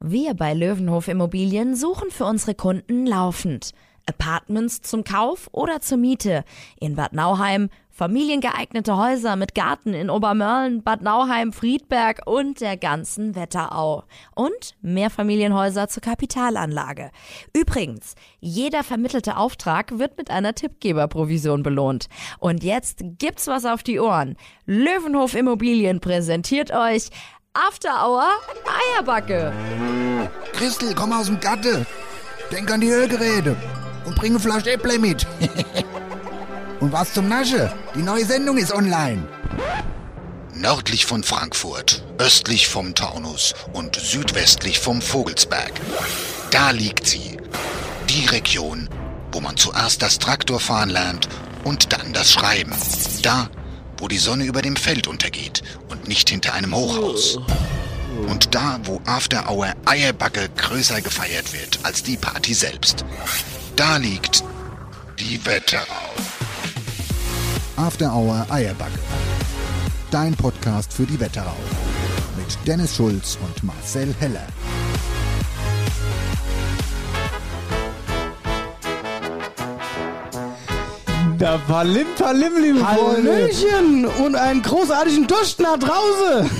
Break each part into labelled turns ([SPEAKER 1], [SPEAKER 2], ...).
[SPEAKER 1] Wir bei Löwenhof Immobilien suchen für unsere Kunden laufend Apartments zum Kauf oder zur Miete in Bad Nauheim, familiengeeignete Häuser mit Garten in Obermörlen, Bad Nauheim, Friedberg und der ganzen Wetterau und Mehrfamilienhäuser zur Kapitalanlage. Übrigens, jeder vermittelte Auftrag wird mit einer Tippgeberprovision belohnt. Und jetzt gibt's was auf die Ohren. Löwenhof Immobilien präsentiert euch After Hour Eierbacke.
[SPEAKER 2] Christel, komm aus dem Gatte. Denk an die Ölgeräte. Und bringe Flasch Äpple mit. und was zum Nasche? Die neue Sendung ist online.
[SPEAKER 3] Nördlich von Frankfurt, östlich vom Taunus und südwestlich vom Vogelsberg. Da liegt sie. Die Region, wo man zuerst das Traktorfahren lernt und dann das Schreiben. Da, wo die Sonne über dem Feld untergeht und nicht hinter einem Hochhaus. Und da, wo After Hour Eierbacke größer gefeiert wird als die Party selbst. Da liegt die Wetterau.
[SPEAKER 2] After Hour Eierbacke. Dein Podcast für die Wetterau. Mit Dennis Schulz und Marcel Heller.
[SPEAKER 4] Da palim, palim, liebe Freunde.
[SPEAKER 5] Hallöchen und einen großartigen Dusch nach draußen.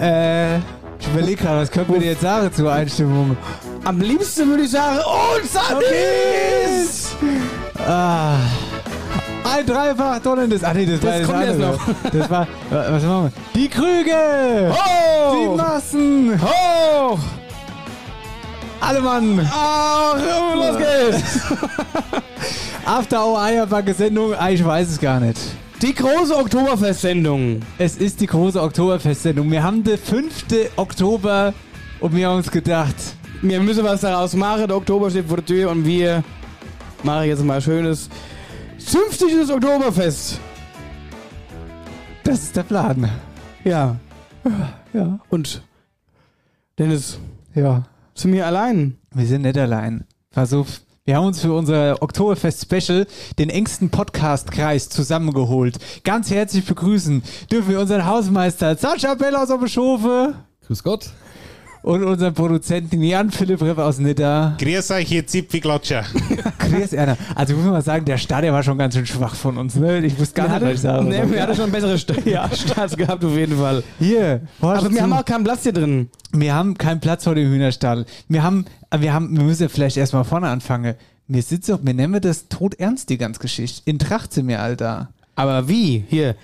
[SPEAKER 4] Äh, ich überlege gerade, was könnten wir dir jetzt sagen zur Einstimmung?
[SPEAKER 5] Am liebsten würde ich sagen, und Sunnies!
[SPEAKER 4] Ah. Ein dreifach Donnendes. Ach nee, das, war
[SPEAKER 5] Das
[SPEAKER 4] das
[SPEAKER 5] kommt erst
[SPEAKER 4] andere. Das war, wa- was machen wir? Die Krüge! Die
[SPEAKER 5] Oh!
[SPEAKER 4] Massen!
[SPEAKER 5] Hoch!
[SPEAKER 4] Alle Mann!
[SPEAKER 5] Ach, Ah, los geht's!
[SPEAKER 4] After Hour Eierbacke Sendung? Ah, ich weiß es gar nicht.
[SPEAKER 5] Die große Oktoberfest-Sendung.
[SPEAKER 4] Es ist die große Oktoberfest-Sendung. Wir haben den 5. Oktober und wir haben uns gedacht,
[SPEAKER 5] Wir müssen was daraus machen. Der Oktober steht vor der Tür und wir machen jetzt mal ein schönes 50. Oktoberfest.
[SPEAKER 4] das ist der Plan.
[SPEAKER 5] Ja,
[SPEAKER 4] Ja.
[SPEAKER 5] und Dennis,
[SPEAKER 4] Ja.
[SPEAKER 5] sind wir allein?
[SPEAKER 4] Wir sind nicht allein. Also, wir haben uns für unser Oktoberfest-Special den engsten Podcast-Kreis zusammengeholt. Ganz herzlich begrüßen dürfen wir unseren Hausmeister Sascha Bell aus Oberschofe
[SPEAKER 6] Grüß Gott.
[SPEAKER 4] und unseren Produzenten Jan Philipp Riff aus Nidda.
[SPEAKER 7] Grüß euch, ihr Zipfelklatscher.
[SPEAKER 4] Chris Erna. Also, ich muss mal sagen, der Start, der war schon ganz schön schwach von uns, ne? Ich wusste gar nicht, was ich sagen
[SPEAKER 5] nee,
[SPEAKER 4] soll.
[SPEAKER 5] wir hatten schon bessere St ja. Starts gehabt, auf jeden Fall.
[SPEAKER 4] Hier,
[SPEAKER 5] Aber wir haben auch keinen Platz hier drin.
[SPEAKER 4] Wir haben keinen Platz vor dem Hühnerstall. Wir haben, wir haben, wir müssen ja vielleicht erstmal vorne anfangen. Mir sitzt doch, mir nennen wir das tot ernst, die ganze Geschichte. In Tracht sind wir, Alter.
[SPEAKER 5] Aber wie? Hier.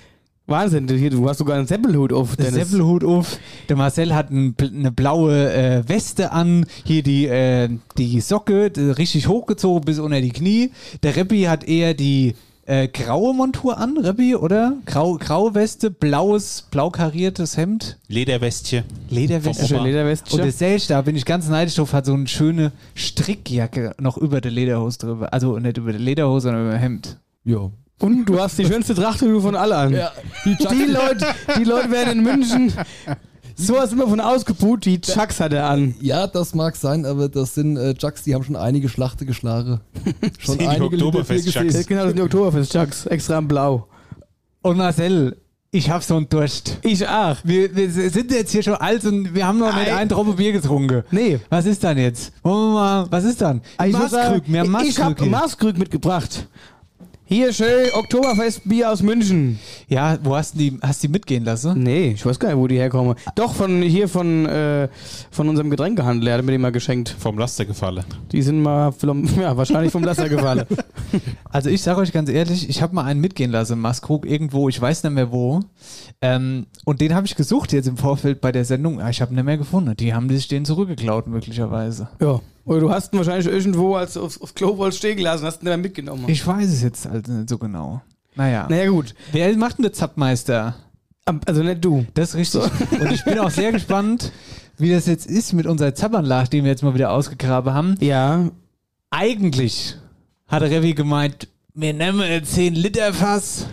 [SPEAKER 5] Wahnsinn, du- hier, du hast sogar einen Seppelhut auf,
[SPEAKER 4] Der
[SPEAKER 5] Dennis.
[SPEAKER 4] Seppelhut auf, der Marcel hat ein, bl- eine blaue äh, Weste an, hier die, äh, die Socke die richtig hochgezogen bis unter die Knie. Der Reppi hat eher die äh, graue Montur an, Reppi, oder? Grau, graue Weste, blaues, blau kariertes Hemd.
[SPEAKER 7] Lederwestchen.
[SPEAKER 4] Lederweste.
[SPEAKER 7] Vom Opa.
[SPEAKER 5] Lederweste.
[SPEAKER 4] Und der Selch, da bin ich ganz neidisch drauf, hat so eine schöne Strickjacke noch über der Lederhose drüber. Also nicht über der Lederhose, sondern über dem Hemd.
[SPEAKER 6] Ja.
[SPEAKER 5] Und du hast die schönste Trachthüte von alle an.
[SPEAKER 6] Die
[SPEAKER 5] Die Leute, die Leute werden in München sowas immer von ausgebuht, die Chucks hat er an.
[SPEAKER 6] ja, das mag sein, aber das sind äh, Jucks, die haben schon einige Schlachte geschlagen. Schon
[SPEAKER 7] Sind die
[SPEAKER 6] einige Lieder
[SPEAKER 7] Oktoberfest-Jucks.
[SPEAKER 6] hier gesehen.
[SPEAKER 5] Das ist genau das Oktoberfest-Chucks, extra in blau.
[SPEAKER 4] Und Marcel, ich hab so einen Durst.
[SPEAKER 5] Ich auch.
[SPEAKER 4] Wir, wir sind jetzt hier schon alt und wir haben noch nicht
[SPEAKER 5] Ei.
[SPEAKER 4] einen Tropfen Bier getrunken.
[SPEAKER 5] Nee. Ah,
[SPEAKER 4] Was ist dann jetzt? Wollen wir mal, was ist dann?
[SPEAKER 5] Ich muss sagen,
[SPEAKER 4] wir haben
[SPEAKER 5] ich habe
[SPEAKER 4] Maßkrüge.
[SPEAKER 5] Maßkrug mitgebracht. Hier schön Oktoberfest-Bier aus München.
[SPEAKER 4] Ja, wo hast du die, hast du die mitgehen lassen?
[SPEAKER 5] Nee, ich weiß gar nicht, wo die herkommen. Doch, von hier von, äh, von unserem Getränkehandel, er hat mir die mal geschenkt.
[SPEAKER 7] Vom Laster gefallen.
[SPEAKER 5] Die sind mal vom, ja, wahrscheinlich vom Laster gefallen.
[SPEAKER 4] Also ich sage euch ganz ehrlich, ich habe mal einen mitgehen lassen, Maßkrug, irgendwo, ich weiß nicht mehr wo. Ähm, und den habe ich gesucht jetzt im Vorfeld bei der Sendung. Ah, Ich habe ihn nicht mehr gefunden. Die haben sich den zurückgeklaut, möglicherweise.
[SPEAKER 5] ja. Oder du hast ihn wahrscheinlich irgendwo als aufs, aufs Klo stehen gelassen, hast ihn dann mitgenommen.
[SPEAKER 4] Ich weiß es jetzt also nicht so genau. Naja.
[SPEAKER 5] naja, gut.
[SPEAKER 4] Wer macht denn den Zappmeister?
[SPEAKER 5] Ab- Also nicht du.
[SPEAKER 4] Das ist richtig. Und ich bin auch sehr gespannt, wie das jetzt ist mit unserer Zappernlach, den wir jetzt mal wieder ausgegraben haben.
[SPEAKER 5] Ja.
[SPEAKER 4] Eigentlich hat Revi gemeint, wir nehmen ein 10-Liter-Fass.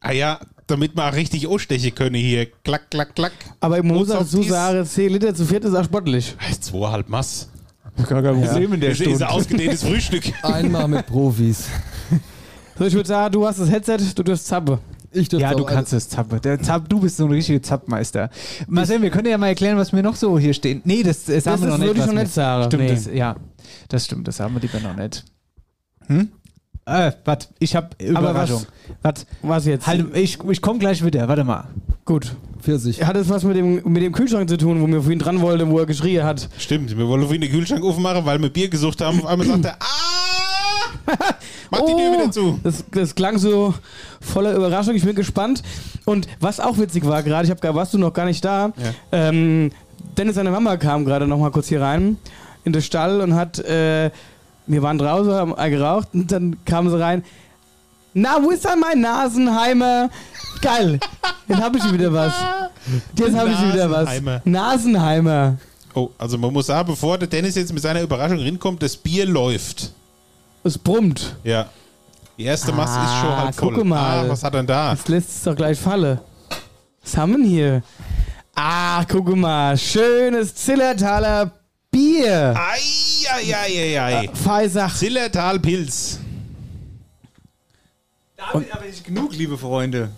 [SPEAKER 7] Ah ja, damit wir auch richtig ausstechen können hier. Klack, klack, klack.
[SPEAKER 5] Aber ich muss
[SPEAKER 7] Und
[SPEAKER 5] dazu
[SPEAKER 7] Softies.
[SPEAKER 5] sagen, 10 Liter zu viert ist auch sportlich.
[SPEAKER 7] Ah, ist Zweieinhalb Mass.
[SPEAKER 4] Gar kein Problem in
[SPEAKER 7] Das ist ein ausgedehntes Frühstück.
[SPEAKER 6] Einmal mit Profis.
[SPEAKER 5] So, ich würde sagen, du hast das Headset, du darfst zappen.
[SPEAKER 6] Ich dürfte
[SPEAKER 4] Ja, du
[SPEAKER 6] auch-
[SPEAKER 4] kannst es, Zappe. Der Zapp, du bist so ein richtiger Zappmeister. Marcel, wir können ja mal erklären, was mir noch so hier stehen. Nee, das, das haben wir noch
[SPEAKER 5] ist-
[SPEAKER 4] nicht.
[SPEAKER 5] würde ich
[SPEAKER 4] was
[SPEAKER 5] noch
[SPEAKER 4] wir-
[SPEAKER 5] nicht sagen,
[SPEAKER 4] Stimmt,
[SPEAKER 5] nee.
[SPEAKER 4] das, ja. Das stimmt, das haben wir lieber noch nicht. Hm? Äh, warte, ich hab Überraschung. Warte,
[SPEAKER 5] Was jetzt?
[SPEAKER 4] halt, ich, ich komm gleich wieder, warte mal.
[SPEAKER 5] Gut.
[SPEAKER 6] Pfirsich.
[SPEAKER 5] Hat es was mit dem, mit dem Kühlschrank zu tun, wo mir vorhin dran wollte, wo er geschrien hat?
[SPEAKER 7] Stimmt, wir wollen vorhin den Kühlschrank aufmachen, weil wir Bier gesucht haben. Auf einmal sagt er, ah! Mach die Tür wieder zu.
[SPEAKER 5] Oh, Das, das klang so voller Überraschung. Ich bin gespannt. Und was auch witzig war gerade, ich habe gar- warst du noch gar nicht da. Ähm, Dennis, seine Mama kam gerade noch mal kurz hier rein in den Stall und hat, äh, wir waren draußen, haben äh, geraucht und dann kamen sie rein. Na, wo ist denn mein Nasenheimer? Geil. Jetzt habe ich wieder was. Jetzt habe ich wieder was.
[SPEAKER 7] Nasenheimer.
[SPEAKER 5] Nasenheimer.
[SPEAKER 7] Oh, also man muss sagen, bevor der Dennis jetzt mit seiner Überraschung rinkommt, das Bier läuft.
[SPEAKER 5] Es brummt.
[SPEAKER 7] Ja. Die erste Masse ist schon halb voll.
[SPEAKER 5] gucke mal.
[SPEAKER 7] Ah, was hat er denn da?
[SPEAKER 5] Jetzt lässt es doch gleich Falle. Was haben wir denn hier? Ah, guck mal. Schönes Zillertaler Bier.
[SPEAKER 7] Eieieiei.
[SPEAKER 5] Feisach.
[SPEAKER 7] Zillertal Pilz.
[SPEAKER 4] Damit aber nicht genug, liebe Freunde.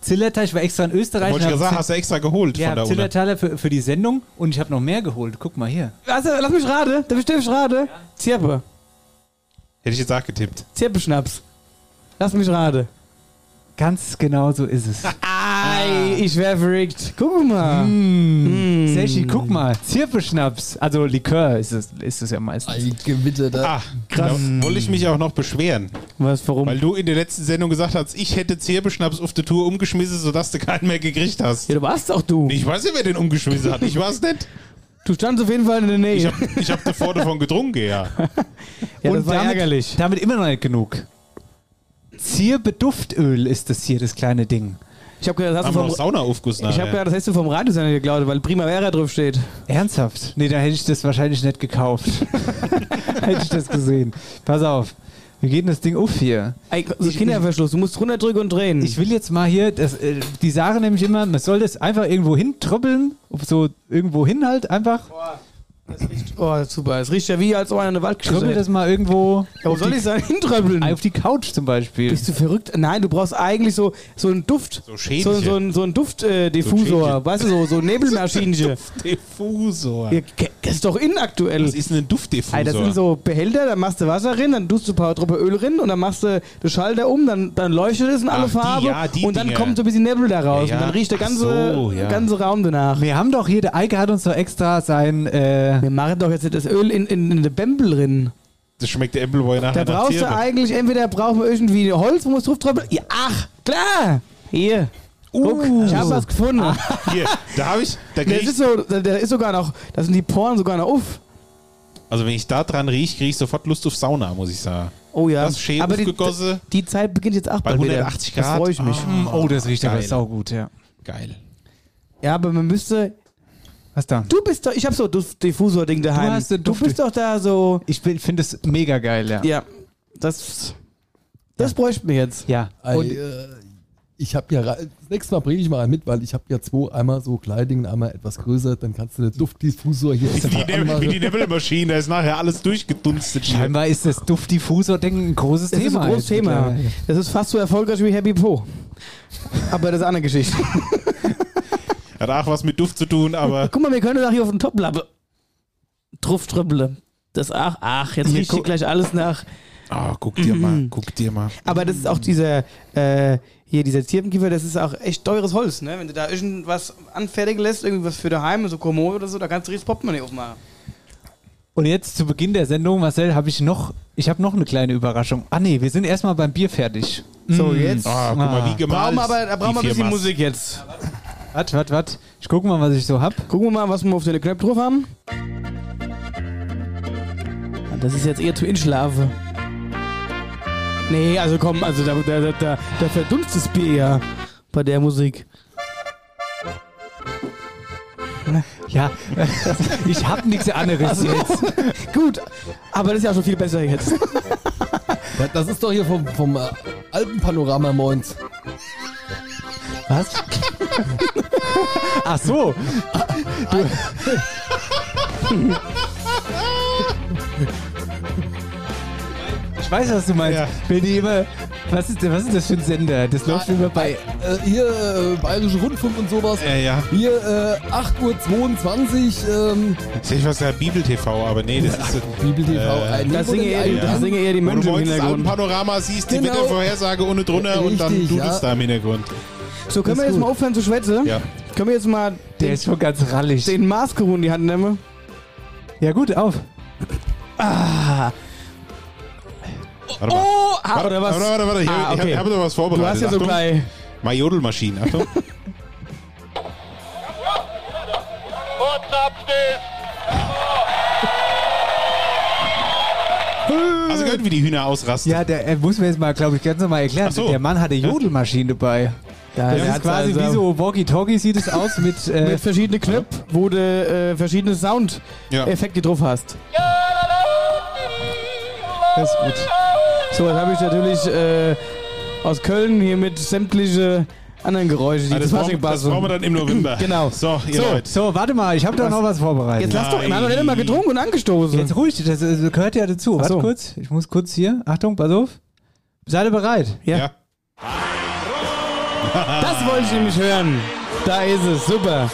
[SPEAKER 4] Zillertal, ich war extra in Österreich.
[SPEAKER 7] Wollte ich
[SPEAKER 4] und hab
[SPEAKER 7] gesagt, hast du extra geholt
[SPEAKER 4] Ja,
[SPEAKER 7] von der Una.
[SPEAKER 4] Zillertaler für, für die Sendung und ich habe noch mehr geholt. Guck mal hier.
[SPEAKER 5] Also, lass mich raten. Darf ich, darf ich raten? Zirpe.
[SPEAKER 7] Hätte ich jetzt auch getippt.
[SPEAKER 5] Zirpe-Schnaps. Lass mich raten.
[SPEAKER 4] Ganz genau so ist es.
[SPEAKER 5] Ei, ich wär verrückt. Guck mal.
[SPEAKER 4] mm. Seshi, guck mal. Zirpeschnaps. Also Likör ist es, ist es ja meistens.
[SPEAKER 6] Ei, Gewitter da.
[SPEAKER 7] Ah, krass. Da wollte ich mich auch noch beschweren,
[SPEAKER 5] Was, warum?
[SPEAKER 7] weil du in der letzten Sendung gesagt hast, ich hätte Zirbeschnaps auf der Tour umgeschmissen, sodass du keinen mehr gekriegt hast.
[SPEAKER 5] ja, du warst auch du.
[SPEAKER 7] Ich weiß nicht, wer den umgeschmissen hat. Ich weiß nicht.
[SPEAKER 5] Du standst auf jeden Fall in der Nähe.
[SPEAKER 7] Ich habe ich hab davor davon getrunken, ja.
[SPEAKER 5] Also ja,
[SPEAKER 4] Und damit, Damit immer noch nicht genug. Zirbeduftöl ist das hier, das kleine Ding.
[SPEAKER 5] Ich habe gehört, das hast
[SPEAKER 7] Haben
[SPEAKER 5] du
[SPEAKER 7] wir
[SPEAKER 5] vom,
[SPEAKER 7] noch Saunaaufguss
[SPEAKER 5] ich hab
[SPEAKER 7] nachher.
[SPEAKER 5] gehört, das hast du vom Radiosender geklaut, weil Primavera draufsteht.
[SPEAKER 4] Ernsthaft? Nee, da hätte ich das wahrscheinlich nicht gekauft. hätte ich das gesehen. Pass auf. Wir gehen das Ding auf hier.
[SPEAKER 5] Ey, so
[SPEAKER 4] Ich-
[SPEAKER 5] Kinderverschluss. Du musst runterdrücken und drehen.
[SPEAKER 4] Ich will jetzt mal hier, das, äh, die sagen nämlich immer, man soll das einfach irgendwo hintröppeln, so irgendwo hin halt, einfach
[SPEAKER 5] Oh, super. Es riecht ja wie, als ob einer in den Wald
[SPEAKER 4] tröppel
[SPEAKER 5] geschossen
[SPEAKER 4] das mal irgendwo
[SPEAKER 5] Ja, wo soll ich sein? Hintröppeln?
[SPEAKER 4] auf die Couch zum Beispiel.
[SPEAKER 5] Bist du verrückt? Nein, du brauchst eigentlich so, so einen Duft.
[SPEAKER 7] So
[SPEAKER 5] So,
[SPEAKER 7] Schädchen.
[SPEAKER 5] so, ein, so ein Duftdiffuser.
[SPEAKER 7] Schädchen.
[SPEAKER 5] weißt du, so, so Nebelmaschinchen.
[SPEAKER 7] Duftdiffuser.
[SPEAKER 5] Ja, ke- das ist doch inaktuell.
[SPEAKER 7] Das ist ein Duftdiffuser.
[SPEAKER 5] Ey, das sind so Behälter, da machst du Wasser rein, dann tust du ein paar Tropfen Öl rein und dann machst du den Schalter um, dann, dann leuchtet es in alle
[SPEAKER 7] Ach, die,
[SPEAKER 5] Farben
[SPEAKER 7] ja, die
[SPEAKER 5] und dann
[SPEAKER 7] Dinger.
[SPEAKER 5] kommt so ein bisschen Nebel da raus
[SPEAKER 7] Ja,
[SPEAKER 5] und dann riecht der
[SPEAKER 7] ach
[SPEAKER 5] ganze,
[SPEAKER 7] so, ja.
[SPEAKER 5] ganze Raum danach.
[SPEAKER 4] Wir haben doch hier, der Eike hat uns doch extra sein, äh,
[SPEAKER 5] Wir machen doch jetzt nicht das Öl in, in, in den Bembel drin.
[SPEAKER 7] das schmeckt der Appleboy nachher
[SPEAKER 5] Da
[SPEAKER 7] nach
[SPEAKER 5] brauchst du
[SPEAKER 7] Zirbe.
[SPEAKER 5] eigentlich, entweder brauchen wir irgendwie Holz, wo man es drauf tröppelt. Ja, ach, klar. Hier. Guck, ich hab was gefunden.
[SPEAKER 7] Uh, Hier, da habe ich,
[SPEAKER 5] das
[SPEAKER 7] da krieg
[SPEAKER 5] ist
[SPEAKER 7] ich,
[SPEAKER 5] so, da, da ist sogar noch, da sind die Poren sogar noch auf.
[SPEAKER 7] also wenn ich da dran rieche, kriege ich sofort Lust auf Sauna, muss ich sagen.
[SPEAKER 5] Oh ja.
[SPEAKER 7] Das Schäden
[SPEAKER 5] Aber die,
[SPEAKER 7] aufgegossen.
[SPEAKER 5] die Zeit beginnt jetzt auch
[SPEAKER 7] Bei
[SPEAKER 5] bald wieder.
[SPEAKER 7] 180
[SPEAKER 5] Das
[SPEAKER 7] Grad.
[SPEAKER 5] freue ich mich.
[SPEAKER 4] Mm, oh, das riecht aber
[SPEAKER 7] Geil.
[SPEAKER 4] saugut, ja.
[SPEAKER 7] Geil.
[SPEAKER 5] Ja, aber man müsste,
[SPEAKER 4] Was dann?
[SPEAKER 5] du bist doch, ich hab so das Diffusor-Ding daheim.
[SPEAKER 4] hast den
[SPEAKER 5] du
[SPEAKER 4] Duft-
[SPEAKER 5] bist doch da so,
[SPEAKER 4] Ich finde es mega geil, ja.
[SPEAKER 5] ja, das, das bräuchten wir jetzt.
[SPEAKER 4] Ja.
[SPEAKER 6] Ei,
[SPEAKER 4] Und
[SPEAKER 6] äh, ich habe ja, rei- das nächste Mal bringe ich mal einen mit, weil ich habe ja zwei, einmal so klein Ding und einmal etwas größer, dann kannst du den Duftdiffusor hier
[SPEAKER 7] Wie die, Nebel, wie die
[SPEAKER 6] anmachen.
[SPEAKER 7] Nebelmaschine, da ist nachher alles durchgedunstet hier.
[SPEAKER 4] scheinbar ist das Duftdiffuser-Ding ein großes
[SPEAKER 5] Das
[SPEAKER 4] Thema.
[SPEAKER 5] ist ein großes
[SPEAKER 4] jetzt
[SPEAKER 5] Thema.
[SPEAKER 4] mittlerweile.
[SPEAKER 5] Das ist fast so erfolgreich wie Happy Po. Aber das ist eine andere Geschichte.
[SPEAKER 7] Hat auch was mit Duft zu tun, aber
[SPEAKER 5] Guck mal, wir können doch hier auf den Toplappe drauf drübble. Das ach, ach, jetzt riecht hier gleich alles nach.
[SPEAKER 7] Ah, guck dir
[SPEAKER 5] Mhm.
[SPEAKER 7] mal, guck dir mal.
[SPEAKER 5] Aber das ist auch dieser, äh, hier, dieser Zirbenkiefer, das ist auch echt teures Holz, ne? Wenn du da irgendwas anfertigen lässt, irgendwas für daheim, so Kommode oder so, da kannst du richtig Portemonnaie aufmachen.
[SPEAKER 4] Und jetzt zu Beginn der Sendung, Marcel, habe ich noch, ich habe noch eine kleine Überraschung. Ah nee, wir sind erstmal beim Bier fertig.
[SPEAKER 5] So, jetzt.
[SPEAKER 7] Ah, guck mal, wie gemalt.
[SPEAKER 5] Brauchen wir aber da brauchen wir ein
[SPEAKER 7] die
[SPEAKER 5] bisschen
[SPEAKER 7] Firmas.
[SPEAKER 5] Musik jetzt.
[SPEAKER 4] Wat, wat, wat. Ich gucke mal, was ich so hab.
[SPEAKER 5] Gucken wir mal, was wir auf den Knöpfe drauf haben. Ah, Das ist jetzt eher zu Inschlafe. Nee, also komm, also da, da, da, da, da verdunst das Bier ja bei der Musik.
[SPEAKER 4] Ja, ich hab nichts anderes jetzt.
[SPEAKER 5] Also, Gut, aber das ist ja schon viel besser jetzt.
[SPEAKER 6] Das- Das ist doch hier vom, vom äh, Alpenpanorama Moins.
[SPEAKER 4] Was? Ach so. Du. Ich weiß, was du meinst.
[SPEAKER 7] Ja.
[SPEAKER 4] Wenn die immer, Was ist, was ist das für ein Sender? Das läuft immer bei.
[SPEAKER 6] Äh, hier äh, Bayerische Rundfunk und sowas.
[SPEAKER 7] Ja, ja.
[SPEAKER 6] Hier äh, 8.22 Uhr. Ähm,
[SPEAKER 7] Sehe ich was da Bibel TV, aber nee, das ist.
[SPEAKER 6] Bibel TV.
[SPEAKER 7] Äh,
[SPEAKER 6] ein
[SPEAKER 5] Da
[SPEAKER 6] Leben
[SPEAKER 5] singen
[SPEAKER 6] und
[SPEAKER 5] eher,
[SPEAKER 6] ein
[SPEAKER 5] die- da
[SPEAKER 6] Dran.
[SPEAKER 5] singen eher die
[SPEAKER 7] Wo du
[SPEAKER 5] Mönche im
[SPEAKER 7] morgens ein
[SPEAKER 5] Hintergrund.
[SPEAKER 7] Panorama siehst, die
[SPEAKER 6] Genau.
[SPEAKER 7] Wettervorhersage ohne drunter und dann
[SPEAKER 6] Richtig,
[SPEAKER 7] dudelst
[SPEAKER 6] ja.
[SPEAKER 7] da im Hintergrund.
[SPEAKER 5] So, können wir
[SPEAKER 6] Ist
[SPEAKER 5] jetzt
[SPEAKER 6] gut.
[SPEAKER 5] mal aufhören zu schwätzen?
[SPEAKER 7] Ja.
[SPEAKER 5] Können wir jetzt mal
[SPEAKER 4] Der ist schon ganz rallig.
[SPEAKER 5] den Maßkuchen in die Hand nehmen?
[SPEAKER 4] Ja, gut, auf.
[SPEAKER 7] Warte mal.
[SPEAKER 5] Oh, ah, oder was?
[SPEAKER 7] Warte, warte, warte. Ich,
[SPEAKER 5] Ah,
[SPEAKER 7] hab-
[SPEAKER 5] okay.
[SPEAKER 7] ich habe noch was vorbereitet.
[SPEAKER 5] Du hast ja so
[SPEAKER 7] Achtung.
[SPEAKER 5] gleich.
[SPEAKER 7] Mal Jodelmaschinen. Achtung. Hast du gehört, wie die Hühner ausrasten?
[SPEAKER 4] Ja, der äh, muss mir jetzt mal, glaube ich, ganz normal erklären.
[SPEAKER 7] Ach so.
[SPEAKER 4] Der Mann hatte Jodelmaschine dabei.
[SPEAKER 5] Ja, also-
[SPEAKER 4] Das ist quasi wie so Walkie-Talkie sieht es aus mit. Äh,
[SPEAKER 5] Mit verschiedenen Knöpfen, wo du äh, verschiedene
[SPEAKER 7] Ja.
[SPEAKER 5] Sound-Effekte drauf hast.
[SPEAKER 4] das ist gut.
[SPEAKER 5] So, jetzt habe ich natürlich äh, aus Köln hier mit sämtliche anderen Geräusche, die
[SPEAKER 7] Ah, das,
[SPEAKER 5] das
[SPEAKER 7] brauchen, das brauchen
[SPEAKER 5] Fasching
[SPEAKER 7] wir dann im November.
[SPEAKER 5] Genau.
[SPEAKER 7] So, ihr
[SPEAKER 4] So,
[SPEAKER 7] Leute.
[SPEAKER 4] so, warte mal, ich habe da noch was vorbereitet.
[SPEAKER 5] Jetzt lass doch,
[SPEAKER 7] Nein.
[SPEAKER 5] wir haben doch nicht mal getrunken und angestoßen.
[SPEAKER 4] Jetzt ruhig, das äh, gehört ja dazu. Warte
[SPEAKER 5] so.
[SPEAKER 4] kurz, ich muss kurz hier. Achtung, pass auf. Seid ihr bereit?
[SPEAKER 5] Ja.
[SPEAKER 7] Ja.
[SPEAKER 5] Das wollte ich nämlich hören. Da ist es, super.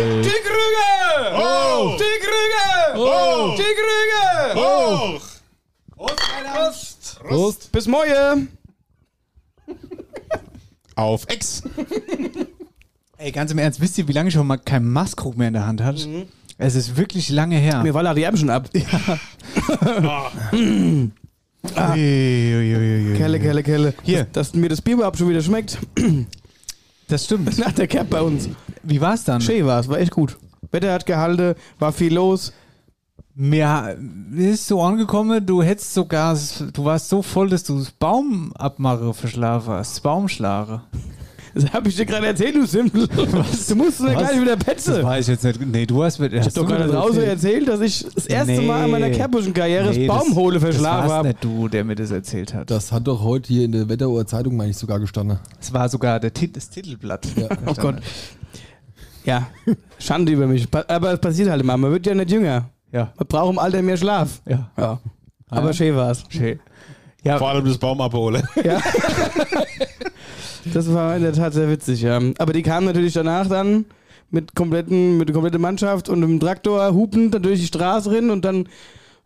[SPEAKER 5] Die Krüge!
[SPEAKER 7] Oh!
[SPEAKER 5] Die Krüge!
[SPEAKER 7] Oh!
[SPEAKER 5] Die Krüge!
[SPEAKER 7] Oh!
[SPEAKER 5] Prost!
[SPEAKER 6] Prost.
[SPEAKER 5] Bis morgen!
[SPEAKER 7] Auf Ex.
[SPEAKER 4] Ey, ganz im Ernst, wisst ihr, wie lange ich schon mal keinen Maskrug mehr in der Hand hatte? Es ist wirklich lange her.
[SPEAKER 5] Mir war die Erben schon ab.
[SPEAKER 4] Ah.
[SPEAKER 5] Kelle, Kelle, Kelle.
[SPEAKER 4] Hier.
[SPEAKER 5] Dass, dass mir das Bier überhaupt schon wieder schmeckt.
[SPEAKER 4] Das stimmt.
[SPEAKER 5] Nach der Cap bei uns.
[SPEAKER 4] Wie war's dann?
[SPEAKER 5] Schön war's, war echt gut. Wetter hat gehalten, war viel los.
[SPEAKER 4] Mir ist so angekommen, du hättest sogar, du warst so voll, dass du das Baumabmache verschlafen hast. Baumschlare.
[SPEAKER 5] Das habe ich dir gerade erzählt, du Simpel. Du musst mir
[SPEAKER 4] Was?
[SPEAKER 5] gleich wieder
[SPEAKER 4] Das
[SPEAKER 5] petze.
[SPEAKER 4] weiß ich jetzt nicht. Nee, du hast mit.
[SPEAKER 5] Ich habe doch gerade draußen erzählt, dass ich das erste
[SPEAKER 4] Nee.
[SPEAKER 5] Mal in meiner kerbuschen Karriere
[SPEAKER 4] Nee,
[SPEAKER 5] das Baumhole
[SPEAKER 4] Das
[SPEAKER 5] verschlafen
[SPEAKER 4] war's
[SPEAKER 5] habe.
[SPEAKER 4] nicht du, der mir das erzählt hat.
[SPEAKER 6] Das hat doch heute hier in der Wetterohr Zeitung, meine ich, sogar gestanden.
[SPEAKER 4] Das war sogar der Tit das Titelblatt.
[SPEAKER 5] Oh Gott. Ja, Schande über mich. Pa- Aber es passiert halt immer. Man wird ja nicht jünger.
[SPEAKER 4] Ja.
[SPEAKER 5] Man braucht im Alter mehr Schlaf.
[SPEAKER 4] Ja.
[SPEAKER 5] Ja.
[SPEAKER 4] Ah,
[SPEAKER 5] Aber schön war's.
[SPEAKER 4] Schön. Ja,
[SPEAKER 7] Vor allem das Baum abholen.
[SPEAKER 5] Das war in der Tat sehr witzig, ja. Aber die kamen natürlich danach dann mit kompletten, mit der kompletten Mannschaft und einem Traktor hupend dann durch die Straße rennen und dann,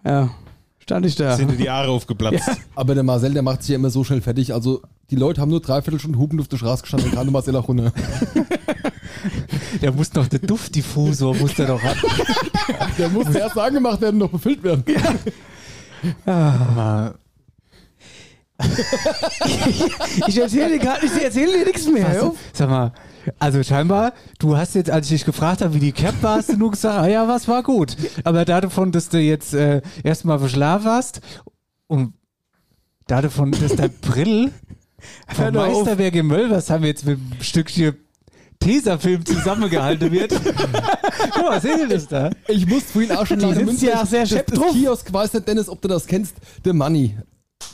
[SPEAKER 5] ja, stand ich da.
[SPEAKER 7] Sind dir die Haare aufgeplatzt.
[SPEAKER 6] Aber der Marcel, der macht sich ja immer so schnell fertig. Also die Leute haben nur dreiviertel Stunden hupend auf der Straße gestanden, gerade Marcel auch runter.
[SPEAKER 4] der muss noch, der Duftdiffusor muss der doch haben.
[SPEAKER 6] Der muss erst angemacht werden, noch befüllt werden.
[SPEAKER 5] Äh. Ich erzähle dir gar ich erzähle dir nichts mehr.
[SPEAKER 4] Hast
[SPEAKER 5] Jo.
[SPEAKER 4] du, sag mal, also scheinbar, du hast jetzt, als ich dich gefragt habe, wie die Cap war, hast du nur gesagt, ah ja, was war gut. Aber davon, dass du jetzt äh, erstmal verschlafen warst und davon, dass dein Brill
[SPEAKER 5] Hör
[SPEAKER 4] vom
[SPEAKER 5] doch auf.
[SPEAKER 4] Meisterwerk im Müll, was haben wir jetzt mit einem Stückchen Tesafilm zusammengehalten wird. Guck mal, seht ihr das
[SPEAKER 5] Äh,
[SPEAKER 4] da?
[SPEAKER 6] Ich muss vorhin auch schon
[SPEAKER 5] Die
[SPEAKER 6] lange
[SPEAKER 5] sitzt ja auch sehr
[SPEAKER 6] das,
[SPEAKER 5] schepp
[SPEAKER 6] das
[SPEAKER 5] drauf.
[SPEAKER 6] Kiosk weiß nicht, Dennis, ob du das kennst. Der Money.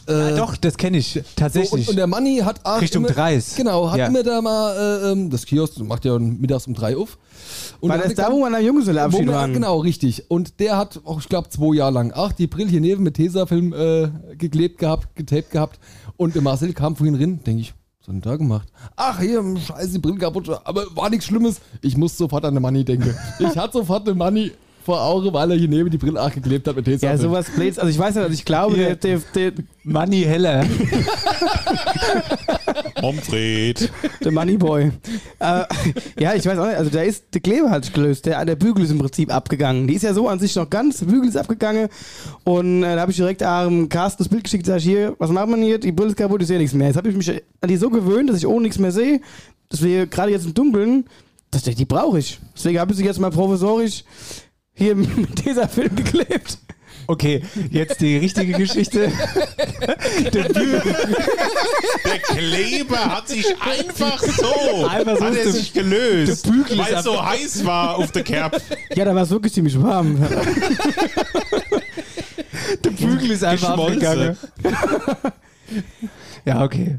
[SPEAKER 6] Äh,
[SPEAKER 4] Ah, Doch, das kenne ich tatsächlich.
[SPEAKER 6] Und, und der Manni hat auch
[SPEAKER 4] Richtung
[SPEAKER 6] immer,
[SPEAKER 4] Dreis.
[SPEAKER 6] Genau, hat
[SPEAKER 4] Ja.
[SPEAKER 6] immer da mal äh, ähm, das Kiosk, macht ja mittags um drei auf. Und
[SPEAKER 5] War
[SPEAKER 6] der
[SPEAKER 5] das
[SPEAKER 6] hatte
[SPEAKER 5] da, wo
[SPEAKER 6] dann-
[SPEAKER 5] man am Junggeselleabschied
[SPEAKER 6] wir-
[SPEAKER 5] war?
[SPEAKER 6] Genau, richtig. Und der hat auch, ich glaube, zwei Jahre lang ach, die Brille hier neben mit Tesafilm äh, geklebt gehabt, getaped gehabt. Und der Marcel kam vorhin rein, denke ich, was hat denn da gemacht? Ach, hier, scheiße, die Brille kaputt. Aber war nichts Schlimmes. Ich muss sofort an den Money denken. ich hatte sofort den Money vor Augen, weil er hier neben die Brille ach geklebt hat mit Tesafilm.
[SPEAKER 5] Ja, sowas bläst. Also ich weiß nicht, also ich glaube,
[SPEAKER 4] Ja.
[SPEAKER 5] der, der, der,
[SPEAKER 4] Manni Heller.
[SPEAKER 7] Momfried.
[SPEAKER 5] der Moneyboy. äh, ja, ich weiß auch nicht. Also da ist der Kleber halt gelöst. Der, der Bügel ist im Prinzip abgegangen. Die ist ja so an sich noch ganz. Der Bügel ist abgegangen. Und äh, da habe ich direkt ähm, Carsten das Bild geschickt. Sag ich hier, was macht man hier? Die Brille ist kaputt, ich sehe nichts mehr. Jetzt habe ich mich an die so gewöhnt, dass ich ohne nichts mehr sehe. Dass wir gerade jetzt im Dunkeln, dass die, die brauche ich. Deswegen habe ich sie jetzt mal provisorisch hier mit dieser Film geklebt.
[SPEAKER 4] Okay, jetzt die richtige Geschichte. der Bügel.
[SPEAKER 7] Der Kleber hat sich einfach so,
[SPEAKER 4] Einfach so
[SPEAKER 7] hat er
[SPEAKER 4] ist
[SPEAKER 7] sich gelöst,
[SPEAKER 4] der Bügel
[SPEAKER 7] weil
[SPEAKER 4] ist
[SPEAKER 7] es so heiß war auf der Kerb.
[SPEAKER 5] Ja, da war es wirklich ziemlich warm.
[SPEAKER 4] Der Bügel ist einfach
[SPEAKER 7] Geschmolzen.
[SPEAKER 4] abgegangen. Ja, okay.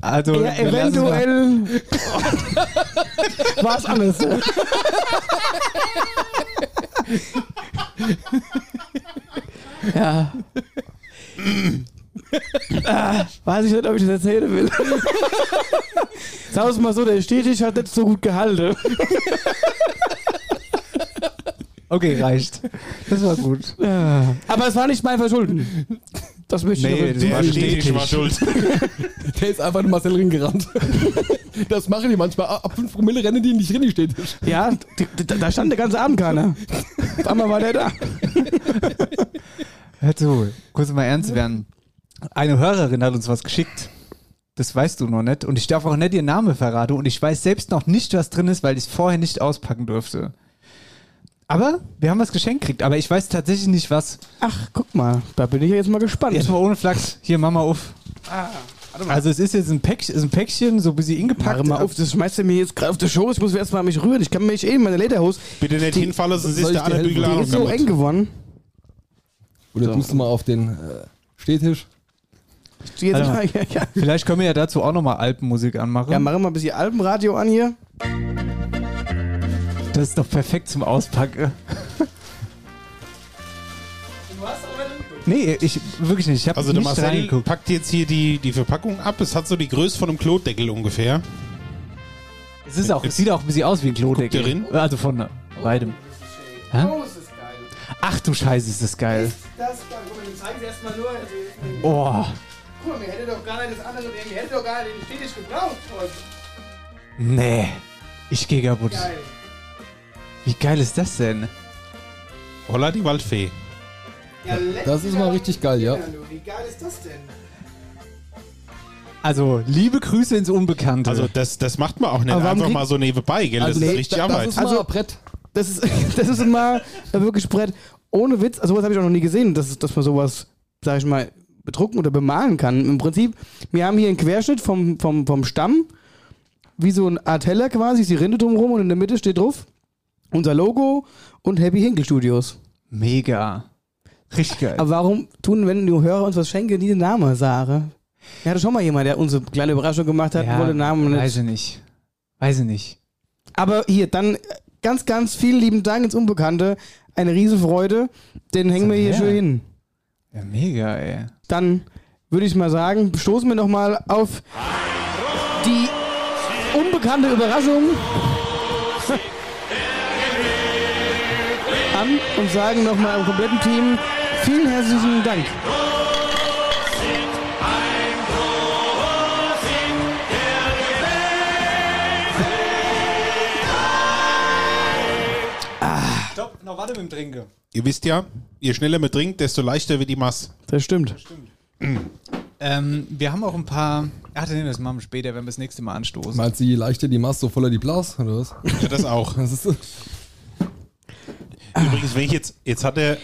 [SPEAKER 4] Also,
[SPEAKER 5] Ja,
[SPEAKER 4] wir lassen mal-
[SPEAKER 5] eventuell war es alles. ja. ah, weiß ich nicht, ob ich das erzählen will. Sag es mal so, der Stehtisch hat nicht so gut gehalten.
[SPEAKER 4] Okay, reicht. Das war gut.
[SPEAKER 5] Aber es war nicht mein Verschulden. Das möchte ich
[SPEAKER 4] Nee,
[SPEAKER 5] noch-
[SPEAKER 4] der-
[SPEAKER 7] Der
[SPEAKER 4] Stehtisch.
[SPEAKER 7] Stehtisch war schuld.
[SPEAKER 6] Der ist einfach in Marcel Ring gerannt. Das machen die manchmal. Ab 5 Promille rennen die nicht Rinne steht.
[SPEAKER 5] Ja, d- d- da stand der ganze Abend keiner. Auf einmal war der da.
[SPEAKER 4] Hör zu, kurz mal ernst werden. Eine Hörerin hat uns was geschickt. Das weißt du noch nicht. Und ich darf auch nicht ihren Namen verraten. Und ich weiß selbst noch nicht, was drin ist, weil ich es vorher nicht auspacken durfte. Aber wir haben was geschenkt gekriegt. Aber ich weiß tatsächlich nicht, was.
[SPEAKER 5] Ach, guck mal, da bin ich ja jetzt mal gespannt.
[SPEAKER 4] Jetzt mal ohne Flachs. Hier, mach mal auf.
[SPEAKER 5] Ah,
[SPEAKER 4] Also, es ist jetzt ein Päckchen, ist ein, Päckchen so ein bisschen
[SPEAKER 5] Warte
[SPEAKER 4] ingepackt.
[SPEAKER 5] mal auf, das schmeißt du mir jetzt gerade auf die Show. Ich muss erstmal mich rühren. Ich kann mich eh in meine Lederhose.
[SPEAKER 7] Bitte nicht hinfallen, sonst ist
[SPEAKER 6] ich
[SPEAKER 7] der
[SPEAKER 6] dir
[SPEAKER 7] alle
[SPEAKER 6] helfen?
[SPEAKER 7] Bügel
[SPEAKER 5] Die
[SPEAKER 7] auch
[SPEAKER 5] ist so eng geworden.
[SPEAKER 6] Oder tust du mal auf den äh, Stehtisch?
[SPEAKER 5] Die Jetzt
[SPEAKER 4] Warte
[SPEAKER 5] mal,
[SPEAKER 4] mal.
[SPEAKER 5] ja, ja.
[SPEAKER 4] Vielleicht können wir ja dazu auch nochmal Alpenmusik anmachen.
[SPEAKER 5] ja, mach mal ein bisschen Alpenradio an hier.
[SPEAKER 4] das ist doch perfekt zum Auspacken. Nee, ich wirklich nicht. Ich habe
[SPEAKER 7] Also der
[SPEAKER 4] nicht
[SPEAKER 7] Marcel
[SPEAKER 4] reingeguckt.
[SPEAKER 7] packt jetzt hier die, die Verpackung ab. Es hat so die Größe von einem Klodeckel ungefähr.
[SPEAKER 4] Es, ist auch, es sieht auch ein bisschen aus wie ein
[SPEAKER 7] Guck dir
[SPEAKER 4] Klodeckel.
[SPEAKER 7] hin.
[SPEAKER 4] Also von beidem. Hä?
[SPEAKER 5] Oh,
[SPEAKER 4] Ach du Scheiße, ist das geil.
[SPEAKER 5] Das kann ich zeigen Sie erstmal nur.
[SPEAKER 4] Oh.
[SPEAKER 5] Guck mal, mir hätte doch gar nicht das andere, mir hätte doch gar nicht den Stetisch gebraucht heute.
[SPEAKER 4] Nee. Ich gehe kaputt. Wie geil ist das denn?
[SPEAKER 7] Holla die Waldfee.
[SPEAKER 6] Das ist mal richtig geil, ja.
[SPEAKER 5] Wie geil ist das denn?
[SPEAKER 4] Also, liebe Grüße ins Unbekannte.
[SPEAKER 7] Also das, das macht man auch nicht
[SPEAKER 5] Aber warum
[SPEAKER 7] einfach
[SPEAKER 5] krieg-
[SPEAKER 7] mal so nebenbei, gell? Das
[SPEAKER 6] Also
[SPEAKER 7] ist
[SPEAKER 6] nee,
[SPEAKER 7] richtig
[SPEAKER 6] da-
[SPEAKER 7] Arbeit.
[SPEAKER 6] Das ist mal
[SPEAKER 5] Also-
[SPEAKER 6] ein Brett.
[SPEAKER 5] Das ist, das ist immer wirklich Brett. Ohne Witz, also sowas habe ich auch noch nie gesehen, dass, dass man sowas, sag ich mal, bedrucken oder bemalen kann. Im Prinzip, wir haben hier einen Querschnitt vom, vom, vom Stamm, wie so ein Art Teller quasi, ist die Rinde drumherum und in der Mitte steht drauf unser Logo und Happy Hinkel Studios.
[SPEAKER 4] Mega. Richtig geil.
[SPEAKER 5] Aber warum tun, wenn die Hörer uns was schenken, diese Name, Sarah? Ja, hatte schon mal jemand, der uns eine kleine Überraschung gemacht hat, wollte Namen nicht.
[SPEAKER 4] weiß ich nicht. Weiß ich nicht.
[SPEAKER 5] Aber hier, dann äh, ganz, ganz vielen lieben Dank ins Unbekannte. Eine Riesenfreude. Den hängen wir hier
[SPEAKER 4] her.
[SPEAKER 5] schön hin.
[SPEAKER 4] Ja, mega, ey.
[SPEAKER 5] Dann würde ich mal sagen, stoßen wir nochmal auf die unbekannte Überraschung an und sagen nochmal im kompletten Team vielen herzlichen Dank.
[SPEAKER 4] Stopp, noch warte mit dem Trinken.
[SPEAKER 7] Ihr wisst ja, je schneller man trinkt, desto leichter wird die Masse.
[SPEAKER 5] Das stimmt.
[SPEAKER 4] Ähm, wir haben auch ein paar. Ach, nee, das machen wir später, wenn wir das nächste Mal anstoßen.
[SPEAKER 6] Meinst du, je leichter die Masse, so voller die Blas, oder was?
[SPEAKER 7] Ja, das auch.
[SPEAKER 6] Das ist,
[SPEAKER 7] Übrigens, wenn ich jetzt, jetzt hat der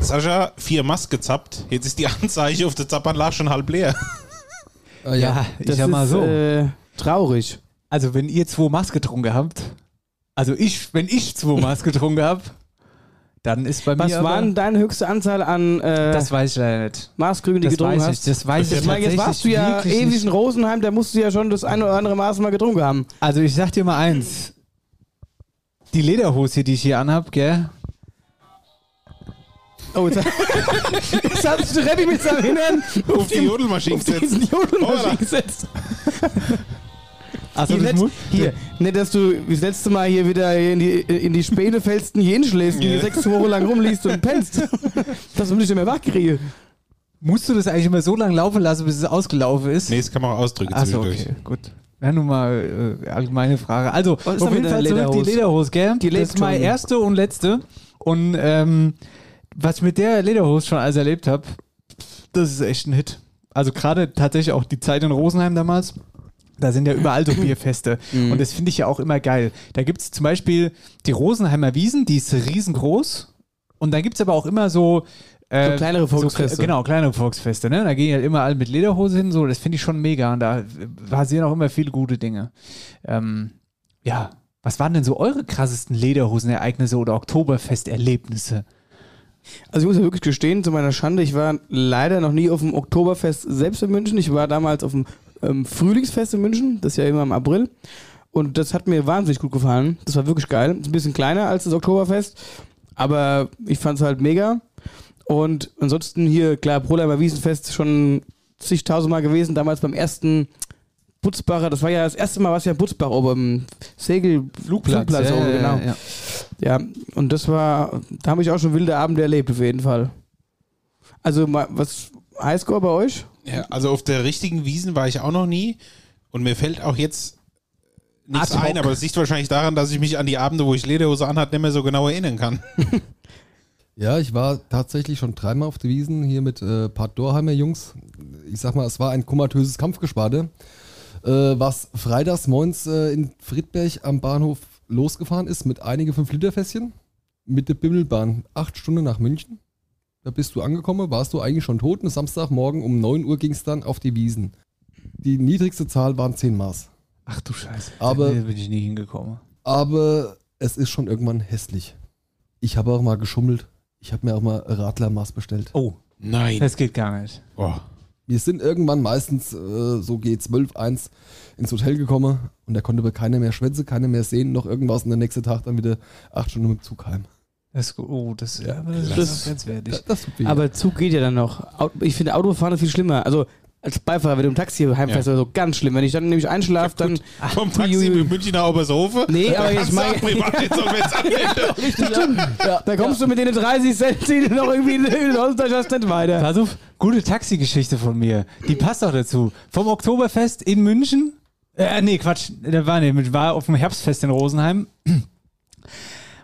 [SPEAKER 7] Sascha vier Mass gezappt, jetzt ist die Anzeige auf der Zappanlage schon halb leer.
[SPEAKER 6] ah, ja.
[SPEAKER 5] Das ist äh, traurig.
[SPEAKER 4] Also, wenn ihr zwei Maß getrunken habt, also ich, wenn ich zwei Maß getrunken hab, dann ist bei
[SPEAKER 5] Was
[SPEAKER 4] mir.
[SPEAKER 5] war denn
[SPEAKER 4] aber,
[SPEAKER 5] deine höchste Anzahl an äh,
[SPEAKER 4] das weiß ich leider nicht.
[SPEAKER 5] Maßkrügen, die
[SPEAKER 4] Das
[SPEAKER 5] getrunken
[SPEAKER 4] weiß
[SPEAKER 5] hast?
[SPEAKER 4] ich, das weiß ich,
[SPEAKER 5] Ich meine, jetzt
[SPEAKER 4] tatsächlich
[SPEAKER 5] warst du ja
[SPEAKER 4] wirklich
[SPEAKER 5] ewig in
[SPEAKER 4] nicht.
[SPEAKER 5] Rosenheim, da musst du ja schon das eine oder andere Maß mal getrunken haben.
[SPEAKER 4] Also, ich sag dir mal eins. Die Lederhose, hier, die ich hier anhab, gell?
[SPEAKER 5] Oh, jetzt, jetzt hat sich der Rebbi mit seinem Hintern
[SPEAKER 7] Auf die Jodelmaschine gesetzt.
[SPEAKER 5] diesen Jodel
[SPEAKER 7] Hoppala.
[SPEAKER 5] gesetzt.
[SPEAKER 4] Also,
[SPEAKER 5] Hier,
[SPEAKER 4] das
[SPEAKER 5] nicht,
[SPEAKER 4] muss.
[SPEAKER 5] hier, nicht, dass du wie das letzte Mal hier wieder in die, in die Späne fällst und hier hinschläfst und
[SPEAKER 7] Ja.
[SPEAKER 5] hier sechs Wochen lang rumliegst und pennst. Dass du mich nicht mehr wachkriege.
[SPEAKER 4] Musst du das eigentlich immer so lange laufen lassen, bis es ausgelaufen ist?
[SPEAKER 7] Nee, das kann man auch ausdrücken
[SPEAKER 4] Achso,
[SPEAKER 7] zwischendurch.
[SPEAKER 4] okay, gut. Ja, nun mal äh, allgemeine Frage. Also,
[SPEAKER 5] Was ist denn
[SPEAKER 4] auf jeden
[SPEAKER 5] mit der
[SPEAKER 4] Fall zurück die
[SPEAKER 5] Lederhose?
[SPEAKER 4] Lederhose, gell?
[SPEAKER 5] Die
[SPEAKER 4] das
[SPEAKER 5] lebt
[SPEAKER 4] ist meine
[SPEAKER 5] schon.
[SPEAKER 4] erste und letzte. Und ähm, was ich mit der Lederhose schon alles erlebt habe, das ist echt ein Hit. Also gerade tatsächlich auch die Zeit in Rosenheim damals. Da sind ja überall so Bierfeste. Und das finde ich ja auch immer geil. Da gibt es zum Beispiel die Rosenheimer Wiesen, die ist riesengroß. Und dann gibt es aber auch immer so. äh,
[SPEAKER 5] So kleinere Volksfeste.
[SPEAKER 4] kle- genau, kleinere Volksfeste. Ne? Da gehen halt immer alle mit Lederhose hin. So, das finde ich schon mega. Und da passieren auch immer viele gute Dinge. Ähm, ja, was waren denn so eure krassesten Lederhosenereignisse oder Oktoberfesterlebnisse?
[SPEAKER 5] Also ich muss ja wirklich gestehen, zu meiner Schande, ich war leider noch nie auf dem Oktoberfest selbst in München. Ich war damals auf dem ähm, Frühlingsfest in München, das ist ja immer im April. Und das hat mir wahnsinnig gut gefallen. Das war wirklich geil. Ist ein bisschen kleiner als das Oktoberfest, aber ich fand es halt mega. Und ansonsten hier, klar, Brolheimer Wiesenfest schon zigtausendmal gewesen, damals beim ersten Butzbacher, das war ja das erste Mal, was ja Butzbach oben, Segel,
[SPEAKER 4] Flugplatz, oh, ja,
[SPEAKER 5] oben,
[SPEAKER 4] ja,
[SPEAKER 5] genau.
[SPEAKER 4] ja, ja.
[SPEAKER 5] Ja, und das war, da habe ich auch schon wilde Abende erlebt, auf jeden Fall. Also, ma- was Highscore bei euch?
[SPEAKER 7] Ja, also auf der richtigen Wiesen war ich auch noch nie und mir fällt auch jetzt nichts
[SPEAKER 5] Ad hoc.
[SPEAKER 7] ein, aber es liegt wahrscheinlich daran, dass ich mich an die Abende, wo ich Lederhose anhat, nicht mehr so genau erinnern kann.
[SPEAKER 6] Ja, ich war tatsächlich schon dreimal auf der Wiesen hier mit äh, Pat Dorheimer Jungs. Ich sag mal, es war ein komatöses Kampfgespade, äh, was freitags morgens äh, in Friedberg am Bahnhof losgefahren ist mit einige 5-Liter-Fässchen mit der Bimmelbahn. Acht Stunden nach München. Da bist du angekommen, warst du eigentlich schon tot. Und Samstagmorgen um 9 Uhr ging es dann auf die Wiesen. Die niedrigste Zahl waren 10 Maß.
[SPEAKER 4] Ach du Scheiße.
[SPEAKER 6] Aber-
[SPEAKER 4] Da bin ich nie hingekommen.
[SPEAKER 6] aber es ist schon irgendwann hässlich. Ich habe auch mal geschummelt. Ich habe mir auch mal Radlermaß bestellt.
[SPEAKER 4] Oh,
[SPEAKER 7] Nein.
[SPEAKER 4] das geht gar nicht.
[SPEAKER 7] Oh.
[SPEAKER 6] Wir sind irgendwann meistens äh, so G12, 1 ins Hotel gekommen und da konnte aber keiner mehr schwänze, keiner mehr sehen, noch irgendwas und der nächste Tag dann wieder acht Stunden mit dem Zug heim.
[SPEAKER 4] Das ist gut. Oh, das, ja, das
[SPEAKER 5] das-
[SPEAKER 4] ist grenzwertig.
[SPEAKER 6] Das tut weh.
[SPEAKER 5] Aber Zug geht ja dann noch. Au- Ich finde Autofahren ist viel schlimmer. Also, als Beifahrer, wenn du im Taxi heimfährst oder so, ganz schlimm. Wenn ich dann nämlich einschlafe, dann.
[SPEAKER 7] Vom Taxi
[SPEAKER 5] Uiuiui.
[SPEAKER 7] mit München nach Obersofe.
[SPEAKER 5] Nee, aber jetzt
[SPEAKER 7] Kannst du
[SPEAKER 5] mal.
[SPEAKER 7] auch Privatinsolvenz anmelden.
[SPEAKER 5] Ja, da kommst du mit den 30 Cent, die du noch irgendwie in den Hosentasche hast, nicht weiter.
[SPEAKER 4] Pass auf, Äh, gute Taxigeschichte von mir. Die passt auch dazu. Vom Oktoberfest in München. Äh, nee, Quatsch. Da war, nee, war auf dem Herbstfest in Rosenheim.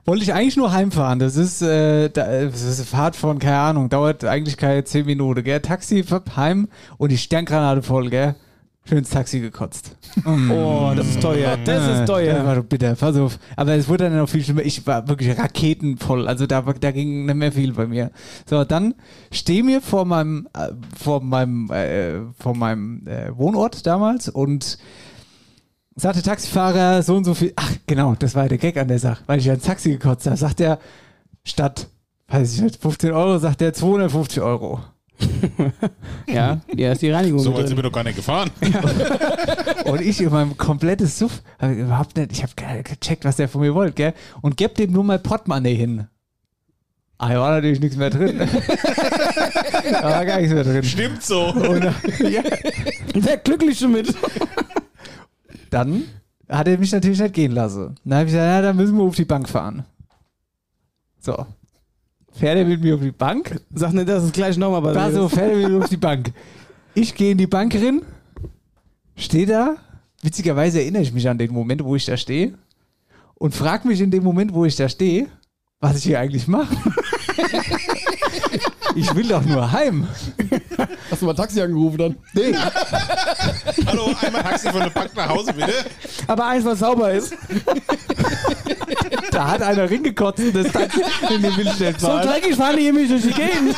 [SPEAKER 4] Wollte ich eigentlich nur heimfahren. Das ist, äh, da, das ist eine Fahrt von, keine Ahnung, dauert eigentlich keine 10 Minuten, gell? Taxi, fapp, heim und die Sterngranate voll, gell? Schön ins Taxi gekotzt.
[SPEAKER 5] Oh, das ist teuer. Das
[SPEAKER 4] Äh,
[SPEAKER 5] ist
[SPEAKER 4] Das
[SPEAKER 5] teuer.
[SPEAKER 4] war doch bitter, pass auf. Aber es wurde dann noch viel schlimmer. Ich war wirklich raketenvoll. Also da, war- da ging nicht mehr viel bei mir. So, dann stehe mir vor meinem, äh, vor meinem, äh, vor meinem äh, Wohnort damals und sagte Taxifahrer so und so viel. Ach, genau, das war der Gag an der Sache, weil ich ja ins Taxi gekotzt habe. Sagt er, statt, weiß ich nicht, 15 Euro, sagt er 250 Euro.
[SPEAKER 5] Ja, ja, ist die Reinigung.
[SPEAKER 7] So
[SPEAKER 5] mit
[SPEAKER 7] weit
[SPEAKER 5] drin.
[SPEAKER 7] sind wir doch gar nicht gefahren.
[SPEAKER 4] Und ich in meinem komplettes Suff, hab ich überhaupt nicht, ich habe gecheckt, was der von mir wollte, gell? Und geb dem nur mein Portemonnaie hin. Ah, da war natürlich nichts mehr drin. da war gar nichts mehr drin.
[SPEAKER 7] Stimmt so.
[SPEAKER 5] Der Glückliche mit.
[SPEAKER 4] Dann hat er mich natürlich nicht gehen lassen. Dann habe ich gesagt, ja, dann müssen wir auf die Bank fahren. So. Fährt er mit mir auf die Bank?
[SPEAKER 5] Sag nicht, das ist gleich nochmal bei
[SPEAKER 4] Da so, fährt er mit mir auf die Bank. Ich gehe in die Bank rein, stehe da. Witzigerweise erinnere ich mich an den Moment, wo ich da stehe und frage mich in dem Moment, wo ich da stehe, was ich hier eigentlich mache. ich will doch nur heim.
[SPEAKER 6] Hast du mal Taxi angerufen dann? Nee.
[SPEAKER 7] Hallo, einmal Taxi von der Bank nach Hause, bitte.
[SPEAKER 5] Aber eins, was sauber ist.
[SPEAKER 4] Da hat einer ringekotzt und das Taxi in den Wildstedt
[SPEAKER 5] So dreckig fahren die hier mich durch die Gegend.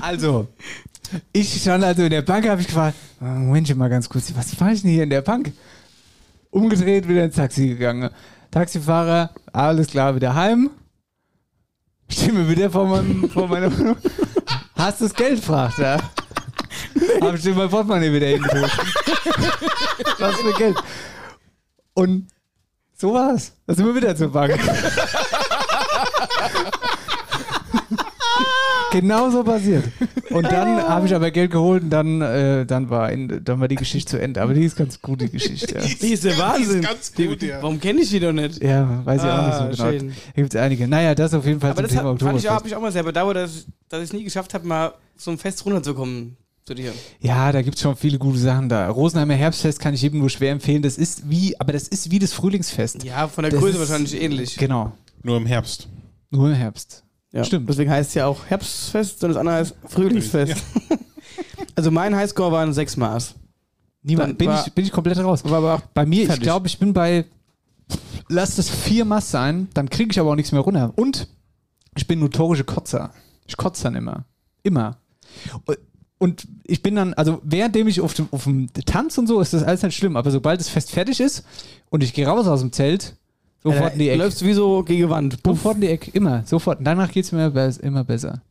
[SPEAKER 4] Also, ich stand also in der Bank, habe ich gefragt, "Ah, Momentchen mal ganz kurz, was fahre ich denn hier in der Bank? Umgedreht, wieder ins Taxi gegangen. Taxifahrer, alles klar, wieder heim. Stimme wieder vor, meinem, vor meiner Wohnung. Hast du das Geld, fragt er. Hab ich dir mein Portemonnaie wieder hingeholt. Was für Geld. Und so war's. Da sind wir wieder zur Bank. genau so passiert. Und dann habe ich aber Geld geholt und dann, äh, dann, war Ende- dann war die Geschichte zu Ende. Aber die ist ganz gut, die Geschichte. Ja,
[SPEAKER 5] Die ist der Wahnsinn.
[SPEAKER 7] Die ist ganz gut,
[SPEAKER 5] die,
[SPEAKER 7] ja.
[SPEAKER 5] Warum kenne ich die doch nicht?
[SPEAKER 4] ja weiß ich auch
[SPEAKER 5] Ah,
[SPEAKER 4] nicht so genau.
[SPEAKER 5] schön.
[SPEAKER 4] Da gibt es einige. Naja, das auf jeden Fall
[SPEAKER 5] Aber
[SPEAKER 4] zum
[SPEAKER 5] das
[SPEAKER 4] Thema
[SPEAKER 5] habe hab ich, auch-
[SPEAKER 4] Oktoberfest.
[SPEAKER 5] hab ich auch mal sehr bedauert, dass, dass ich es nie geschafft habe, mal zum Fest runterzukommen zu dir.
[SPEAKER 4] Ja, da gibt es schon viele gute Sachen da. Rosenheimer Herbstfest kann ich jedem nur schwer empfehlen. Das ist wie, aber das ist wie das Frühlingsfest.
[SPEAKER 5] Ja, von der
[SPEAKER 4] Das
[SPEAKER 5] Größe
[SPEAKER 4] ist-
[SPEAKER 5] wahrscheinlich ähnlich.
[SPEAKER 4] Genau.
[SPEAKER 7] Nur im Herbst.
[SPEAKER 4] Nur im Herbst.
[SPEAKER 5] Ja.
[SPEAKER 4] Stimmt.
[SPEAKER 5] Deswegen heißt es ja auch Herbstfest und das andere heißt Frühlingsfest. also mein Highscore waren sechs Maß. Dann
[SPEAKER 4] Niemand, bin,
[SPEAKER 5] war-
[SPEAKER 4] ich, bin ich komplett raus.
[SPEAKER 5] War aber auch
[SPEAKER 4] Bei mir, ich
[SPEAKER 5] Fertig.
[SPEAKER 4] glaube, ich bin bei, lass das vier Mass sein, dann kriege ich aber auch nichts mehr runter. Und ich bin notorische Kotzer. Ich kotze dann immer. Immer. Und ich bin dann, also währenddem ich auf dem, auf dem Tanz und so, ist das alles nicht schlimm, aber sobald das Fest fertig ist und ich gehe raus aus dem Zelt, Sofort in die Ecke.
[SPEAKER 5] Läufst äh, wie so gegen die Wand. Puff.
[SPEAKER 4] Sofort in die Ecke, immer, sofort. Und danach geht's mir be- immer besser.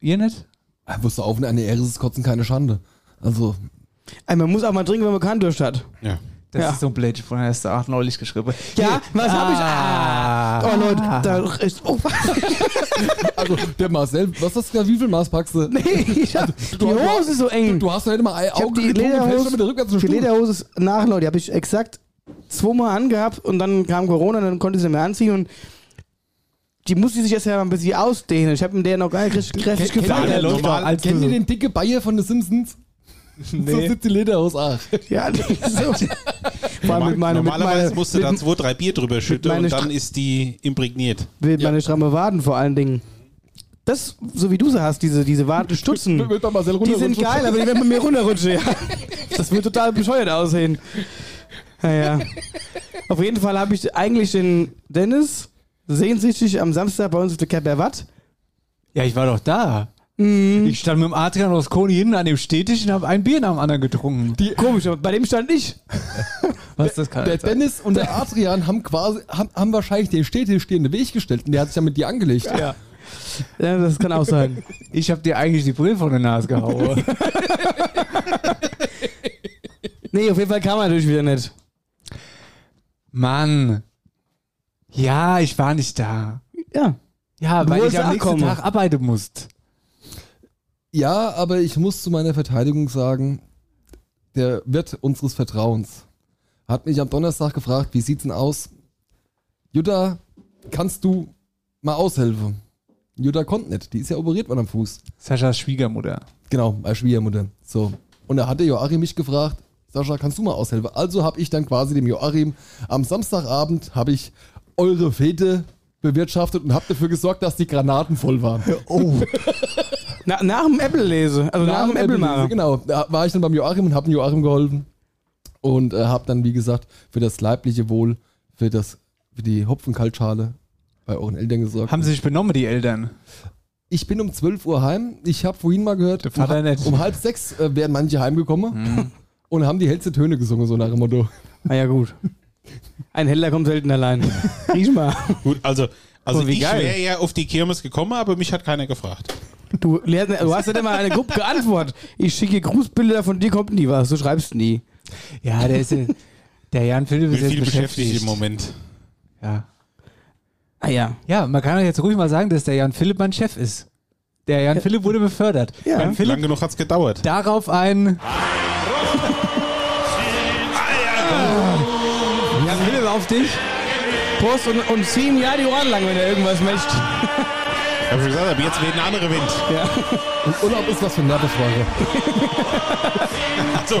[SPEAKER 4] Ihr nicht?
[SPEAKER 6] Ah, wirst du auf, eine Ehre ist Kotzen keine Schande. Also,
[SPEAKER 5] Ey, man muss auch mal trinken, wenn man keinen Durst hat.
[SPEAKER 7] Ja.
[SPEAKER 4] Das
[SPEAKER 5] Ja.
[SPEAKER 4] ist so ein Blöd, von der hast du auch neulich geschrieben.
[SPEAKER 5] Ja, was hab ich?
[SPEAKER 4] Ah.
[SPEAKER 5] Oh Leute, da ist. Oh,
[SPEAKER 6] also der Marcel, was hast du da, wie viel Maß packst du?
[SPEAKER 5] nee, ich hab,
[SPEAKER 4] Also,
[SPEAKER 5] die
[SPEAKER 6] du-
[SPEAKER 5] Hose ist so eng.
[SPEAKER 6] Du hast doch nicht mal ein
[SPEAKER 5] Ich
[SPEAKER 6] Auge
[SPEAKER 5] hab die
[SPEAKER 6] getrunken, fällst schon
[SPEAKER 5] Lederhose,
[SPEAKER 6] mit der rückwärts
[SPEAKER 5] die Lederhose ist nach, Leute. Die habe ich exakt zweimal angehabt und dann kam Corona und dann konnte ich sie mir anziehen und die musste sich erst mal ein bisschen ausdehnen. Ich habe mir der noch gar nicht richtig kräftig
[SPEAKER 7] Daniel
[SPEAKER 5] gefallen.
[SPEAKER 7] Leute,
[SPEAKER 4] normal,
[SPEAKER 7] normal-
[SPEAKER 4] als
[SPEAKER 6] Kennt
[SPEAKER 4] du
[SPEAKER 6] ihr
[SPEAKER 4] so-
[SPEAKER 6] den dicke Bayer von The Simpsons? So sitzt die Ah. Lederhose ach.
[SPEAKER 5] Ja, die ist so. Vor allem mit meiner, mit
[SPEAKER 7] Normalerweise
[SPEAKER 5] meiner,
[SPEAKER 7] musst du
[SPEAKER 5] mit,
[SPEAKER 7] da zwei, drei Bier drüber schütten
[SPEAKER 5] meine
[SPEAKER 7] und dann
[SPEAKER 5] Stra-
[SPEAKER 7] ist die imprägniert.
[SPEAKER 5] mit meine stramme Waden vor allen Dingen. Das, so wie du sie hast, diese, diese Wadenstutzen.
[SPEAKER 6] Wird bei Marcel
[SPEAKER 5] Die sind
[SPEAKER 6] runterrutschen.
[SPEAKER 5] geil, aber die werden bei mir runterrutschen, ja. Das wird total bescheuert aussehen. Naja. Auf jeden Fall habe ich eigentlich den Dennis sehnsüchtig am Samstag bei uns auf der Caberwatt.
[SPEAKER 4] Ja, ich war doch da. Ich stand mit dem Adrian Rosconi hinten an dem Städtisch und habe ein Bier nach dem anderen getrunken.
[SPEAKER 5] Komisch, aber bei dem stand ich.
[SPEAKER 4] Was das kann
[SPEAKER 6] Der
[SPEAKER 4] nicht sein.
[SPEAKER 6] Dennis und der Adrian haben quasi haben, haben wahrscheinlich den stetig stehenden Weg gestellt und der hat sich ja mit dir angelegt. Ja.
[SPEAKER 5] Ja, das kann auch sein.
[SPEAKER 4] Ich habe dir eigentlich die Brille von der Nase gehauen.
[SPEAKER 5] Nee, auf jeden Fall kam er natürlich wieder nicht.
[SPEAKER 4] Mann. Ja, ich war nicht da.
[SPEAKER 5] Ja.
[SPEAKER 4] Ja,
[SPEAKER 5] Du
[SPEAKER 4] weil
[SPEAKER 5] wolltest
[SPEAKER 4] ich am nächsten
[SPEAKER 5] ankommen.
[SPEAKER 4] Tag arbeiten musste.
[SPEAKER 6] ja, aber ich muss zu meiner Verteidigung sagen, der Wirt unseres Vertrauens hat mich am Donnerstag gefragt, wie sieht's denn aus? Jutta, kannst du mal aushelfen? Jutta konnte nicht, die ist ja operiert worden am Fuß.
[SPEAKER 4] Saschas Schwiegermutter.
[SPEAKER 6] Genau, als Schwiegermutter. So. Und da hatte Joachim mich gefragt, Sascha, kannst du mal aushelfen? Also habe ich dann quasi dem Joachim am Samstagabend habe ich eure Fete bewirtschaftet und habe dafür gesorgt, dass die Granaten voll waren.
[SPEAKER 5] Na, nach dem Apple lese, also nach, dem Apple
[SPEAKER 6] Apple-
[SPEAKER 5] mache.
[SPEAKER 6] Genau, da war ich dann beim Joachim und habe dem Joachim geholfen und äh, habe dann wie gesagt für das leibliche Wohl, für das für die Hopfenkaltschale bei euren Eltern gesorgt.
[SPEAKER 4] Haben sie sich benommen, die Eltern?
[SPEAKER 6] ich bin um 12 Uhr heim. Ich habe vorhin mal gehört,
[SPEAKER 4] Der Vater
[SPEAKER 6] um,
[SPEAKER 4] nicht.
[SPEAKER 6] um halb sechs äh, wären manche heimgekommen und haben die hellste Töne gesungen, so nach dem Motto.
[SPEAKER 5] Na ja, gut. Ein Händler kommt selten allein. Riech mal.
[SPEAKER 7] Gut, also, also
[SPEAKER 5] Oh, wie
[SPEAKER 7] ich
[SPEAKER 5] geil.
[SPEAKER 7] wäre ja auf die Kirmes gekommen, aber mich hat keiner gefragt.
[SPEAKER 5] Du, du hast ja immer eine Gruppe Antwort. Ich schicke Grußbilder, von dir kommt nie was. Du schreibst nie.
[SPEAKER 4] Ja, der ist. äh, der Jan Philipp
[SPEAKER 7] Bin
[SPEAKER 4] ist jetzt
[SPEAKER 7] viel beschäftigt
[SPEAKER 4] beschäftigt.
[SPEAKER 7] im Moment.
[SPEAKER 4] Ja.
[SPEAKER 5] Ah ja.
[SPEAKER 4] ja, man kann doch jetzt ruhig mal sagen, dass der Jan Philipp mein Chef ist. Der Jan Philipp wurde befördert.
[SPEAKER 5] Ja.
[SPEAKER 4] Jan Philipp
[SPEAKER 7] Lang genug hat's gedauert.
[SPEAKER 4] darauf ein. Jan Philipp auf dich.
[SPEAKER 5] Prost und, und zieh ihm ja die Ohren lang, wenn er irgendwas möchte.
[SPEAKER 7] Ich habe schon gesagt, aber jetzt weht ein anderer Wind.
[SPEAKER 6] Und Urlaub ist was für Nervenschwache.
[SPEAKER 7] Also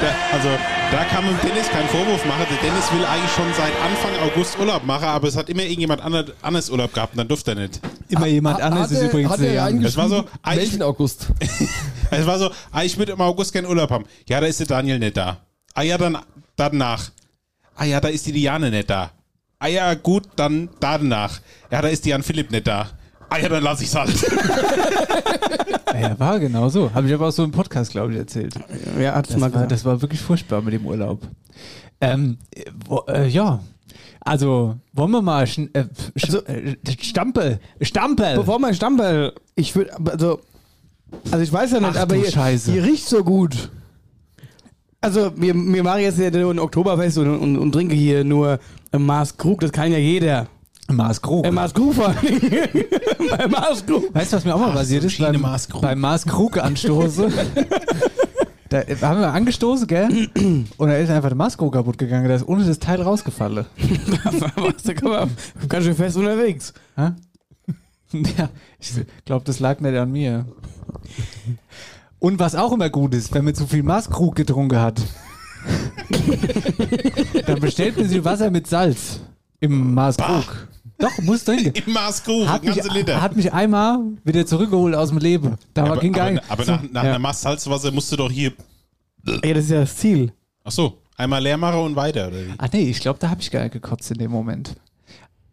[SPEAKER 7] da, also, da kann man Dennis keinen Vorwurf machen. Der Dennis will eigentlich schon seit Anfang August Urlaub machen, aber es hat immer irgendjemand ander- anderes Urlaub gehabt und dann durfte er nicht.
[SPEAKER 4] Immer jemand anderes
[SPEAKER 6] Hat
[SPEAKER 4] ist
[SPEAKER 6] er-
[SPEAKER 4] übrigens ähm,
[SPEAKER 6] hat
[SPEAKER 4] der
[SPEAKER 6] er ja
[SPEAKER 4] Jan.
[SPEAKER 7] Das
[SPEAKER 6] eingeschrieben,
[SPEAKER 7] war so-
[SPEAKER 6] welchen August?
[SPEAKER 7] Es war so, ah, ich würde im August gerne Urlaub haben. Ja, da ist der Daniel nicht da. Ah ja, dann danach. Ah ja, da ist die Diane nicht da. Ah ja, gut, dann danach. Ja, da ist die Jan Philipp nicht da. Ah ja, dann lass ich's halt.
[SPEAKER 4] Ja, war genau so. Habe ich aber auch so im Podcast, glaube ich, erzählt.
[SPEAKER 5] Ja, hat's mal
[SPEAKER 4] Das war,
[SPEAKER 5] gesagt.
[SPEAKER 4] das war wirklich furchtbar mit dem Urlaub. Ähm, äh, wo, äh, ja, also wollen wir mal schn äh, sch äh, Stampel, Stampel.
[SPEAKER 5] Bevor mein Stammball, ich würde, also, also ich weiß ja nicht,
[SPEAKER 4] Ach
[SPEAKER 5] aber
[SPEAKER 4] du
[SPEAKER 5] ihr,
[SPEAKER 4] Scheiße.
[SPEAKER 5] ihr riecht so gut. Also, wir, wir machen jetzt hier ein Oktoberfest und, und, und trinke hier nur ein Maß Krug, das kann ja jeder.
[SPEAKER 4] Mars Krug.
[SPEAKER 5] Ein Maß Krug vor allen Dingen. Ein Maß Krug.
[SPEAKER 4] weißt du, was mir auch mal passiert ist? Beim
[SPEAKER 7] Mars Krug.
[SPEAKER 4] beim Mars Krug anstoße. Da äh, haben wir angestoßen, gell? Und da ist einfach der Mars Krug kaputt gegangen. Da ist ohne das Teil rausgefallen.
[SPEAKER 5] Was, da kann man- Ganz schön fest unterwegs.
[SPEAKER 4] Hä? Ja, ich glaube, das lag nicht an mir. Und was auch immer gut ist, wenn man zu viel Maßkrug getrunken hat, dann bestellt man sich Wasser mit Salz im Maßkrug. Doch, muss trinken.
[SPEAKER 7] Im Maßkrug,
[SPEAKER 4] Hat mich,
[SPEAKER 7] ganze Liter.
[SPEAKER 4] hat mich einmal wieder zurückgeholt aus dem Leben. Da war
[SPEAKER 7] aber
[SPEAKER 4] ging
[SPEAKER 7] aber,
[SPEAKER 4] gar
[SPEAKER 7] aber
[SPEAKER 4] so-
[SPEAKER 7] nach, nach
[SPEAKER 4] ja.
[SPEAKER 7] einer Maß Salzwasser musst du doch hier.
[SPEAKER 5] Ja, das ist ja das Ziel.
[SPEAKER 7] Ach so, einmal leer machen und weiter, oder wie?
[SPEAKER 4] Ach Ah, nee, ich glaube, da habe ich gar nicht gekotzt in dem Moment.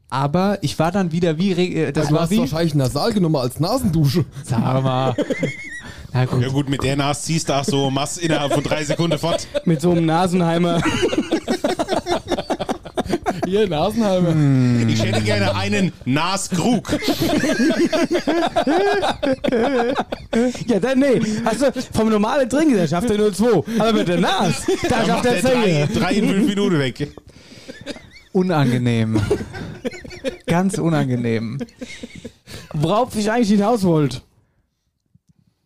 [SPEAKER 4] Aber ich war dann wieder wie. reg- äh, Das
[SPEAKER 6] Du
[SPEAKER 4] war
[SPEAKER 6] hast
[SPEAKER 4] wie.
[SPEAKER 6] wahrscheinlich Nasal genommen als Nasendusche.
[SPEAKER 4] Sag mal. Na gut.
[SPEAKER 7] Ja gut, mit der Nase ziehst du auch so Maß innerhalb von drei Sekunden fort.
[SPEAKER 5] Mit so einem Nasenheimer.
[SPEAKER 6] Hier in Hasenheim.
[SPEAKER 7] Ich hätte gerne einen Naskrug.
[SPEAKER 5] Ja, dann, nee. Also vom normalen Trinkgesellschaft der 02. Aber mit der Nas, da
[SPEAKER 7] Dann
[SPEAKER 5] schafft
[SPEAKER 7] macht
[SPEAKER 5] der
[SPEAKER 7] er drei,
[SPEAKER 5] Zähne.
[SPEAKER 7] drei in fünf Minuten weg.
[SPEAKER 4] Unangenehm. Ganz unangenehm.
[SPEAKER 5] Worauf ich eigentlich hinaus wollte.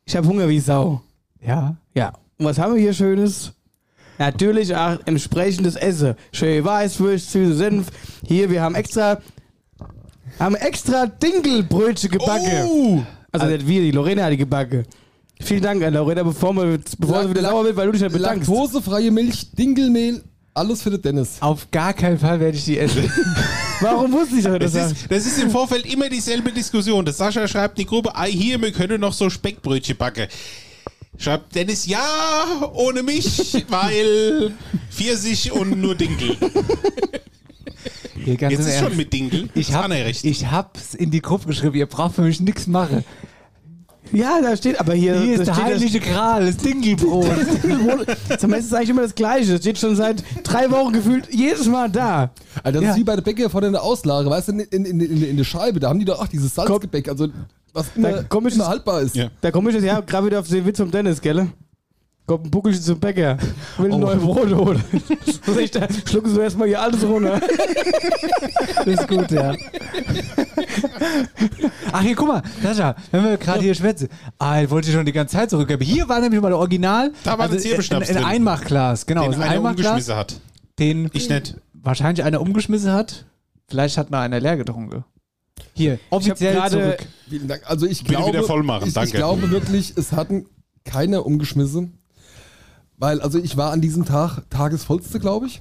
[SPEAKER 5] Ich habe Hunger wie Sau.
[SPEAKER 4] Ja.
[SPEAKER 5] Ja. Und was haben wir hier Schönes? Natürlich auch entsprechendes Essen. Schön Weißwürst, süße Senf. Hier, wir haben extra, haben extra Dinkelbrötchen gebacken.
[SPEAKER 7] Oh,
[SPEAKER 5] Also nicht wir, die Lorena hat die gebacken. Vielen Dank an Lorena, bevor, wir, bevor sie wieder
[SPEAKER 6] Lack-
[SPEAKER 5] sauer wird, weil du dich nicht bedankst.
[SPEAKER 6] Laktosefreie Milch, Dinkelmehl, alles für den Dennis.
[SPEAKER 4] Auf gar keinen Fall werde ich die essen.
[SPEAKER 5] Warum wusste ich aber das?
[SPEAKER 7] das, ist, das ist im Vorfeld immer dieselbe Diskussion. Das Sascha schreibt in die Gruppe, ei hier, wir können noch so Speckbrötchen backen. Schreibt Dennis, ja, ohne mich, weil Pfirsich und nur Dinkel.
[SPEAKER 4] Hier, ganz
[SPEAKER 7] Jetzt
[SPEAKER 4] im
[SPEAKER 7] ist
[SPEAKER 4] Ernst.
[SPEAKER 7] schon mit Dinkel.
[SPEAKER 4] ich hab,
[SPEAKER 7] recht.
[SPEAKER 4] ich hab's in die Gruppe geschrieben, ihr braucht für mich nichts machen.
[SPEAKER 5] ja, da steht, aber hier,
[SPEAKER 4] Hier
[SPEAKER 5] da
[SPEAKER 4] ist der
[SPEAKER 5] steht,
[SPEAKER 4] heilige Gral, das Dinkelbrot.
[SPEAKER 5] Zum Essen ist eigentlich immer das Gleiche. Das steht schon seit drei Wochen gefühlt jedes Mal da.
[SPEAKER 6] Alter, das
[SPEAKER 4] Ja.
[SPEAKER 6] ist wie bei der Bäcker vorne in der Auslage, weißt du, in, in, in, in, in der Scheibe, da haben die doch auch dieses Salzgebäck, also was immer,
[SPEAKER 5] komm ich-
[SPEAKER 6] immer haltbar ist.
[SPEAKER 7] Ja.
[SPEAKER 5] Da komme ich jetzt, ja, gerade wieder auf den Witz vom Dennis, gell? Kommt ein Buckelchen zum Bäcker,
[SPEAKER 4] Oh.
[SPEAKER 5] will neue Brote holen. Das ist echt, da schlucken so erstmal hier alles runter.
[SPEAKER 4] Das ist gut, ja. Ach, hier, guck mal, Sascha, wenn wir gerade hier schwätzen. Ah, ich wollte schon die ganze Zeit zurückgeben. Hier war nämlich mal der Original.
[SPEAKER 7] Da war das
[SPEAKER 4] ein,
[SPEAKER 7] Zirbeschnaps
[SPEAKER 4] ein
[SPEAKER 7] drin.
[SPEAKER 4] Einmachglas, genau.
[SPEAKER 7] den
[SPEAKER 4] das
[SPEAKER 7] einer
[SPEAKER 4] Einmachglas,
[SPEAKER 7] umgeschmissen hat.
[SPEAKER 4] den
[SPEAKER 7] Ich nicht.
[SPEAKER 4] wahrscheinlich einer umgeschmissen hat. Vielleicht hat mal einer leer getrunken. Hier, offiziell
[SPEAKER 5] gerade-
[SPEAKER 4] zurück.
[SPEAKER 6] Vielen Dank. Also ich
[SPEAKER 7] Bitte
[SPEAKER 6] glaube,
[SPEAKER 7] wieder voll machen,
[SPEAKER 6] ich,
[SPEAKER 7] danke.
[SPEAKER 6] ich glaube wirklich, es hatten keiner umgeschmissen, weil also ich war an diesem Tag tagesvollste, glaube ich.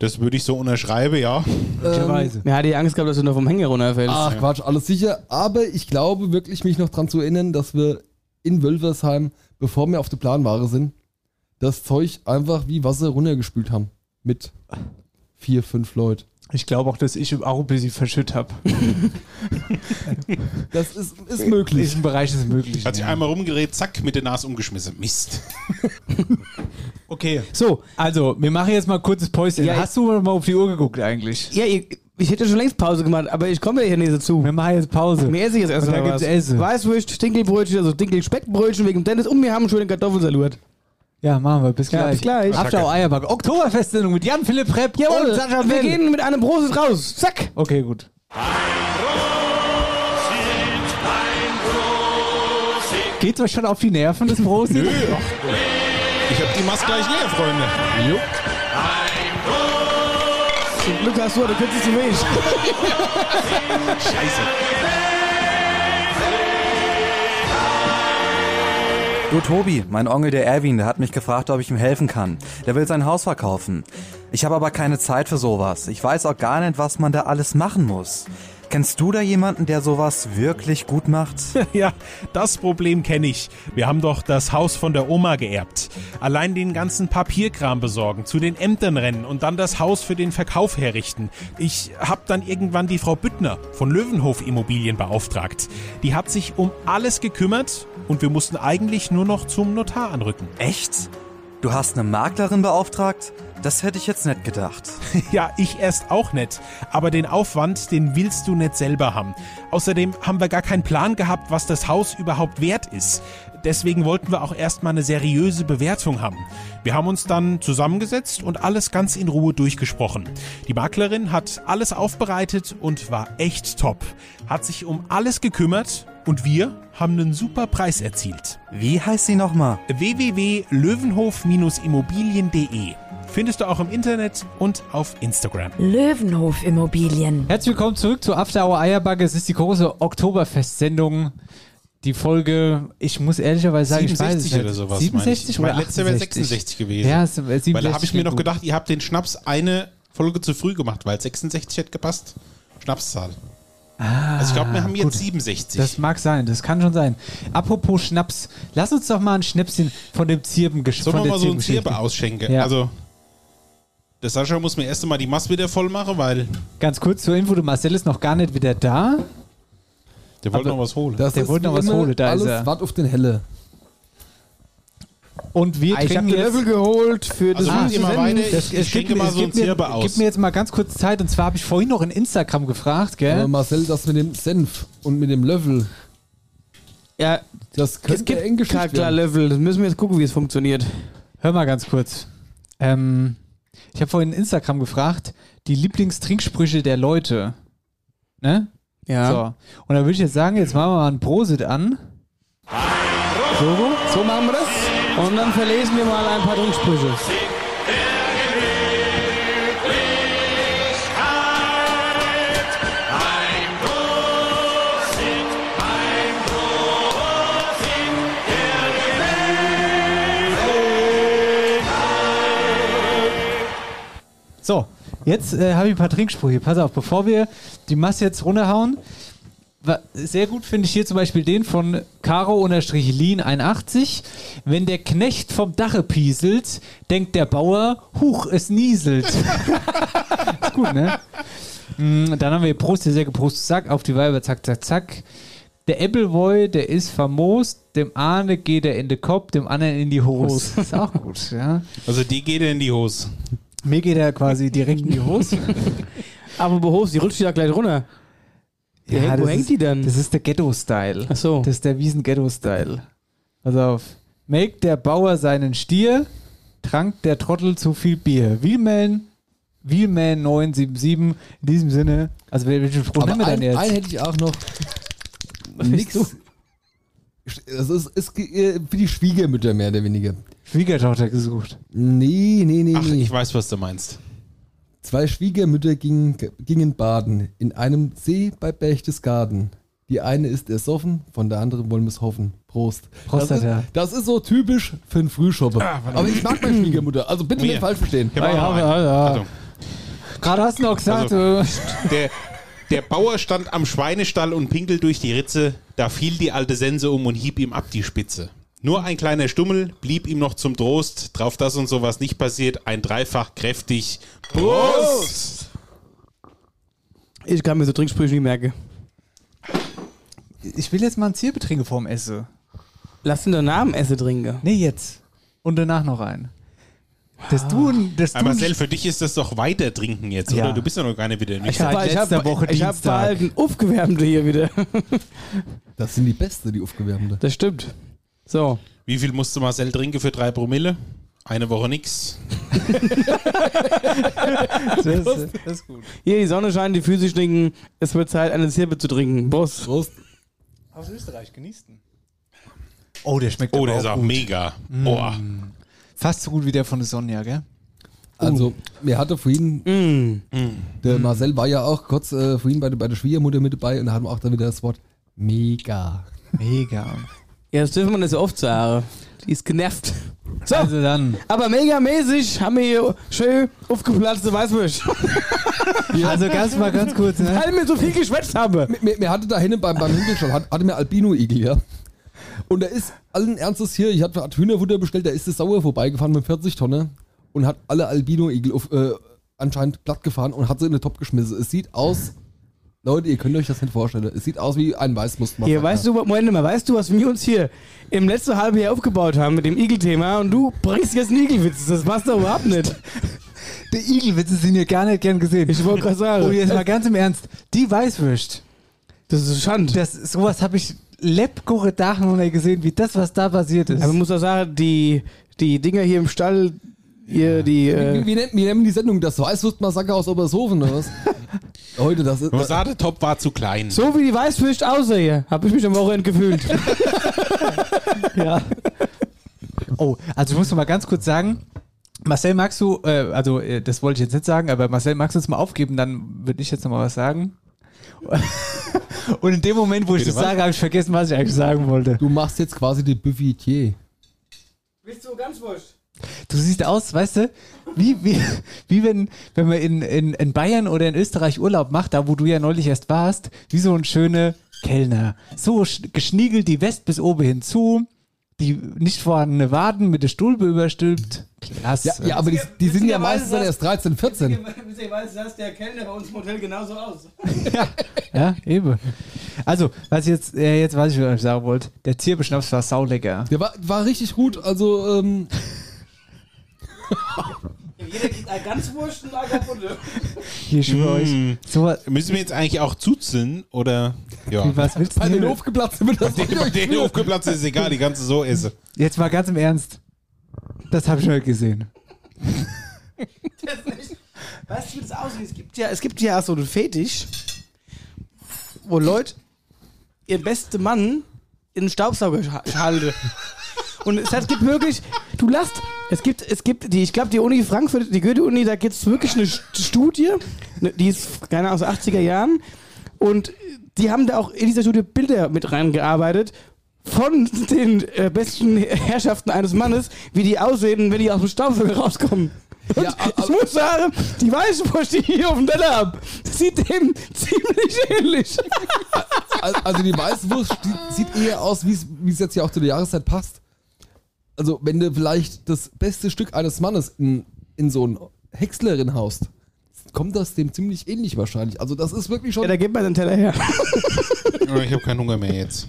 [SPEAKER 7] Das würde ich so unterschreiben, ja.
[SPEAKER 4] Möglicherweise.
[SPEAKER 5] Mir hatte die Angst gehabt, dass du noch vom Hänger runterfällst.
[SPEAKER 4] Ah.
[SPEAKER 6] Ach Quatsch, alles sicher. Aber ich glaube wirklich, mich noch dran zu erinnern, dass wir in Wölversheim, bevor wir auf der Planware sind, das Zeug einfach wie Wasser runtergespült haben. Mit vier, fünf Leuten.
[SPEAKER 4] Ich glaube auch, dass ich im auch ein bisschen verschüttet habe.
[SPEAKER 6] Das ist, ist
[SPEAKER 4] In
[SPEAKER 6] möglich.
[SPEAKER 4] diesem Bereich ist es möglich.
[SPEAKER 7] Hat sich
[SPEAKER 4] ja.
[SPEAKER 7] einmal rumgedreht, zack, mit der Nase umgeschmissen. Mist.
[SPEAKER 4] Okay. So, also, wir machen jetzt mal ein kurzes Päuschen.
[SPEAKER 5] Ja,
[SPEAKER 4] Hast du mal auf die Uhr geguckt eigentlich?
[SPEAKER 5] Ja, ihr, ich hätte schon längst Pause gemacht, aber ich komme ja hier nicht dazu.
[SPEAKER 4] Wir machen jetzt Pause.
[SPEAKER 5] Mir esse ich jetzt
[SPEAKER 4] Und
[SPEAKER 5] erstmal
[SPEAKER 4] da
[SPEAKER 5] was.
[SPEAKER 4] gibt's Essen.
[SPEAKER 5] Weißwürst, Dinkelbrötchen, also Dinkelspeckbrötchen wegen Dennis und wir haben einen schönen Kartoffelsalat.
[SPEAKER 4] Ja, machen wir. Bis
[SPEAKER 5] Ja,
[SPEAKER 4] gleich.
[SPEAKER 5] bis gleich.
[SPEAKER 4] After Hour Eierbacke. Oktoberfestsendung mit Jan Philipp Repp und Sascha
[SPEAKER 5] wir
[SPEAKER 4] Bell.
[SPEAKER 5] gehen mit einem Prosit raus. Zack.
[SPEAKER 4] Okay, gut. Geht's euch schon auf die Nerven des Prosi?
[SPEAKER 7] Nö. Ach, ich habe die Maske gleich leer, Freunde.
[SPEAKER 5] Zum Glück hast du heute kürzesten Weg.
[SPEAKER 7] Scheiße.
[SPEAKER 8] Du Tobi, mein Onkel der Erwin, der hat mich gefragt, ob ich ihm helfen kann. Der will sein Haus verkaufen. Ich habe aber keine Zeit für sowas. Ich weiß auch gar nicht, was man da alles machen muss. Kennst du da jemanden, der sowas wirklich gut macht?
[SPEAKER 9] Ja, das Problem kenne ich. Wir haben doch das Haus von der Oma geerbt. Allein den ganzen Papierkram besorgen, zu den Ämtern rennen und dann das Haus für den Verkauf herrichten. Ich hab dann irgendwann die Frau Büttner von Löwenhof Immobilien beauftragt. Die hat sich um alles gekümmert und wir mussten eigentlich nur noch zum Notar anrücken.
[SPEAKER 8] Echt? Du hast eine Maklerin beauftragt? Das hätte ich jetzt nicht gedacht.
[SPEAKER 9] Ja, ich erst auch nicht. Aber den Aufwand, den willst du nicht selber haben. Außerdem haben wir gar keinen Plan gehabt, was das Haus überhaupt wert ist. Deswegen wollten wir auch erstmal eine seriöse Bewertung haben. Wir haben uns dann zusammengesetzt und alles ganz in Ruhe durchgesprochen. Die Maklerin hat alles aufbereitet und war echt top. Hat sich um alles gekümmert und wir haben einen super Preis erzielt.
[SPEAKER 8] Wie heißt sie nochmal?
[SPEAKER 9] www.löwenhof-immobilien.de Findest du auch im Internet und auf Instagram.
[SPEAKER 1] Löwenhof Immobilien.
[SPEAKER 4] Herzlich willkommen zurück zu After Hour Eierbacke. Es ist die große Oktoberfest-Sendung. Die Folge, ich muss ehrlicherweise sagen, ich weiß es
[SPEAKER 7] 67
[SPEAKER 4] nicht.
[SPEAKER 7] oder sowas.
[SPEAKER 4] 67
[SPEAKER 7] mein ich.
[SPEAKER 4] oder
[SPEAKER 7] Mein letzter wäre
[SPEAKER 4] 68.
[SPEAKER 7] 66 gewesen.
[SPEAKER 4] Ja, es- 67
[SPEAKER 7] Weil da habe ich mir
[SPEAKER 4] klingt
[SPEAKER 7] noch
[SPEAKER 4] gut.
[SPEAKER 7] gedacht, ihr habt den Schnaps eine Folge zu früh gemacht, weil 66 hätte gepasst. Schnapszahl. also ich glaube, wir haben jetzt
[SPEAKER 4] Ah, gut.
[SPEAKER 7] 67.
[SPEAKER 4] Das mag sein, das kann schon sein. Apropos Schnaps, lass uns doch mal ein Schnäpschen von dem Zirben
[SPEAKER 7] Sollen wir
[SPEAKER 4] von der
[SPEAKER 7] mal so ein
[SPEAKER 4] Zirbengeschichte.
[SPEAKER 7] Zirbe ausschenken?
[SPEAKER 4] Ja.
[SPEAKER 7] Also, der Sascha muss mir erst einmal die Masse wieder voll machen, weil
[SPEAKER 4] Ganz kurz zur Info, der Marcel ist noch gar nicht wieder da.
[SPEAKER 7] der wollte
[SPEAKER 4] Aber
[SPEAKER 7] noch was holen.
[SPEAKER 6] Das
[SPEAKER 4] Der
[SPEAKER 6] ist
[SPEAKER 4] wollte noch
[SPEAKER 6] wie
[SPEAKER 4] was
[SPEAKER 6] immer
[SPEAKER 4] holen, da ist
[SPEAKER 6] alles
[SPEAKER 4] er.
[SPEAKER 6] Watt auf den Helle.
[SPEAKER 4] Und wir
[SPEAKER 5] Ich habe
[SPEAKER 4] trinken
[SPEAKER 5] den
[SPEAKER 4] jetzt.
[SPEAKER 5] Löffel geholt für das
[SPEAKER 7] Also macht ihr mal
[SPEAKER 5] Senden.
[SPEAKER 7] weiter, ich, ich schenke mal so ein Zirbe
[SPEAKER 4] mir,
[SPEAKER 7] aus.
[SPEAKER 4] gib mir jetzt mal ganz kurz Zeit. Und zwar habe ich vorhin noch in Instagram gefragt, gell?
[SPEAKER 6] Aber Marcel, das mit dem Senf und mit dem Löffel,
[SPEAKER 5] Ja,
[SPEAKER 6] das
[SPEAKER 5] es
[SPEAKER 6] könnte eng
[SPEAKER 5] gibt
[SPEAKER 6] geschickt
[SPEAKER 5] klar
[SPEAKER 6] werden.
[SPEAKER 5] Löffel. Das müssen wir jetzt gucken, wie es funktioniert.
[SPEAKER 4] Hör mal ganz kurz. Ähm, ich habe vorhin in Instagram gefragt, die Lieblingstrinksprüche der Leute. Ne?
[SPEAKER 5] Ja.
[SPEAKER 4] So. Und da würde ich jetzt sagen, jetzt machen wir mal ein Prosit an.
[SPEAKER 5] So. machen wir das. Und dann verlesen wir mal ein paar Trinksprüche.
[SPEAKER 4] So, jetzt äh, habe ich ein paar Trinksprüche. Pass auf, bevor wir die Masse jetzt runterhauen. wa- Sehr gut finde ich hier zum Beispiel den von Caro-Lin81. Wenn der Knecht vom Dache pieselt, denkt der Bauer, huch, es nieselt. ist gut, ne? Mm, Dann haben wir Prost, der sehr geprostet, zack, auf die Weiber, zack, zack, zack. Der Appleboy, der ist famos, dem Ahne geht er in den Kopf, dem anderen in die Hose. Ist auch gut, ja.
[SPEAKER 7] Also die geht in die Hose.
[SPEAKER 4] Mir geht er quasi direkt in die Hose.
[SPEAKER 5] Aber Behos, die rutscht ja gleich runter. Ja,
[SPEAKER 4] Ja,
[SPEAKER 5] hängt, wo
[SPEAKER 4] das
[SPEAKER 5] hängt
[SPEAKER 4] ist-
[SPEAKER 5] die denn?
[SPEAKER 4] Das ist der Ghetto-Style.
[SPEAKER 5] Ach so.
[SPEAKER 4] Das ist der Wiesen-Ghetto-Style. Pass auf. Make der Bauer seinen Stier, trank der Trottel zu viel Bier. Wheelman, Wheelman 977. In diesem Sinne, also wel- welchen Spruch
[SPEAKER 6] Aber
[SPEAKER 4] nehmen wir
[SPEAKER 6] ein,
[SPEAKER 4] denn jetzt?
[SPEAKER 6] einen hätte ich auch noch. Nix. Das ist, ist ge- äh, für die Schwiegermütter mehr oder weniger.
[SPEAKER 4] Schwiegertochter gesucht.
[SPEAKER 6] Nee, nee, nee,
[SPEAKER 7] Ach,
[SPEAKER 6] nee.
[SPEAKER 7] ich weiß, was du meinst.
[SPEAKER 6] Zwei Schwiegermütter gingen, gingen baden in einem See bei Berchtesgaden. Die eine ist ersoffen, von der anderen wollen wir es hoffen. Prost.
[SPEAKER 4] Prostata.
[SPEAKER 6] Das ist, das ist so typisch für einen Frühschopper.
[SPEAKER 7] Ah,
[SPEAKER 6] Aber ich mag meine Schwiegermutter. Also bitte
[SPEAKER 7] Mir.
[SPEAKER 6] nicht falsch verstehen.
[SPEAKER 7] Ich hab auch noch einen. Achtung.
[SPEAKER 4] Gerade hast du noch gesagt, äh,
[SPEAKER 5] Also,
[SPEAKER 7] Der, der Bauer stand am Schweinestall und pinkelt durch die Ritze. Da fiel die alte Sense um und hieb ihm ab die Spitze. Nur ein kleiner Stummel blieb ihm noch zum Trost. Drauf, dass uns sowas nicht passiert, ein dreifach kräftig Prost!
[SPEAKER 5] Ich kann mir so Trinksprüche nicht merken.
[SPEAKER 4] ich will jetzt mal ein Zierbetränke vorm Essen.
[SPEAKER 5] Lass den Namen Esse trinken.
[SPEAKER 4] Nee, jetzt. Und danach noch einen. Das
[SPEAKER 5] Ah.
[SPEAKER 4] tun, das tun.
[SPEAKER 7] Aber Äh, Marcel, für dich ist das doch weiter trinken jetzt,
[SPEAKER 4] Ja.
[SPEAKER 7] oder? Du bist ja noch gar nicht wieder in
[SPEAKER 5] Ich habe
[SPEAKER 4] Seit letzter Woche
[SPEAKER 5] ich hab
[SPEAKER 4] Dienstag.
[SPEAKER 5] verhalten aufgewärmte hier wieder.
[SPEAKER 6] Das sind die Beste, die aufgewärmte.
[SPEAKER 5] Das stimmt. So.
[SPEAKER 7] Wie viel musste Marcel trinken für drei Promille? Eine Woche nix.
[SPEAKER 4] das, das ist gut.
[SPEAKER 5] Hier, die Sonne scheint, die Füße stinken. Es wird Zeit, eine Zirbe zu trinken. Boss.
[SPEAKER 6] Prost.
[SPEAKER 4] Aus Österreich, genießt ihn. Oh, der schmeckt
[SPEAKER 7] Oh,
[SPEAKER 4] aber
[SPEAKER 7] der ist auch
[SPEAKER 4] gut. Mm.
[SPEAKER 7] mega. Boah.
[SPEAKER 4] Fast so gut wie der von der Sonja, gell?
[SPEAKER 6] Also, mir hatte vorhin,
[SPEAKER 5] Mm.
[SPEAKER 6] der Marcel war ja auch kurz äh, vorhin bei, der- bei der Schwiegermutter mit dabei und da haben wir auch dann wieder das Wort mega.
[SPEAKER 4] Mega.
[SPEAKER 5] Ja, das dürfen wir nicht so oft sagen. Die ist genervt. So,
[SPEAKER 4] Also dann.
[SPEAKER 5] aber megamäßig haben wir hier schön aufgeplatzte Weißwürsch.
[SPEAKER 4] Also ganz mal ganz kurz, ne?
[SPEAKER 5] Weil wir so viel geschwätzt haben.
[SPEAKER 6] Mir, mir hatte da hinten beim, beim Hühnerstall, hat, hatte mir Albino-Igel, ja. Und er ist allen Ernstes hier, ich hatte hat Hühnerfutter bestellt, da ist der Sauer vorbeigefahren mit 40 Tonne und hat alle Albino-Igel auf, äh, anscheinend platt gefahren und hat sie in den Topf geschmissen. Es sieht aus, Leute, ihr könnt euch das nicht vorstellen, es sieht aus wie ein Weißmustmacher.
[SPEAKER 5] Hier, weißt du, Moment mal, weißt du, was wir uns hier im letzten halben Jahr aufgebaut haben mit dem Igel-Thema und du bringst jetzt einen Igelwitz. Das passt doch überhaupt nicht.
[SPEAKER 4] Der Igelwitze sind hier gar nicht gern gesehen.
[SPEAKER 5] Ich wollte gerade
[SPEAKER 4] Oh,
[SPEAKER 5] sagen,
[SPEAKER 4] jetzt mal ganz im Ernst. Die Weißwürst.
[SPEAKER 5] das ist Schand.
[SPEAKER 4] Das, sowas habe ich leppgore Dachen noch nicht gesehen, wie das, was da passiert ist.
[SPEAKER 5] Aber man muss auch sagen, die, die Dinger hier im Stall, hier, die.
[SPEAKER 6] Wie,
[SPEAKER 5] Äh,
[SPEAKER 6] wie, nennt- wie nennen die Sendung das Weißwurstmassaker aus Obersthofen oder was? Heute, das ist.
[SPEAKER 7] Rosade Top war zu klein.
[SPEAKER 5] so wie die Weißwürst außer hier, habe ich mich am Wochenende gefühlt.
[SPEAKER 4] ja. Oh, also ich muss noch mal ganz kurz sagen, Marcel, magst du, äh, also äh, das wollte ich jetzt nicht sagen, aber Marcel, magst du es mal aufgeben, dann würde ich jetzt noch mal was sagen. Und in dem Moment, wo ich
[SPEAKER 7] Bitte
[SPEAKER 4] das
[SPEAKER 7] was?
[SPEAKER 4] sage, habe ich vergessen, was ich eigentlich sagen wollte.
[SPEAKER 6] Du machst jetzt quasi den Buffetier.
[SPEAKER 5] Bist du ganz wurscht?
[SPEAKER 4] Du siehst aus, weißt du, wie, wie, wie wenn, wenn man in, in, in Bayern oder in Österreich Urlaub macht, da wo du ja neulich erst warst, wie so ein schöner Kellner. So sch- geschniegelt die West bis oben hinzu, die nicht vorhandene Waden mit der Stulpe überstülpt. Klasse.
[SPEAKER 6] Ja, ja aber die, die sind ja
[SPEAKER 5] Witzigerweise
[SPEAKER 6] meistens dann
[SPEAKER 5] saß-
[SPEAKER 6] erst 13, 14.
[SPEAKER 5] Witzigerweise sah der Kellner bei uns im Hotel genauso aus.
[SPEAKER 4] Ja, eben. Also, was jetzt, äh, jetzt weiß ich, was ich sagen wollte. Der Zirbeschnaps war saulecker.
[SPEAKER 6] Der war, war richtig gut. Also, ähm,
[SPEAKER 5] Jeder kriegt eine ganz wurscht und eine kaputte.
[SPEAKER 4] Hier, ich
[SPEAKER 6] Mm.
[SPEAKER 4] schwöre euch. So was,
[SPEAKER 7] Müssen wir jetzt eigentlich auch zuzeln oder? Ja.
[SPEAKER 4] wie, was willst du
[SPEAKER 6] bei
[SPEAKER 4] denn?
[SPEAKER 6] den
[SPEAKER 4] hier?
[SPEAKER 6] Hofgeplatzt sind wir das.
[SPEAKER 7] Bei denen aufgeplatzt ist egal, die ganze so ist.
[SPEAKER 4] Jetzt mal ganz im Ernst. Das habe ich heute gesehen.
[SPEAKER 5] Das ist echt- Weißt du, wie das aussieht? Es gibt ja, es gibt ja so einen Fetisch, wo Leute ihr beste Mann in einen Staubsauger scha- schalten. Und es hat, gibt wirklich, du lachst, es gibt, es gibt die, ich glaube, die Uni Frankfurt, die Goethe-Uni, da gibt es wirklich eine St- Studie, ne, die ist, keine Ahnung, aus den 80er Jahren. Und die haben da auch in dieser Studie Bilder mit reingearbeitet von den äh, besten Herrschaften eines Mannes, wie die aussehen, wenn die aus dem Staubsauger rauskommen. Und
[SPEAKER 6] Ja, a-
[SPEAKER 5] ich muss sagen, die Weißwurst, die ich hier auf dem Teller habe, sieht dem ziemlich ähnlich.
[SPEAKER 6] Al- Also die Weißwurst die sieht eher aus, wie es wie es jetzt ja auch zu der Jahreszeit passt. Also wenn du vielleicht das beste Stück eines Mannes in, in so ein Häckslerin haust, kommt das dem ziemlich ähnlich wahrscheinlich. Also das ist wirklich schon...
[SPEAKER 5] Ja, da gibt man den Teller her.
[SPEAKER 7] Oh, Ich habe keinen Hunger mehr jetzt.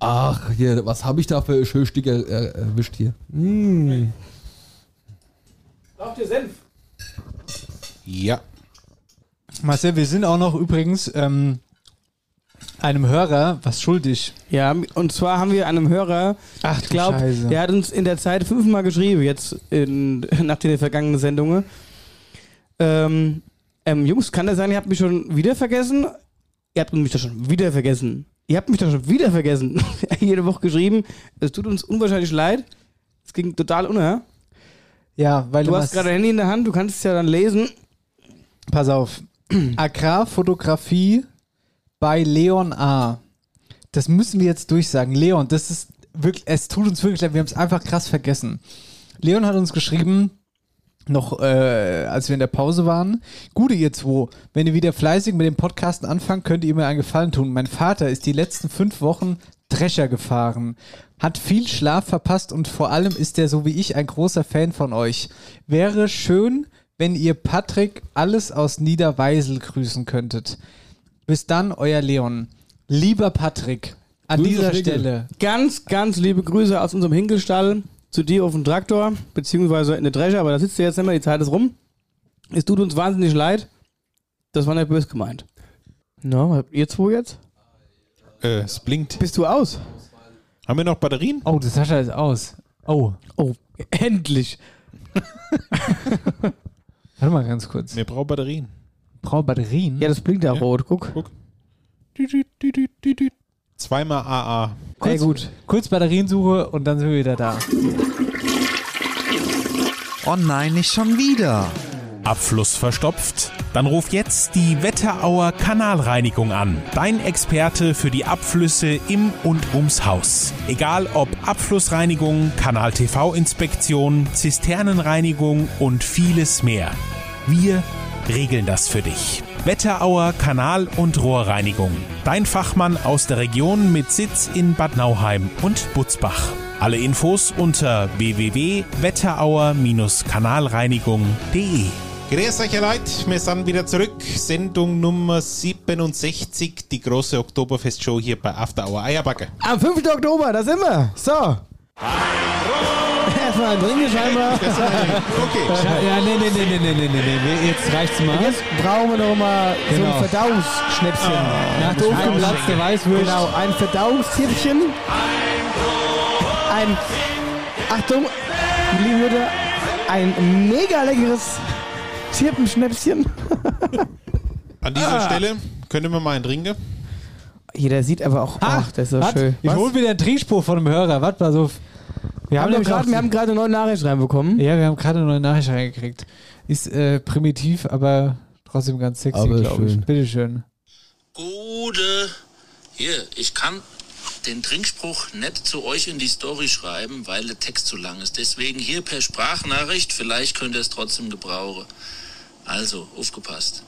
[SPEAKER 6] Ach, hier, was habe ich da für Schöstücke äh, erwischt hier? Mm.
[SPEAKER 5] Braucht ihr Senf?
[SPEAKER 7] Ja.
[SPEAKER 4] Marcel, wir sind auch noch übrigens ähm, einem Hörer was schuldig.
[SPEAKER 5] Ja, und zwar haben wir einem Hörer,
[SPEAKER 4] Ach,
[SPEAKER 5] ich glaube, der hat uns in der Zeit fünfmal geschrieben, jetzt in, nach den vergangenen Sendungen. Ähm, ähm, Jungs, kann das sein, ihr habt mich schon wieder vergessen? Ihr habt mich doch schon wieder vergessen. Ihr habt mich doch schon wieder vergessen. Jede Woche geschrieben. Es tut uns unwahrscheinlich leid. Es ging total unter.
[SPEAKER 4] Ja, weil
[SPEAKER 5] Du hast gerade ein Handy in der Hand, du kannst es ja dann lesen.
[SPEAKER 4] Pass auf. Agrarfotografie bei Leon A. Das müssen wir jetzt durchsagen. Leon, das ist wirklich, es tut uns wirklich leid, wir haben es einfach krass vergessen. Leon hat uns geschrieben, noch äh, als wir in der Pause waren, Gute ihr zwei, wenn ihr wieder fleißig mit dem Podcasten anfangt, könnt ihr mir einen Gefallen tun. Mein Vater ist die letzten fünf Wochen Drescher gefahren, hat viel Schlaf verpasst und vor allem ist er so wie ich ein großer Fan von euch. Wäre schön, wenn ihr Patrick alles aus Niederweisel grüßen könntet. Bis dann, euer Leon. Lieber Patrick, an
[SPEAKER 6] Grüße,
[SPEAKER 4] dieser
[SPEAKER 6] Regel.
[SPEAKER 4] Stelle.
[SPEAKER 5] Ganz, ganz liebe Grüße aus unserem Hinkelstall zu dir auf dem Traktor, beziehungsweise in der Drescher, aber da sitzt du jetzt nicht mehr, die Zeit ist rum. Es tut uns wahnsinnig leid. Das war nicht böse gemeint. Na, no, habt ihr zwei jetzt?
[SPEAKER 7] Äh, es blinkt.
[SPEAKER 5] Bist du aus?
[SPEAKER 7] Haben wir noch Batterien?
[SPEAKER 4] Oh, das Sascha ist aus. Oh,
[SPEAKER 5] Oh, endlich.
[SPEAKER 4] warte mal ganz kurz.
[SPEAKER 7] Wir brauchen Batterien.
[SPEAKER 4] Brauche Batterien.
[SPEAKER 5] Ja, das blinkt ja rot, guck.
[SPEAKER 7] Zweimal AA.
[SPEAKER 4] Kurz,
[SPEAKER 5] Sehr gut.
[SPEAKER 4] Kurz Batteriensuche und dann sind wir wieder da.
[SPEAKER 8] Oh nein, nicht schon wieder.
[SPEAKER 9] Abfluss verstopft? Dann ruf jetzt die Wetterauer Kanalreinigung an. Dein Experte für die Abflüsse im und ums Haus. Egal ob Abflussreinigung, Kanal-TV-Inspektion, Zisternenreinigung und vieles mehr. Wir regeln das für dich. Wetterauer Kanal- und Rohrreinigung. Dein Fachmann aus der Region mit Sitz in Bad Nauheim und Butzbach. Alle Infos unter www.wetterauer-kanalreinigung.de.
[SPEAKER 7] Grüß euch, ihr Leute. Wir sind wieder zurück. Sendung Nummer 67, die große Oktoberfest-Show hier bei After Hour Eierbacke.
[SPEAKER 5] Am 5. Oktober, da sind wir. So. Erstmal ein Dringe scheinbar.
[SPEAKER 7] Okay.
[SPEAKER 4] Ja, ja, nee, nee, nee, nee, nee, nee, nee, nee. Jetzt reicht's mal.
[SPEAKER 5] Jetzt brauchen wir nochmal so
[SPEAKER 4] Genau. Ah,
[SPEAKER 5] ein Verdauungsschnäpschen.
[SPEAKER 4] Nach der aufgeplatzte Weißwurst.
[SPEAKER 5] Genau, ein Verdauungstäbchen. Ein, Achtung, liebe Leute, ein mega leckeres Zirpenschnäpschen.
[SPEAKER 7] An dieser Stelle könnte man mal einen trinken.
[SPEAKER 5] Jeder sieht aber auch, ach, das ist so
[SPEAKER 4] was?
[SPEAKER 5] schön.
[SPEAKER 4] Ah, Ich hol wieder einen Trinkspruch von einem Hörer. Warte mal so. Wir
[SPEAKER 5] Haben wir,
[SPEAKER 4] nämlich
[SPEAKER 5] grad,
[SPEAKER 4] auch-
[SPEAKER 5] wir haben gerade eine neue Nachricht reinbekommen.
[SPEAKER 4] ja, wir haben gerade eine neue Nachricht reingekriegt. Ist äh, primitiv, aber trotzdem ganz sexy,
[SPEAKER 6] Aber
[SPEAKER 4] glaube ich.
[SPEAKER 6] schön.
[SPEAKER 4] Bitteschön.
[SPEAKER 10] Gute. Hier, ich kann den Trinkspruch nicht zu euch in die Story schreiben, weil der Text zu lang ist. Deswegen hier per Sprachnachricht, vielleicht könnt ihr es trotzdem gebrauchen. Also, aufgepasst.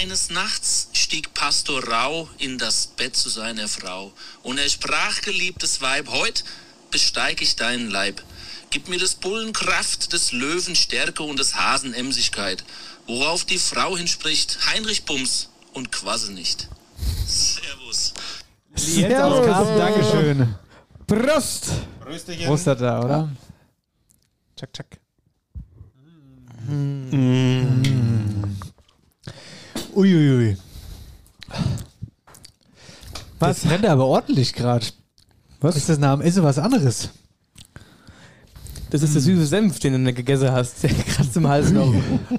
[SPEAKER 10] eines Nachts stieg Pastor Rau in das Bett zu seiner Frau, und er sprach, geliebtes Weib, heut besteig ich deinen Leib. Gib mir des Bullen Kraft, des Löwen Stärke und des Hasen Emsigkeit, worauf die Frau hinspricht, Heinrich Bums und quasse nicht. Servus.
[SPEAKER 4] Jetzt aus Carsten, Dankeschön.
[SPEAKER 5] Prost!
[SPEAKER 7] Rösterchen.
[SPEAKER 4] Prost hat er, oder?
[SPEAKER 9] Tschack, tschack.
[SPEAKER 4] Mm. Uiuiui. Was? Das brennt aber ordentlich gerade. Was? Ist das nach dem Essen was anderes?
[SPEAKER 5] Das ist der
[SPEAKER 4] Hm.
[SPEAKER 5] süße Senf, den du nicht gegessen hast. Der kratzt im Hals noch.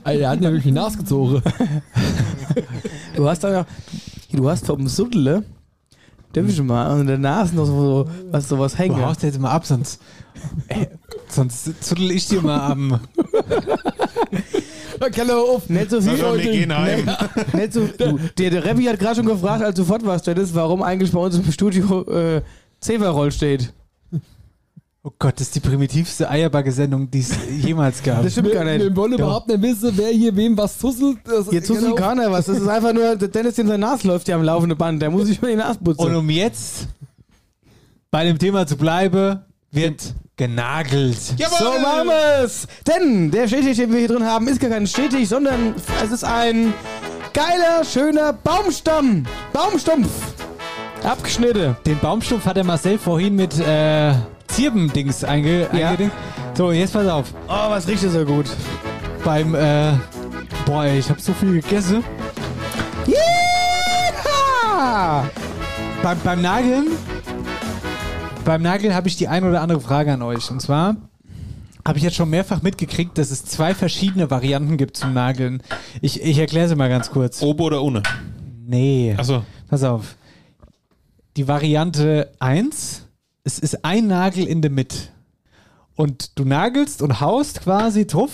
[SPEAKER 6] Alter, der hat mir wirklich nachgezogen.
[SPEAKER 5] Du hast da noch, du hast vom Suddle, Dämpfchen mal, und der Nase noch so, so- was sowas
[SPEAKER 4] Du
[SPEAKER 5] hängen.
[SPEAKER 4] haust jetzt mal ab, sonst. Äh, sonst züttel ich dir mal am.
[SPEAKER 6] Keller auf.
[SPEAKER 5] Nicht so viel,
[SPEAKER 7] Also, wir gehen heim.
[SPEAKER 5] nicht, nicht so, du, der, der Rebbi hat gerade schon gefragt, als du fort warst, Dennis, warum eigentlich bei uns im Studio äh, Zeverroll steht.
[SPEAKER 4] Oh Gott, das ist die primitivste Eierbacke-Sendung, die es jemals gab.
[SPEAKER 5] Das stimmt
[SPEAKER 6] Wir,
[SPEAKER 5] gar nicht.
[SPEAKER 6] wir wollen überhaupt nicht wissen, wer hier wem was genau. zusselt.
[SPEAKER 5] Jetzt tusselt keiner was. Das ist einfach nur, der Dennis, dem sein Nas läuft ja am laufenden Band. Der muss sich mal die Nase
[SPEAKER 4] Und
[SPEAKER 5] putzen.
[SPEAKER 4] um jetzt bei dem Thema zu bleiben, wird genagelt.
[SPEAKER 5] So machen wir's! Denn der Stetig, den wir hier drin haben, ist gar kein Stetig, sondern es ist ein geiler, schöner Baumstamm. Baumstumpf. Abgeschnitte.
[SPEAKER 4] Den Baumstumpf hat der Marcel vorhin mit äh, Zirbendings einge
[SPEAKER 5] Ja.
[SPEAKER 4] eingedingt. So, jetzt pass auf.
[SPEAKER 5] Oh, was riecht das so gut.
[SPEAKER 4] Beim, äh, boah, ey, ich habe so viel gegessen.
[SPEAKER 5] Yeehaw!
[SPEAKER 4] Beim, beim Nageln, beim Nageln habe ich die ein oder andere Frage an euch. Und zwar habe ich jetzt schon mehrfach mitgekriegt, dass es zwei verschiedene Varianten gibt zum Nageln. Ich, ich erkläre sie mal ganz kurz.
[SPEAKER 7] Oben oder ohne?
[SPEAKER 4] Nee.
[SPEAKER 7] Achso.
[SPEAKER 4] Pass auf. Die Variante 1, es ist ein Nagel in der Mitte. Und du nagelst und haust quasi drauf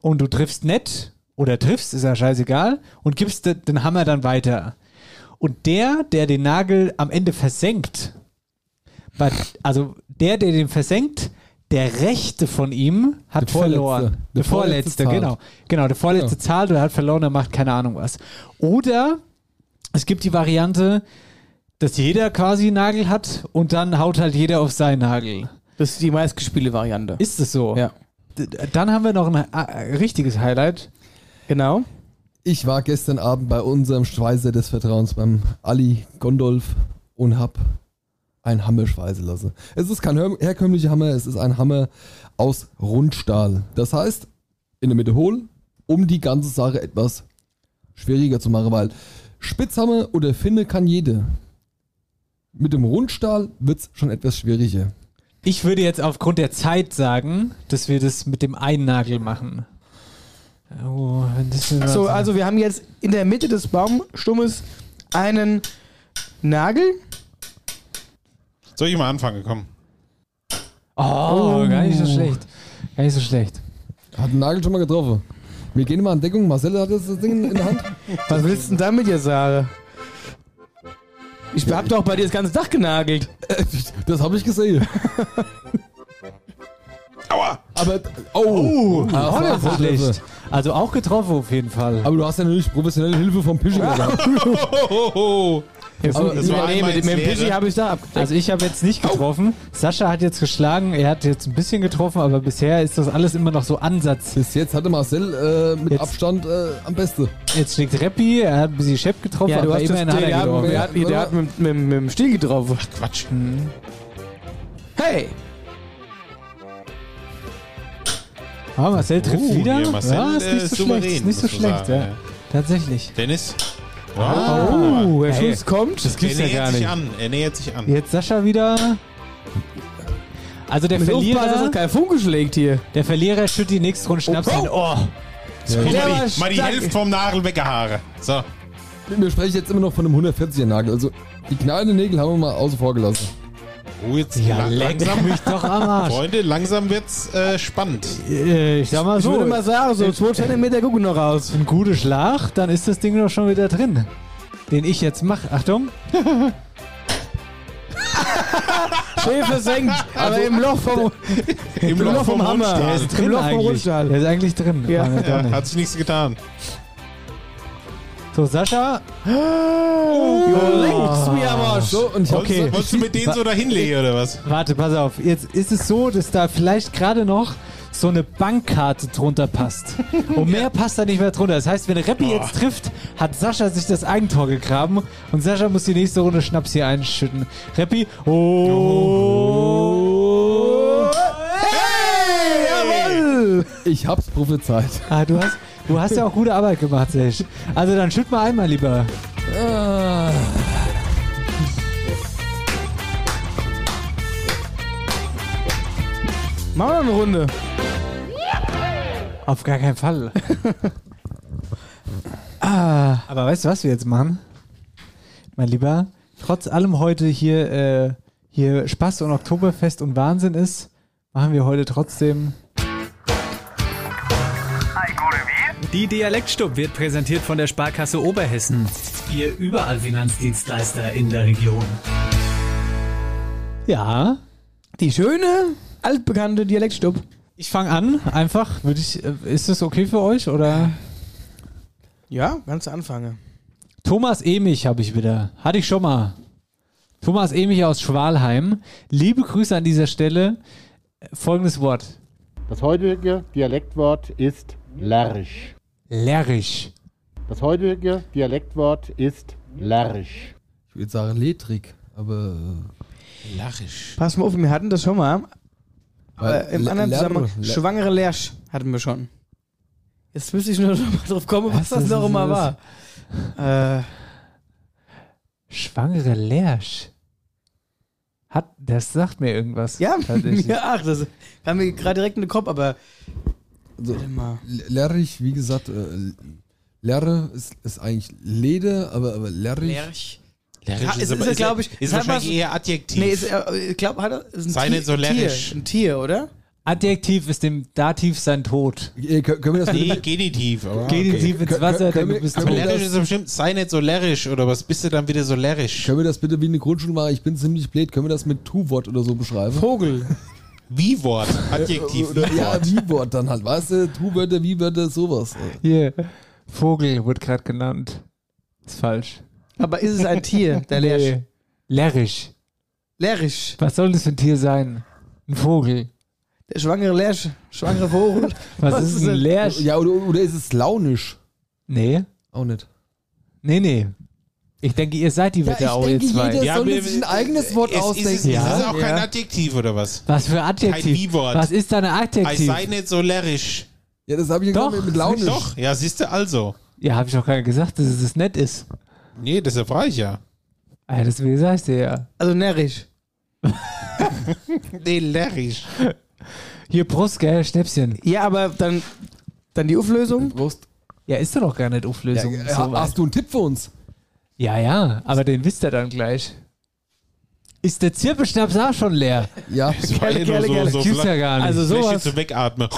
[SPEAKER 4] und du triffst nett oder triffst, ist ja scheißegal, und gibst de- den Hammer dann weiter. Und der, der den Nagel am Ende versenkt, war- also der, der den versenkt, der rechte von ihm hat
[SPEAKER 6] Der Vorletzte.
[SPEAKER 4] verloren.
[SPEAKER 6] Der
[SPEAKER 4] Der vorletzte,
[SPEAKER 6] Vorletzte zahlt.
[SPEAKER 4] genau. Genau, der vorletzte zahlt oder hat verloren, der macht keine Ahnung was. Oder es gibt die Variante, dass jeder quasi einen Nagel hat und dann haut halt jeder auf seinen Nagel.
[SPEAKER 5] Das ist die meistgespielte Variante.
[SPEAKER 4] Ist es so?
[SPEAKER 5] Ja.
[SPEAKER 4] D- Dann haben wir noch ein äh, richtiges Highlight.
[SPEAKER 5] Genau.
[SPEAKER 6] Ich war gestern Abend bei unserem Schweißer des Vertrauens, beim Ali Gondolf, und hab einen Hammer schweißen lassen. Es ist kein her- herkömmlicher Hammer, es ist ein Hammer aus Rundstahl. Das heißt, in der Mitte hohl, um die ganze Sache etwas schwieriger zu machen, weil Spitzhammer oder Finne kann jede. Mit dem Rundstahl wird's schon etwas schwieriger.
[SPEAKER 4] Ich würde jetzt aufgrund der Zeit sagen, dass wir das mit dem einen Nagel machen. Oh, wenn das nur
[SPEAKER 5] So,
[SPEAKER 4] was-
[SPEAKER 5] also wir haben jetzt in der Mitte des Baumstummes einen Nagel.
[SPEAKER 7] Soll ich mal anfangen? Komm.
[SPEAKER 4] oh, gar nicht so schlecht. Gar nicht so schlecht.
[SPEAKER 6] Hat den Nagel schon mal getroffen. Wir gehen mal an Deckung. Marcel hat jetzt das Ding in der Hand.
[SPEAKER 5] Was willst du denn damit jetzt sagen? Ich hab doch bei dir das ganze Dach genagelt.
[SPEAKER 6] Das habe ich gesehen.
[SPEAKER 7] Aua!
[SPEAKER 6] Aber. Oh! das war
[SPEAKER 4] nicht so
[SPEAKER 6] jetzt
[SPEAKER 4] schlecht. Also auch getroffen auf jeden Fall.
[SPEAKER 6] Aber du hast ja natürlich professionelle Hilfe vom Pischi gesagt.
[SPEAKER 7] Das war
[SPEAKER 5] nee,
[SPEAKER 7] einmal
[SPEAKER 5] mit,
[SPEAKER 7] ins
[SPEAKER 5] mit dem
[SPEAKER 7] Leere.
[SPEAKER 5] Pischi habe ich da abgedeckt.
[SPEAKER 4] Also ich habe jetzt nicht getroffen. Sascha hat jetzt geschlagen, er hat jetzt ein bisschen getroffen, aber bisher ist das alles immer noch so Ansatz.
[SPEAKER 6] Bis jetzt hatte Marcel äh, mit
[SPEAKER 4] Jetzt-
[SPEAKER 6] Abstand äh, am Beste.
[SPEAKER 4] Jetzt schlägt Reppi, er hat ein bisschen Shep getroffen,
[SPEAKER 5] ja, du
[SPEAKER 4] aber
[SPEAKER 5] hast das,
[SPEAKER 4] immerhin hat er
[SPEAKER 5] der, der, hat,
[SPEAKER 4] getroffen.
[SPEAKER 5] der, hat, der hat mit, mit, mit dem Stiel getroffen.
[SPEAKER 7] Quatsch.
[SPEAKER 5] Hey!
[SPEAKER 4] Ah, Marcel trifft
[SPEAKER 7] Oh,
[SPEAKER 4] wieder.
[SPEAKER 7] hier, Marcel,
[SPEAKER 4] ja, ist
[SPEAKER 7] äh,
[SPEAKER 4] nicht so
[SPEAKER 7] souverän,
[SPEAKER 4] schlecht. Ist nicht so
[SPEAKER 7] muss man
[SPEAKER 4] schlecht,
[SPEAKER 7] sagen,
[SPEAKER 4] ja.
[SPEAKER 7] ja.
[SPEAKER 4] Tatsächlich.
[SPEAKER 7] Dennis? Wow.
[SPEAKER 5] Oh, der
[SPEAKER 4] Hey.
[SPEAKER 5] Schuss kommt.
[SPEAKER 4] Das
[SPEAKER 7] Er
[SPEAKER 4] gibt's ja
[SPEAKER 7] nähert
[SPEAKER 4] gar
[SPEAKER 7] sich
[SPEAKER 4] nicht.
[SPEAKER 7] an. Er nähert sich an.
[SPEAKER 4] Jetzt Sascha wieder. Also der
[SPEAKER 5] Mit Aufpass, dass
[SPEAKER 4] Verlierer,
[SPEAKER 5] das kein Funke schlägt hier.
[SPEAKER 4] der Verlierer schüttet die nächste Runde Schnaps in. Oh,
[SPEAKER 7] Guck
[SPEAKER 5] Ja,
[SPEAKER 7] mal,
[SPEAKER 5] aber
[SPEAKER 7] die, mal die
[SPEAKER 5] stark.
[SPEAKER 7] Hälfte vom Nagel weggehaare. So.
[SPEAKER 6] Wir sprechen jetzt immer noch von einem 140er Nagel. Also die knallenden Nägel haben wir mal außen vor gelassen.
[SPEAKER 7] Oh, jetzt
[SPEAKER 4] ja,
[SPEAKER 7] la-
[SPEAKER 4] leck
[SPEAKER 7] langsam.
[SPEAKER 4] mich doch am Arsch.
[SPEAKER 7] Freunde, langsam wird's äh, spannend.
[SPEAKER 4] Äh, Ich sag mal
[SPEAKER 5] Ich
[SPEAKER 4] so, äh,
[SPEAKER 5] würde mal sagen, so 2 Zentimeter gucken noch raus.
[SPEAKER 4] ein guter Schlag, dann ist das Ding doch schon wieder drin. Den ich jetzt mache. Achtung.
[SPEAKER 5] Schäfe senkt, aber im Loch vom,
[SPEAKER 7] Im
[SPEAKER 5] Loch vom Hammer.
[SPEAKER 7] Rundstahl.
[SPEAKER 5] Der ist drin. Loch vom
[SPEAKER 4] eigentlich.
[SPEAKER 5] Rundstahl.
[SPEAKER 4] Der ist eigentlich drin.
[SPEAKER 5] Ja.
[SPEAKER 4] War mir doch
[SPEAKER 7] Ja,
[SPEAKER 4] nicht.
[SPEAKER 7] hat sich nichts getan.
[SPEAKER 4] So, Sascha.
[SPEAKER 5] Oh. Lenkst mir aber
[SPEAKER 6] Ah, So, und ich hab
[SPEAKER 4] Okay.
[SPEAKER 7] Wolltest du mit denen so da hinlegen oder was?
[SPEAKER 4] Warte, pass auf. Jetzt ist es so, dass da vielleicht gerade noch so eine Bankkarte drunter passt. Und mehr passt da nicht mehr drunter. Das heißt, wenn Reppi jetzt trifft, hat Sascha sich das Eigentor gegraben und Sascha muss die nächste Runde Schnaps hier einschütten. Reppi. Oh. Hey, jawohl.
[SPEAKER 6] Ich hab's prophezeit.
[SPEAKER 4] Ah, du hast, du hast ja auch gute Arbeit gemacht, Sech. Also dann schütt mal einmal lieber.
[SPEAKER 5] Machen wir noch eine Runde.
[SPEAKER 4] Auf gar keinen Fall. ah, aber weißt du, was wir jetzt machen? Mein Lieber, trotz allem heute hier, äh, hier Spaß und Oktoberfest und Wahnsinn ist, machen wir heute trotzdem.
[SPEAKER 11] Die Dialektstub wird präsentiert von der Sparkasse Oberhessen. Ihr überall Finanzdienstleister in der Region.
[SPEAKER 4] Ja.
[SPEAKER 5] Die schöne, altbekannte Dialektstub.
[SPEAKER 4] Ich fange an, einfach. Würde ich, äh, ist das okay für euch? Oder?
[SPEAKER 5] Ja, ganz anfangen.
[SPEAKER 4] Thomas Emich habe ich wieder. Hatte ich schon mal. Thomas Emich aus Schwalheim. Liebe Grüße an dieser Stelle. Folgendes Wort.
[SPEAKER 12] Das heutige Dialektwort ist lärrisch.
[SPEAKER 4] Lärrisch.
[SPEAKER 12] Das heutige Dialektwort ist lärrisch.
[SPEAKER 6] Ich würde sagen Letrik, aber.
[SPEAKER 5] Pass mal auf, wir hatten das schon mal. Aber
[SPEAKER 6] Weil
[SPEAKER 5] im
[SPEAKER 6] Le-
[SPEAKER 5] anderen
[SPEAKER 6] Lerche-
[SPEAKER 5] Zusammenhang,
[SPEAKER 6] Le-
[SPEAKER 5] schwangere Lersch hatten wir schon. Jetzt müsste ich nur noch mal drauf kommen, was das noch immer war. Äh,
[SPEAKER 4] Schwangere Lersch. Hat, das sagt mir irgendwas.
[SPEAKER 5] ja,
[SPEAKER 4] tatsächlich.
[SPEAKER 5] ja, ach, das kam mir gerade direkt in den Kopf, aber
[SPEAKER 6] Also,
[SPEAKER 5] warte mal.
[SPEAKER 6] L- Lärrig, wie gesagt, äh, Lärre ist, ist eigentlich Lede, aber, aber lärrig.
[SPEAKER 5] Lerch. Ja, es ist ja, glaub ich, es
[SPEAKER 7] Ist
[SPEAKER 5] hat
[SPEAKER 7] wahrscheinlich
[SPEAKER 5] was-
[SPEAKER 7] eher Adjektiv.
[SPEAKER 5] Nee, ist, äh, ich glaube, hat er. Ist ein
[SPEAKER 7] Sei
[SPEAKER 5] Tier,
[SPEAKER 7] nicht so lärrisch.
[SPEAKER 5] Tier, ein Tier, oder?
[SPEAKER 4] Adjektiv ist dem Dativ sein Tod.
[SPEAKER 6] Äh, kö- können wir das
[SPEAKER 7] nee,
[SPEAKER 6] mit,
[SPEAKER 7] Genitiv.
[SPEAKER 6] Ah,
[SPEAKER 7] aber
[SPEAKER 4] Geh den
[SPEAKER 7] okay.
[SPEAKER 4] Tief ins Wasser, denn
[SPEAKER 6] können
[SPEAKER 4] du
[SPEAKER 6] wir-
[SPEAKER 4] bist
[SPEAKER 6] können wir-
[SPEAKER 4] tot.
[SPEAKER 7] Lärrisch ist bestimmt, sei nicht so lärrisch oder was bist du dann wieder so lärrisch?
[SPEAKER 6] können wir das bitte wie eine Grundschule machen? Ich bin ziemlich blöd. Können wir das mit Tu-Wort oder so beschreiben?
[SPEAKER 5] Vogel.
[SPEAKER 7] Wie Wort, Adjektiv,
[SPEAKER 6] Oder,
[SPEAKER 7] wie
[SPEAKER 6] ja,
[SPEAKER 7] Wort.
[SPEAKER 6] Wie-Wort dann halt, weißt du? Tu-Wörter, Wie-Wörter, sowas. äh.
[SPEAKER 4] Hier. Vogel wurde gerade genannt. Ist falsch.
[SPEAKER 5] Aber ist es ein Tier, der Lersch?
[SPEAKER 4] Nee. Lärrisch.
[SPEAKER 5] Lärrisch.
[SPEAKER 4] Was soll das für ein Tier sein? Ein Vogel.
[SPEAKER 5] Der schwangere Lersch. Schwangere Vogel.
[SPEAKER 4] Was, ist ein Lärsch?
[SPEAKER 6] Ja, oder, oder ist es launisch?
[SPEAKER 4] Nee.
[SPEAKER 6] Auch nicht.
[SPEAKER 4] Nee, nee. Ich denke, ihr seid die Wetter auch jetzt zwei.
[SPEAKER 7] Ja,
[SPEAKER 6] sollte
[SPEAKER 7] wir-
[SPEAKER 6] sich ein eigenes Wort
[SPEAKER 7] Es
[SPEAKER 6] ausdenken.
[SPEAKER 7] Ist, es, ja. ist es
[SPEAKER 4] Ja.
[SPEAKER 7] auch kein Adjektiv oder was?
[SPEAKER 4] Was für Adjektiv?
[SPEAKER 7] Kein Wie-Wort.
[SPEAKER 4] Was ist da ein
[SPEAKER 7] Ei,
[SPEAKER 4] Adjektiv?
[SPEAKER 7] sei nicht so lärrisch.
[SPEAKER 6] ja, das habe ich ja
[SPEAKER 4] Doch.
[SPEAKER 6] gesagt mit, mit launisch.
[SPEAKER 7] Doch, ja, siehst du also.
[SPEAKER 4] Ja, habe ich doch gerade gesagt, dass es das nett ist.
[SPEAKER 7] Nee, deshalb war ich ja.
[SPEAKER 4] Ah, das wie sagst du ja.
[SPEAKER 5] Also närrisch.
[SPEAKER 7] Nee, lärrisch.
[SPEAKER 4] Hier Brust, gell, Schnäpschen.
[SPEAKER 5] Ja, aber dann, dann die Auflösung.
[SPEAKER 6] Prost.
[SPEAKER 4] Ja, ist doch noch gar nicht Auflösung.
[SPEAKER 6] ja,
[SPEAKER 4] so
[SPEAKER 6] Äh, ha-
[SPEAKER 4] weit.
[SPEAKER 6] hast du einen Tipp für uns?
[SPEAKER 4] ja, ja, aber den wisst ihr dann gleich. Ist der Zirbeschnaps auch schon leer?
[SPEAKER 6] Ja.
[SPEAKER 7] Das war ja
[SPEAKER 5] gerne,
[SPEAKER 7] nur
[SPEAKER 5] gerne.
[SPEAKER 7] so, so
[SPEAKER 4] Gibt's ja gar nicht.
[SPEAKER 5] Also
[SPEAKER 7] Vielleicht
[SPEAKER 5] sowas.
[SPEAKER 7] jetzt so wegatmen.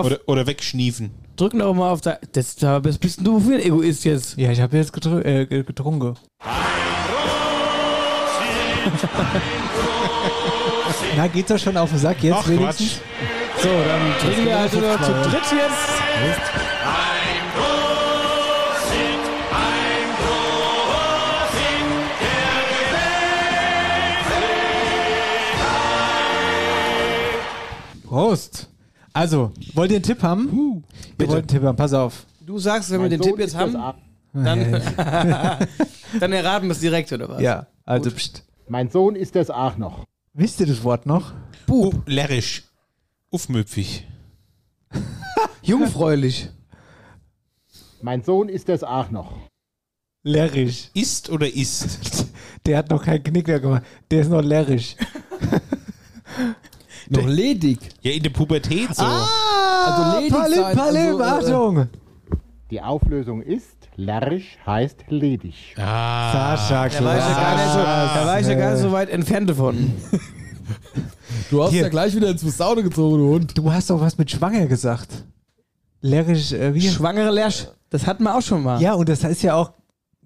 [SPEAKER 7] Oder, oder wegschniefen.
[SPEAKER 5] Drück noch mal auf da. Das, da bist bist du für ein Egoist jetzt.
[SPEAKER 4] ja, ich habe jetzt getrun äh, ge- getrunken. Na, geht doch schon auf den Sack jetzt
[SPEAKER 7] Ach
[SPEAKER 4] wenigstens.
[SPEAKER 7] Quatsch.
[SPEAKER 5] So, dann trinken wir also noch zu dritt jetzt.
[SPEAKER 4] Prost. Also, wollt ihr einen Tipp haben? ihr wollt einen Tipp haben, pass auf.
[SPEAKER 5] Du sagst, wenn wir den Tipp jetzt haben, dann, dann erraten wir es direkt, oder was?
[SPEAKER 4] Ja, also, pst.
[SPEAKER 12] Mein Sohn ist es auch noch.
[SPEAKER 4] Wisst ihr das Wort noch?
[SPEAKER 7] Uh, lärrisch. Uffmüpfig.
[SPEAKER 5] Jungfräulich.
[SPEAKER 12] Mein Sohn ist es auch noch.
[SPEAKER 4] Lärrisch.
[SPEAKER 7] Ist oder ist?
[SPEAKER 4] Der hat noch keinen Knicker gemacht. Der ist noch lärrisch.
[SPEAKER 6] Noch ledig.
[SPEAKER 7] Ja, in der Pubertät so.
[SPEAKER 6] Also ledig
[SPEAKER 4] Palim,
[SPEAKER 6] sein,
[SPEAKER 4] Palim,
[SPEAKER 6] also, äh,
[SPEAKER 4] Ah, Achtung!
[SPEAKER 12] Die Auflösung ist lärrisch heißt ledig.
[SPEAKER 4] Sascha,
[SPEAKER 5] Da war ich Ah. ja gar nicht so, da war ich ja gar nicht
[SPEAKER 4] Äh.
[SPEAKER 5] so weit entfernt davon.
[SPEAKER 6] Du hast
[SPEAKER 4] Hier.
[SPEAKER 6] ja gleich wieder ins Saune gezogen, du Hund.
[SPEAKER 4] Du hast doch was mit schwanger gesagt. Lärrisch, äh, wie?
[SPEAKER 5] Schwangere Lersch. Das hatten wir auch schon mal.
[SPEAKER 4] ja, und das ist ja auch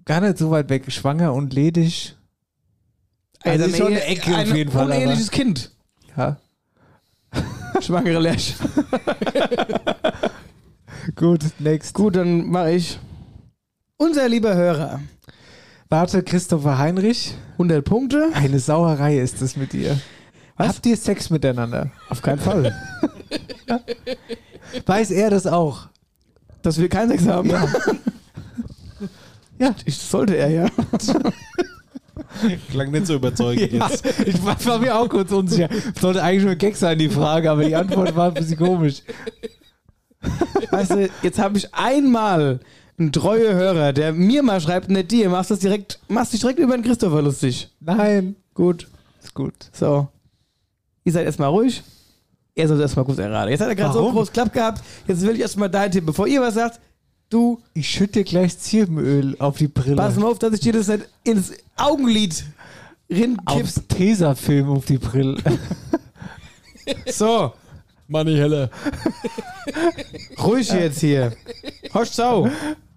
[SPEAKER 4] gar nicht so weit weg. Schwanger und ledig.
[SPEAKER 5] Ey,
[SPEAKER 4] Also
[SPEAKER 5] dann
[SPEAKER 4] ist schon eine
[SPEAKER 5] eh-
[SPEAKER 4] Ecke auf
[SPEAKER 5] ein
[SPEAKER 4] jeden Fall, aber-
[SPEAKER 5] Uneheliches Kind.
[SPEAKER 4] Ja,
[SPEAKER 5] Schwangere Lersch.
[SPEAKER 4] gut, next.
[SPEAKER 5] Gut, dann mache ich. Unser lieber Hörer.
[SPEAKER 4] Warte, Christopher Heinrich.
[SPEAKER 5] 100 Punkte.
[SPEAKER 4] Eine Sauerei ist das mit dir. Habt ihr Sex miteinander?
[SPEAKER 5] Auf keinen Fall.
[SPEAKER 4] Weiß er das auch?
[SPEAKER 5] Dass wir keinen Sex haben. Ja. ja. Ich, sollte er ja.
[SPEAKER 7] Klang nicht so überzeugend
[SPEAKER 4] Ja,
[SPEAKER 7] jetzt.
[SPEAKER 4] ich war, war mir auch kurz unsicher. Sollte eigentlich nur ein Gag sein, die Frage, aber die Antwort war ein bisschen komisch.
[SPEAKER 5] Weißt du, jetzt habe ich einmal einen treue Hörer, der mir mal schreibt, nicht dir, machst das direkt, machst dich direkt über den Christopher lustig.
[SPEAKER 4] Nein,
[SPEAKER 5] Gut,
[SPEAKER 4] ist gut.
[SPEAKER 5] so. Ihr seid erstmal ruhig. Er soll erstmal kurz erraten. Jetzt hat er gerade so einen
[SPEAKER 4] Warum?
[SPEAKER 5] großen Klapp gehabt. Jetzt will ich erstmal deinen Tipp. Bevor ihr was sagt, du,
[SPEAKER 4] Ich schütte dir gleich Zirbenöl auf die Brille.
[SPEAKER 5] pass mal auf, dass ich dir das nicht ins Augenlid rinkipp.
[SPEAKER 4] Aufs Tesafilm auf die Brille.
[SPEAKER 5] So,
[SPEAKER 6] Manni Helle.
[SPEAKER 5] ruhig jetzt hier. Hosch Zau.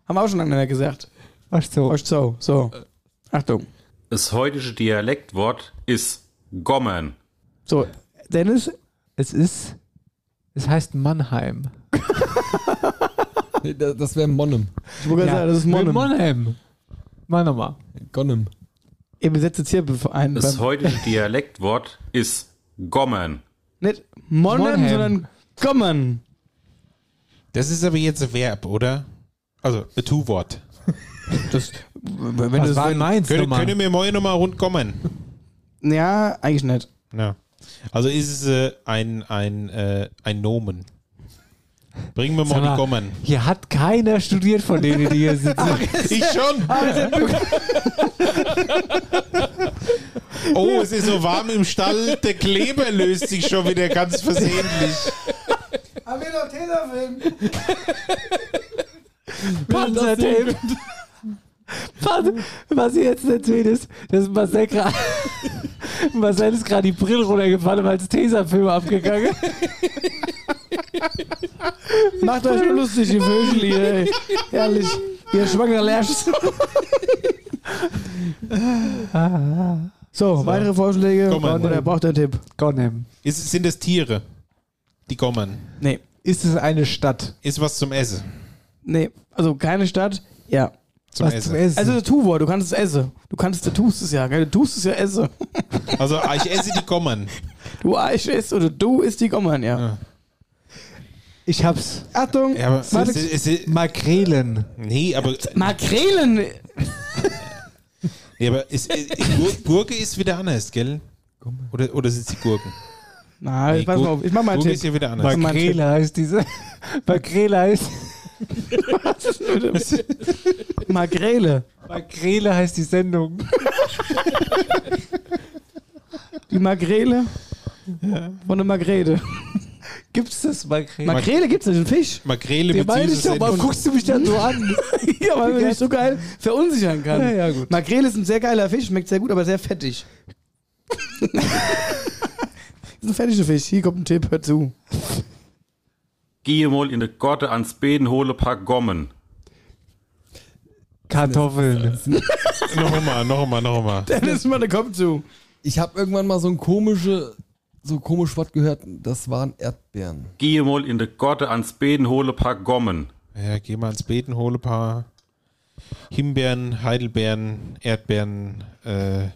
[SPEAKER 5] Haben wir auch schon lange nicht mehr gesagt.
[SPEAKER 4] Ach so.
[SPEAKER 5] Hosch Zau. So. Achtung.
[SPEAKER 13] Das heutige Dialektwort ist Gommern.
[SPEAKER 5] So, Dennis,
[SPEAKER 4] Es ist. Es heißt Mannheim.
[SPEAKER 6] Nee, da- Das wäre Monnem.
[SPEAKER 5] ich wollte gerade sagen, das ist Monem.
[SPEAKER 4] Mannheim. Mach nochmal.
[SPEAKER 6] Gonnem.
[SPEAKER 5] Ihr besetzt jetzt hier ein.
[SPEAKER 13] Das heutige Dialektwort ist Gommern.
[SPEAKER 5] Nicht Monem,
[SPEAKER 4] Monheim.
[SPEAKER 5] sondern Gommern.
[SPEAKER 7] Das ist aber jetzt ein Verb, oder? Also, ein Tu-Wort.
[SPEAKER 5] Wenn
[SPEAKER 4] Was war meins
[SPEAKER 7] Können,
[SPEAKER 4] nochmal?
[SPEAKER 7] können wir morgen nochmal rundkommen?
[SPEAKER 5] ja, eigentlich nicht.
[SPEAKER 7] Ja. Also ist es äh, ein, ein, äh, ein Nomen. Bringen wir mal
[SPEAKER 4] Sag
[SPEAKER 7] die
[SPEAKER 4] mal,
[SPEAKER 7] Gommern.
[SPEAKER 4] Hier hat keiner studiert von denen, die hier sitzen.
[SPEAKER 7] Ich schon. oh, es ist so warm im Stall. Der Kleber löst sich schon wieder ganz versehentlich.
[SPEAKER 5] Haben wir noch Tesafilm?
[SPEAKER 4] Panzertape. Was, was ihr jetzt nicht seht, ist, dass Marcel gerade Marcel ist gerade die Brille runtergefallen, weil es Tesafilm abgegangen ist.
[SPEAKER 5] Macht euch nur lustig, ihr Vögel hier. ey. Ehrlich. Ihr schwanger Lärsch. So, weitere Vorschläge
[SPEAKER 7] Gommern.
[SPEAKER 5] oder braucht ihr einen Tipp?
[SPEAKER 4] Gonem.
[SPEAKER 7] Ist, sind das Tiere? Die Gommern.
[SPEAKER 5] Nee.
[SPEAKER 4] Ist es eine Stadt?
[SPEAKER 7] Ist was zum Essen.
[SPEAKER 5] Nee. Also keine Stadt. Ja.
[SPEAKER 7] Zum
[SPEAKER 4] was
[SPEAKER 7] Essen.
[SPEAKER 4] zum Essen?
[SPEAKER 5] Also Tattoo-Wort, du kannst es essen. Du kannst, du tust es ja, gell? Du tust es ja essen.
[SPEAKER 7] Also, ah, ich esse die Gommern.
[SPEAKER 5] Du Eich isst oder du isst die Gommern, ja.
[SPEAKER 7] Ja.
[SPEAKER 4] ich hab's.
[SPEAKER 5] Achtung,
[SPEAKER 7] Ja, aber es,
[SPEAKER 5] Warte.
[SPEAKER 7] es, es,
[SPEAKER 4] Makrelen.
[SPEAKER 7] nee, aber,
[SPEAKER 5] Makrelen.
[SPEAKER 7] nee, aber es, es, Gur- Gurke ist wieder anders, gell? Oder, oder sind es die Gurken?
[SPEAKER 5] Na,
[SPEAKER 7] Nee,
[SPEAKER 5] pass mal
[SPEAKER 7] Gurke-
[SPEAKER 5] auf, ich mach mal einen
[SPEAKER 7] Gurke
[SPEAKER 5] Tipp.
[SPEAKER 7] ist ja wieder anders.
[SPEAKER 5] Mag-
[SPEAKER 4] Makrele heißt diese. Makrele heißt.
[SPEAKER 5] Makrele.
[SPEAKER 4] Makrele heißt die Sendung.
[SPEAKER 5] Die Makrele von der Makrele.
[SPEAKER 4] Gibt's das Makrele?
[SPEAKER 5] Makrele gibt's nicht, ein Fisch.
[SPEAKER 7] Makrele
[SPEAKER 4] Den
[SPEAKER 7] mit
[SPEAKER 4] meine
[SPEAKER 7] süßes
[SPEAKER 4] ich doch, warum
[SPEAKER 7] Senf.
[SPEAKER 4] guckst du mich dann so an?
[SPEAKER 5] ja, weil man mich so geil verunsichern kann.
[SPEAKER 4] Ja, ja, gut.
[SPEAKER 5] Makrele ist ein sehr geiler Fisch, schmeckt sehr gut, aber sehr fettig. ist ein fettiger Fisch. Hier kommt ein Tipp, hör zu.
[SPEAKER 13] Gehe mal in de Gotte ans Beden, hole paar Gommen.
[SPEAKER 4] Kartoffeln.
[SPEAKER 7] Nochmal, nochmal, nochmal.
[SPEAKER 5] Dennis, Mann, der kommt zu.
[SPEAKER 6] Ich habe irgendwann mal so ein komische, so komisch Wort gehört. Das waren Erdbeeren.
[SPEAKER 13] Gehe mal in de Gotte ans Beden, hole paar Gommen.
[SPEAKER 7] Ja, geh mal ans Beten, hole ein paar Himbeeren, Heidelbeeren, Erdbeeren, äh,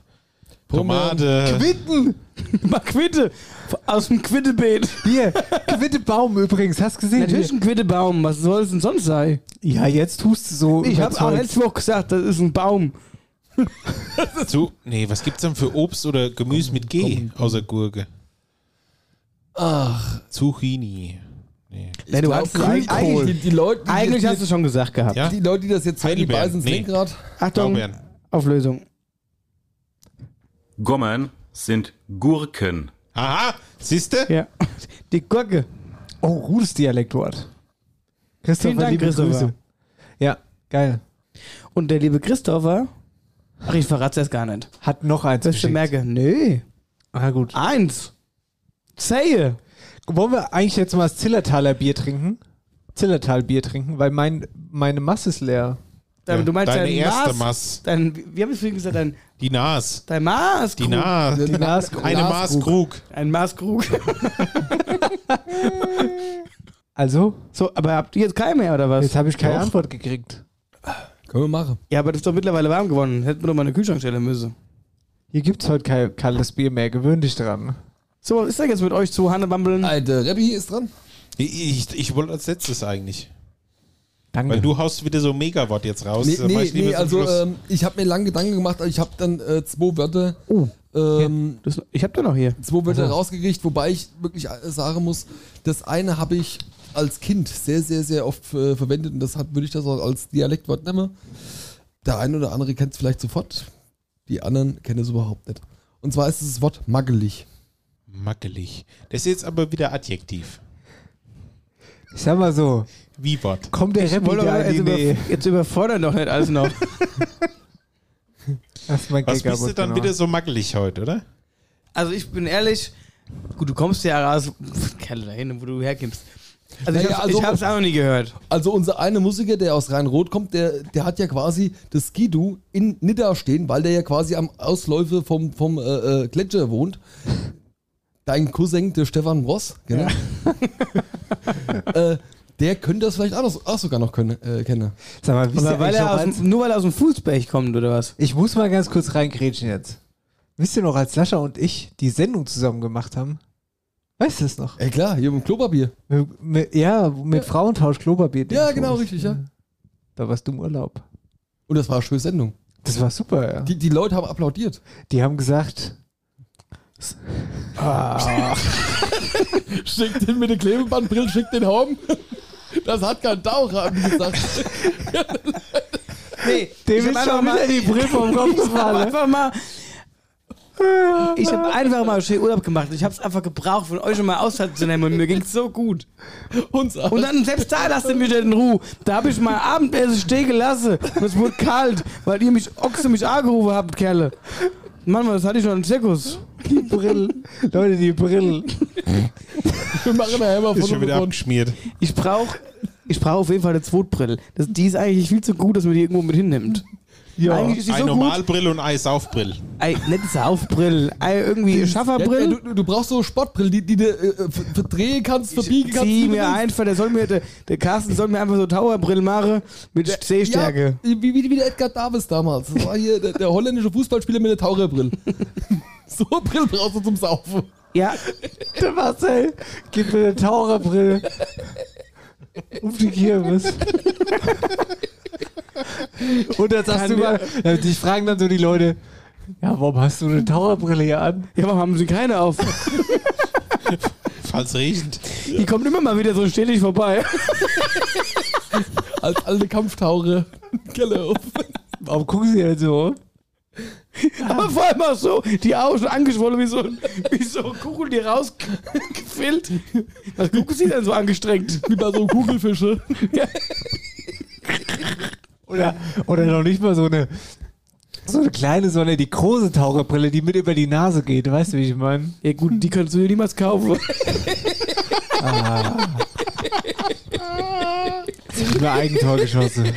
[SPEAKER 7] Tomate.
[SPEAKER 4] Quitten!
[SPEAKER 5] Mal Quitte. Aus dem Quittebeet.
[SPEAKER 4] Hier, Quittebaum übrigens, hast gesehen?
[SPEAKER 5] Natürlich ein Quittebaum. Was soll es denn sonst sein?
[SPEAKER 4] Ja, jetzt tust du so.
[SPEAKER 5] Ich habe auch
[SPEAKER 4] überzeugt.
[SPEAKER 5] letzte Woche gesagt, das ist ein Baum.
[SPEAKER 7] Zu, nee, was gibt's denn für Obst oder Gemüse mit G außer Gurke?
[SPEAKER 6] Ach,
[SPEAKER 7] Zucchini. Nee.
[SPEAKER 5] Ja, du
[SPEAKER 6] glaub,
[SPEAKER 5] hast
[SPEAKER 6] das sind
[SPEAKER 5] Grünkohl.
[SPEAKER 6] eigentlich die, die Leute, die
[SPEAKER 5] Eigentlich
[SPEAKER 6] das,
[SPEAKER 5] hast du schon gesagt gehabt.
[SPEAKER 7] Ja?
[SPEAKER 6] die Leute, die das jetzt hören, die
[SPEAKER 7] Heidelbeeren,
[SPEAKER 6] beißen ins
[SPEAKER 7] nee.
[SPEAKER 6] Lenkrad.
[SPEAKER 5] Achtung,
[SPEAKER 7] Blaubeeren.
[SPEAKER 5] Auflösung.
[SPEAKER 13] Gommern sind Gurken.
[SPEAKER 7] Aha, siehste?
[SPEAKER 5] Ja. Die Gurke.
[SPEAKER 4] Oh, gutes Dialektwort. Christopher,
[SPEAKER 5] Vielen Dank,
[SPEAKER 4] liebe
[SPEAKER 5] Christopher.
[SPEAKER 4] Grüße. Ja, geil.
[SPEAKER 5] Und der liebe Christopher. Ach, ich verrate es gar nicht.
[SPEAKER 4] Hat noch eins
[SPEAKER 5] Wirst du
[SPEAKER 4] geschickt.
[SPEAKER 5] merken, nö.
[SPEAKER 4] Ah, gut.
[SPEAKER 5] Eins. Zehe.
[SPEAKER 4] Wollen wir eigentlich jetzt mal das Zillertaler Bier trinken? Zillertal Bier trinken, weil mein, meine Masse ist leer.
[SPEAKER 5] Dein- Du meinst
[SPEAKER 7] Deine
[SPEAKER 5] dein
[SPEAKER 7] erste
[SPEAKER 5] Maß,
[SPEAKER 7] Maß.
[SPEAKER 5] Dein, wie haben wir vorhin gesagt? Dein,
[SPEAKER 7] Die Nas.
[SPEAKER 5] dein Maß.
[SPEAKER 7] Die Nas.
[SPEAKER 4] Die Nas
[SPEAKER 7] Eine Maßkrug.
[SPEAKER 5] Ein Maßkrug.
[SPEAKER 4] Also,
[SPEAKER 5] So, aber habt ihr jetzt keinen mehr, oder was?
[SPEAKER 4] Also, jetzt habe ich keine
[SPEAKER 5] Doch.
[SPEAKER 4] Antwort gekriegt.
[SPEAKER 6] Können wir machen.
[SPEAKER 5] Ja, aber das ist doch mittlerweile warm geworden. Hätten wir doch mal eine Kühlschrankstelle müssen.
[SPEAKER 4] Hier gibt's heute kein kaltes Bier mehr. Gewöhn dich dran.
[SPEAKER 5] So, was ist denn jetzt mit euch zu Hannebampeln?
[SPEAKER 6] Alter, Rebbi ist dran.
[SPEAKER 7] Ich, ich, ich wollte als letztes eigentlich.
[SPEAKER 4] Danke.
[SPEAKER 7] Weil du haust wieder so ein Megawort jetzt raus.
[SPEAKER 6] Nee,
[SPEAKER 7] dann mach
[SPEAKER 6] nee,
[SPEAKER 7] ich lieber
[SPEAKER 6] nee
[SPEAKER 7] zum
[SPEAKER 6] also
[SPEAKER 7] Schluss.
[SPEAKER 6] ähm, ich habe mir lange Gedanken gemacht, aber ich habe dann äh, zwei Wörter,
[SPEAKER 5] Oh,
[SPEAKER 6] ähm,
[SPEAKER 5] Das, ich hab da noch hier.
[SPEAKER 6] zwei Wörter
[SPEAKER 5] Also.
[SPEAKER 6] rausgekriegt, wobei ich wirklich äh, sagen muss, das eine habe ich als Kind sehr, sehr, sehr oft äh, verwendet und deshalb würde ich das auch als Dialektwort nehmen. Der eine oder andere kennt es vielleicht sofort, die anderen kennen es überhaupt nicht. Und zwar ist es das Wort maggelig.
[SPEAKER 7] Mackelig. Das ist jetzt aber wieder Adjektiv.
[SPEAKER 4] Ich sag mal so,
[SPEAKER 7] Wie Wort.
[SPEAKER 4] kommt der Rap
[SPEAKER 5] Wollt ihr
[SPEAKER 4] wieder in
[SPEAKER 5] jetzt,
[SPEAKER 4] die Nähe.
[SPEAKER 5] überf jetzt überfordern doch nicht alles noch.
[SPEAKER 4] Hast mein
[SPEAKER 7] Was
[SPEAKER 4] Gag
[SPEAKER 7] bist du
[SPEAKER 4] kaputt
[SPEAKER 7] dann
[SPEAKER 4] gemacht.
[SPEAKER 7] wieder so mackelig heute, oder?
[SPEAKER 5] Also ich bin ehrlich, gut, du kommst ja aus Kerle dahin, wo du herkommst. Also ich
[SPEAKER 6] Naja,
[SPEAKER 5] hab's,
[SPEAKER 6] also-
[SPEAKER 5] ich hab's auch noch nie gehört.
[SPEAKER 6] Also unser eine Musiker, der aus Rhein-Rot kommt, der, der hat ja quasi das Skidu in Nidda stehen, weil der ja quasi am Ausläufe vom, vom äh, äh, Gletscher wohnt. Dein Cousin, der Stefan Ross, genau. äh, der könnte das vielleicht auch, noch, auch sogar noch können, äh, kennen.
[SPEAKER 4] Sag mal, wisst
[SPEAKER 5] Oder
[SPEAKER 4] ihr
[SPEAKER 5] weil
[SPEAKER 4] eigentlich noch
[SPEAKER 5] er aus,
[SPEAKER 4] als,
[SPEAKER 5] dem- nur weil er aus dem Fußbech kommt, oder was?
[SPEAKER 4] Ich muss mal ganz kurz reingrätschen jetzt. Wisst ihr noch, als Lascha und ich die Sendung zusammen gemacht haben? Weißt du es noch?
[SPEAKER 6] Ey klar, hier mit dem Klopapier.
[SPEAKER 4] Mit, mit, ja, mit Frauentausch Klopapier.
[SPEAKER 6] Ja, genau, richtig, ja.
[SPEAKER 4] Da warst du im Urlaub.
[SPEAKER 6] Und das war eine schöne Sendung.
[SPEAKER 4] Das war super, ja. Die,
[SPEAKER 6] Die, die Leute haben applaudiert.
[SPEAKER 4] haben gesagt,
[SPEAKER 6] Schickt den mit der Klebebandbrille, schickt den home. Das hat kein Tauch, haben die gesagt.
[SPEAKER 5] Nee,
[SPEAKER 4] dem
[SPEAKER 5] ich hab
[SPEAKER 4] ist
[SPEAKER 5] einfach
[SPEAKER 4] schon
[SPEAKER 5] mal-
[SPEAKER 4] wieder die Brille vom Kopf gefallen.
[SPEAKER 5] einfach mal. Ich habe einfach mal schön Urlaub gemacht. Ich habe es einfach gebraucht, von euch schon mal Auszeit zu nehmen. Und mir ging's so gut.
[SPEAKER 6] Uns
[SPEAKER 5] Und dann, selbst da lasst ihr mich nicht in Ruhe. Da habe ich mein Abendessen stehen gelassen. Und es wurde kalt, weil ihr mich Ochse mich angerufen habt, Kerle. Mann, was hatte ich noch einen Zirkus?
[SPEAKER 4] Die Brille. Leute, die Brille.
[SPEAKER 6] Wir machen nachher mal
[SPEAKER 7] Ist schon
[SPEAKER 6] von
[SPEAKER 7] wieder
[SPEAKER 6] und
[SPEAKER 7] abgeschmiert.
[SPEAKER 5] Ich brauch, ich brauch auf jeden Fall eine Zwotbrille. Das, die ist eigentlich viel zu gut, dass man die irgendwo mit hinnimmt. Ja, eigentlich ist die
[SPEAKER 7] Eine
[SPEAKER 5] so gut.
[SPEAKER 7] Normalbrille und eine Saufbrille.
[SPEAKER 5] Ey, nicht Saufbrille. Ey, irgendwie
[SPEAKER 6] Ja,
[SPEAKER 5] Schafferbrille.
[SPEAKER 6] du, du- du brauchst so Sportbrillen, die, die du äh, ver- verdrehen kannst, verbiegen kannst.
[SPEAKER 5] Zieh
[SPEAKER 6] wie du
[SPEAKER 5] mir
[SPEAKER 6] willst.
[SPEAKER 5] einfach, der soll mir, der, der Carsten soll mir einfach so Towerbrill machen mit Sehstärke.
[SPEAKER 6] Ja, wie, wie, wie der Edgar Davis damals. Das war hier der, der holländische Fußballspieler mit der Taucherbrille. so eine Brille brauchst du zum Saufen.
[SPEAKER 5] Ja.
[SPEAKER 4] Der Marcel, gib mir eine Taucherbrille. Um die Kirmes. Und dann sagst du mal, äh, dich fragen dann so die Leute, ja, warum hast du eine Taucherbrille hier an?
[SPEAKER 5] Ja, warum haben sie keine auf?
[SPEAKER 7] Falls riechend.
[SPEAKER 5] Die kommt immer mal wieder so stetig vorbei.
[SPEAKER 6] Als alte äh, Kampftaucher. Kelle auf.
[SPEAKER 4] Warum gucken sie denn so?
[SPEAKER 5] Aber vor allem auch so, die Augen angeschwollen wie so, ein- wie so ein Kuchen, die rausgefüllt. Was gucken sie denn so angestrengt?
[SPEAKER 6] Wie bei so Kugelfische.
[SPEAKER 4] Oder, oder noch nicht mal so eine, so eine kleine, sondern die große Taucherbrille, die mit über die Nase geht. Weißt du, wie ich meine?
[SPEAKER 5] Ja gut, die kannst du dir niemals kaufen.
[SPEAKER 4] Ah. Über Eigentor geschossen.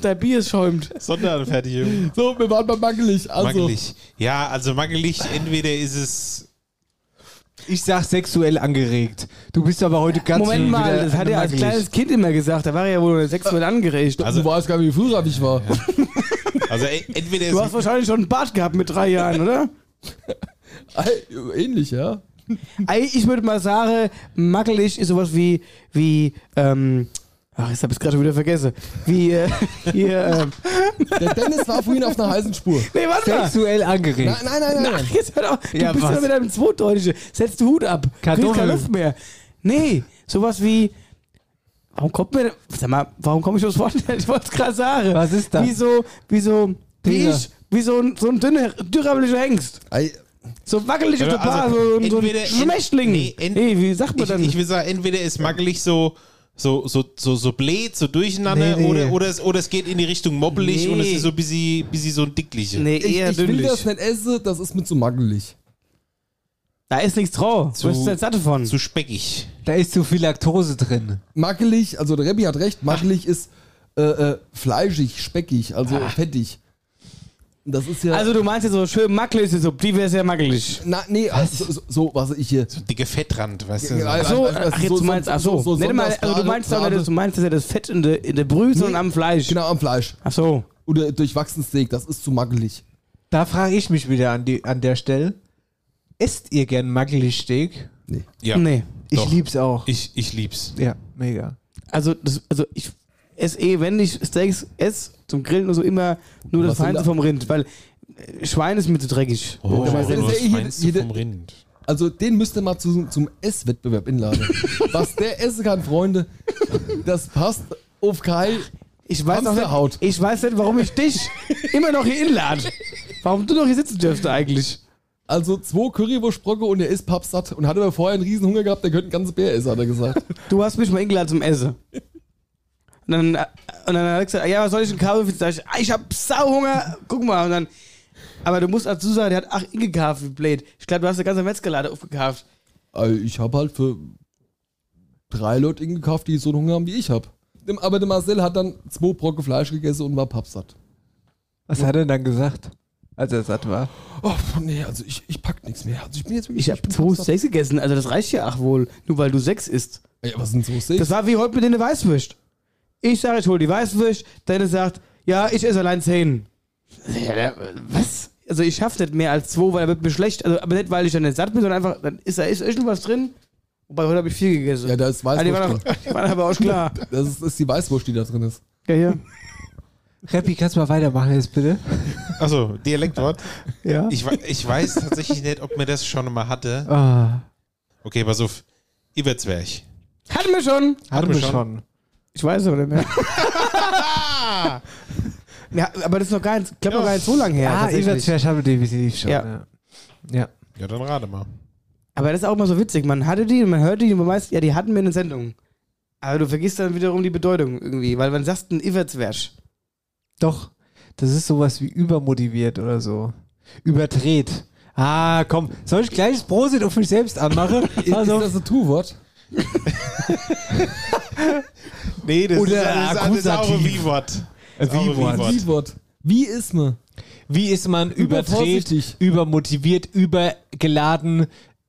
[SPEAKER 5] Dein Bier schäumt.
[SPEAKER 7] Sonderanfertigung.
[SPEAKER 6] So, wir waren bei Mangelig. Also,
[SPEAKER 7] Mackelig. Ja, also mackelig, entweder ist es.
[SPEAKER 4] Ich sag sexuell angeregt. Du bist aber heute ganz
[SPEAKER 5] Moment
[SPEAKER 4] wieder
[SPEAKER 5] mal, das hat er als
[SPEAKER 4] angemackelig.
[SPEAKER 5] kleines Kind immer gesagt. Da war er ja wohl um sexuell angeregt.
[SPEAKER 7] Also-
[SPEAKER 6] du weißt gar nicht, wie früh ich war.
[SPEAKER 7] Also e- entweder
[SPEAKER 5] Du hast
[SPEAKER 7] ist
[SPEAKER 5] wahrscheinlich schon einen Bart gehabt mit drei Jahren, oder?
[SPEAKER 6] Ei, Ähnlich, ja.
[SPEAKER 5] Ey, ich würde mal sagen, mackelig ist sowas wie, wie, ähm, ach, jetzt habe ich es gerade schon wieder vergessen. Wie, äh, hier, ähm,
[SPEAKER 6] Der Dennis war vorhin auf einer heißen Spur.
[SPEAKER 5] nee, warte mal.
[SPEAKER 4] Sexuell angeregt.
[SPEAKER 6] Nein, nein, nein, nein. nein.
[SPEAKER 5] Ach, jetzt hör doch, du
[SPEAKER 4] Ja,
[SPEAKER 5] bist
[SPEAKER 4] was?
[SPEAKER 5] ja mit einem Zweitdeutschen. Setz den Hut ab. Kriegst
[SPEAKER 4] Kartoffel.
[SPEAKER 5] keine Luft mehr. Nee, sowas wie, warum kommt mir, sag mal, warum komme ich aufs Wort? Ich wollte es gerade sagen.
[SPEAKER 4] Was ist das?
[SPEAKER 5] Wie so, wie so, wie
[SPEAKER 4] Dieser.
[SPEAKER 5] ich, wie so ein, so ein dünner, dürrabeliger Hengst.
[SPEAKER 6] Ei,
[SPEAKER 5] So wackelig ist
[SPEAKER 7] Also,
[SPEAKER 5] der Paar, so, ein- so ein
[SPEAKER 7] entweder-
[SPEAKER 5] Schmächtling.
[SPEAKER 7] nee, ent-
[SPEAKER 5] Ey, wie sagt man
[SPEAKER 7] ich,
[SPEAKER 5] dann?
[SPEAKER 7] ich will sagen, entweder ist mackelig so. So, so, so, so bläht, so durcheinander,
[SPEAKER 4] Nee, nee.
[SPEAKER 7] Oder, oder, es, oder es geht in die Richtung mobbelig
[SPEAKER 5] Nee.
[SPEAKER 7] und es ist so ein bisschen, bisschen so ein dicklicher.
[SPEAKER 5] nee,
[SPEAKER 6] ich,
[SPEAKER 5] eher
[SPEAKER 6] ich will
[SPEAKER 5] dünnlich.
[SPEAKER 6] das nicht essen, das ist mir zu mangelig.
[SPEAKER 5] Da ist nichts drauf.
[SPEAKER 7] Zu-
[SPEAKER 5] Zu, Was ist denn satt davon?
[SPEAKER 7] Zu speckig.
[SPEAKER 4] Hm. Da ist zu viel Laktose drin.
[SPEAKER 6] Mackelig, also der Rebbi hat recht, mackelig ist äh, äh, fleischig, speckig, also fettig. Das ist ja.
[SPEAKER 5] Also du meinst ja so schön mackelig, so die wäre sehr mackelig.
[SPEAKER 6] Na, nee, also, so, so, was ich hier. Also, So
[SPEAKER 7] dicke Fettrand, weißt
[SPEAKER 5] Ja, ach so, ach, jetzt du meinst, ach so. Nicht mal, also du meinst doch nicht, du meinst dass ja das Fett in der in der Brühe, sondern am Fleisch.
[SPEAKER 6] Genau, am Fleisch.
[SPEAKER 5] Ach so.
[SPEAKER 6] Oder durchwachsen Steak, das ist zu mackelig.
[SPEAKER 4] Da frage ich mich wieder an, die, an der Stelle. Esst ihr gern mackelig Steak?
[SPEAKER 6] Nee.
[SPEAKER 7] Ja.
[SPEAKER 5] Nee.
[SPEAKER 4] Ich
[SPEAKER 7] Doch.
[SPEAKER 4] lieb's auch.
[SPEAKER 7] Ich, ich lieb's.
[SPEAKER 4] Ja, mega.
[SPEAKER 5] Also, das, also ich esse eh, wenn ich Steaks esse, zum Grillen nur so immer nur das
[SPEAKER 6] Was sind
[SPEAKER 5] Feinste
[SPEAKER 6] da-
[SPEAKER 5] vom Rind, weil äh, Schwein ist mir zu dreckig.
[SPEAKER 7] Oh,
[SPEAKER 6] Ja, aber
[SPEAKER 7] was
[SPEAKER 6] das ist ja eh
[SPEAKER 7] meinst du
[SPEAKER 6] jede-
[SPEAKER 7] vom Rind?
[SPEAKER 6] Also den müsst ihr mal zu, zum Esswettbewerb inladen. Was der essen kann, Freunde, das passt auf Kai.
[SPEAKER 5] Ich weiß, auch
[SPEAKER 6] Hamsterhaut.
[SPEAKER 5] nicht, ich weiß nicht, warum ich dich immer noch hier inlade. Warum du noch hier sitzen dürfst eigentlich.
[SPEAKER 6] Also zwei Currywurstbrocke und er ist pappsatt. Und hatte aber vorher einen riesen Hunger gehabt, der könnte ein ganzes Bär essen, hat er gesagt.
[SPEAKER 5] Du hast mich mal eingeladen zum Essen. Und dann, äh, und dann hat er gesagt, ja, was soll ich denn kaufen? Sag ich, ah, ich hab Sauhunger, guck mal. Und dann, aber du musst dazu sagen, der hat acht ingekauft, wie blöd. Ich glaube, du hast eine ganze Metzgerlade aufgekauft.
[SPEAKER 6] Also ich habe halt für drei Leute gekauft, die so einen Hunger haben, wie ich habe. Aber der Marcel hat dann zwei Brocke Fleisch gegessen und war pappsatt.
[SPEAKER 4] Was hat er dann gesagt, als er satt war?
[SPEAKER 6] Oh, nee, also ich, ich pack nichts mehr. Also ich bin jetzt wirklich.
[SPEAKER 5] Ich hab
[SPEAKER 6] bin
[SPEAKER 5] zwei
[SPEAKER 6] pappsatt.
[SPEAKER 5] Steaks gegessen, also das reicht ja ach wohl, nur weil du sechs isst.
[SPEAKER 6] Ey, was sind so
[SPEAKER 5] Das
[SPEAKER 6] Steaks?
[SPEAKER 5] war wie heute mit den Weißwürst. Ich sage, ich hole die Weißwürst, Dennis sagt, ja, ich esse allein zehn. Ja, der- was? Also ich schaffe nicht mehr als zwei, weil er wird mir schlecht. Also, aber nicht, weil ich dann nicht satt bin, sondern einfach, dann ist da ist irgendwas drin. Wobei heute habe ich viel gegessen.
[SPEAKER 6] Ja, da ist
[SPEAKER 5] Ah, die war,
[SPEAKER 6] Weißwurst
[SPEAKER 5] noch,
[SPEAKER 6] drin.
[SPEAKER 5] die war aber auch schon klar.
[SPEAKER 6] Das ist, ist die Weißwurst, die da drin ist.
[SPEAKER 5] Ja, ja.
[SPEAKER 4] Reppi, kannst du mal weitermachen jetzt bitte?
[SPEAKER 7] Also, Dialektwort.
[SPEAKER 4] Ja.
[SPEAKER 7] Ich, wei- ich weiß tatsächlich nicht, ob mir das schon mal hatte.
[SPEAKER 4] Ah,
[SPEAKER 7] Okay, pass auf. Iberzwerch.
[SPEAKER 5] Hatten wir schon.
[SPEAKER 4] hatten wir schon.
[SPEAKER 5] Ich weiß aber nicht mehr. ja, aber das ist noch gar nicht, glaub, noch gar nicht so lange her.
[SPEAKER 4] ah,
[SPEAKER 5] tatsächlich.
[SPEAKER 4] Iberzwerch haben wir definitiv schon.
[SPEAKER 5] Ja.
[SPEAKER 4] Ja. ja.
[SPEAKER 7] Ja, dann rate mal.
[SPEAKER 5] Aber das ist auch immer so witzig. Man hatte die und man hörte die und man weiß, ja, die hatten wir in den Sendungen. Aber du vergisst dann wiederum die Bedeutung irgendwie, weil man sagt ein Iverzwersch.
[SPEAKER 4] Doch, das ist sowas wie übermotiviert oder so. Überdreht. Ah, komm, soll ich gleich das Prosit auf mich selbst anmachen?
[SPEAKER 6] ist das ein Tu-Wort?
[SPEAKER 7] Nee, das
[SPEAKER 4] Oder
[SPEAKER 7] ist alles saure
[SPEAKER 4] Akkusativ.
[SPEAKER 7] Wie-Wort.
[SPEAKER 4] Ein
[SPEAKER 7] Saure
[SPEAKER 4] Wie-Wort.
[SPEAKER 7] Wie-Wort.
[SPEAKER 6] Wort. Wie ist man?
[SPEAKER 4] Wie ist man überdreht,
[SPEAKER 6] Übervorsichtig.
[SPEAKER 4] übermotiviert, übergeladen,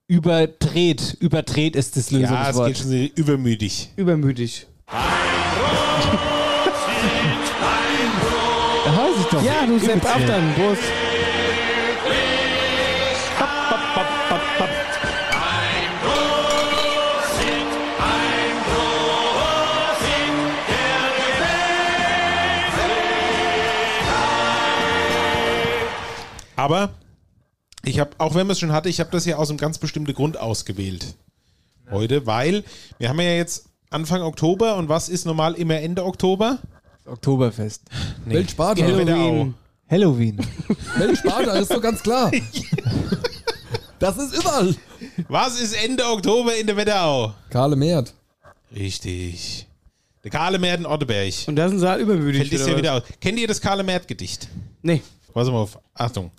[SPEAKER 4] überdreht? Überdreht ist das
[SPEAKER 7] Ja, es geht
[SPEAKER 4] Lösungswort.
[SPEAKER 7] schon so übermüdig.
[SPEAKER 5] Übermütig.
[SPEAKER 4] da weiß ich doch.
[SPEAKER 5] Ja, du selbst auf dann, Prost.
[SPEAKER 7] Aber ich habe, auch wenn wir es schon hatte, ich habe das ja aus einem ganz bestimmten Grund ausgewählt. Heute, weil wir haben ja jetzt Anfang Oktober und was ist normal immer Ende Oktober?
[SPEAKER 4] Oktoberfest.
[SPEAKER 7] Nee.
[SPEAKER 6] Weltsparta.
[SPEAKER 7] Hellerau.
[SPEAKER 4] Halloween.
[SPEAKER 6] Weltsparta, ist doch ganz klar. Das ist überall.
[SPEAKER 7] Was ist Ende Oktober in der Wetterau?
[SPEAKER 6] Karle Mert.
[SPEAKER 7] Richtig. Der Karle Merten Otteberg.
[SPEAKER 5] Und das ist ein Saal übermütig.
[SPEAKER 7] Fällt das
[SPEAKER 5] oder
[SPEAKER 7] ja
[SPEAKER 5] was?
[SPEAKER 7] wieder aus. Genau. Kennt ihr das Karle Mert Gedicht?
[SPEAKER 5] Nee.
[SPEAKER 7] Pass mal auf. Achtung.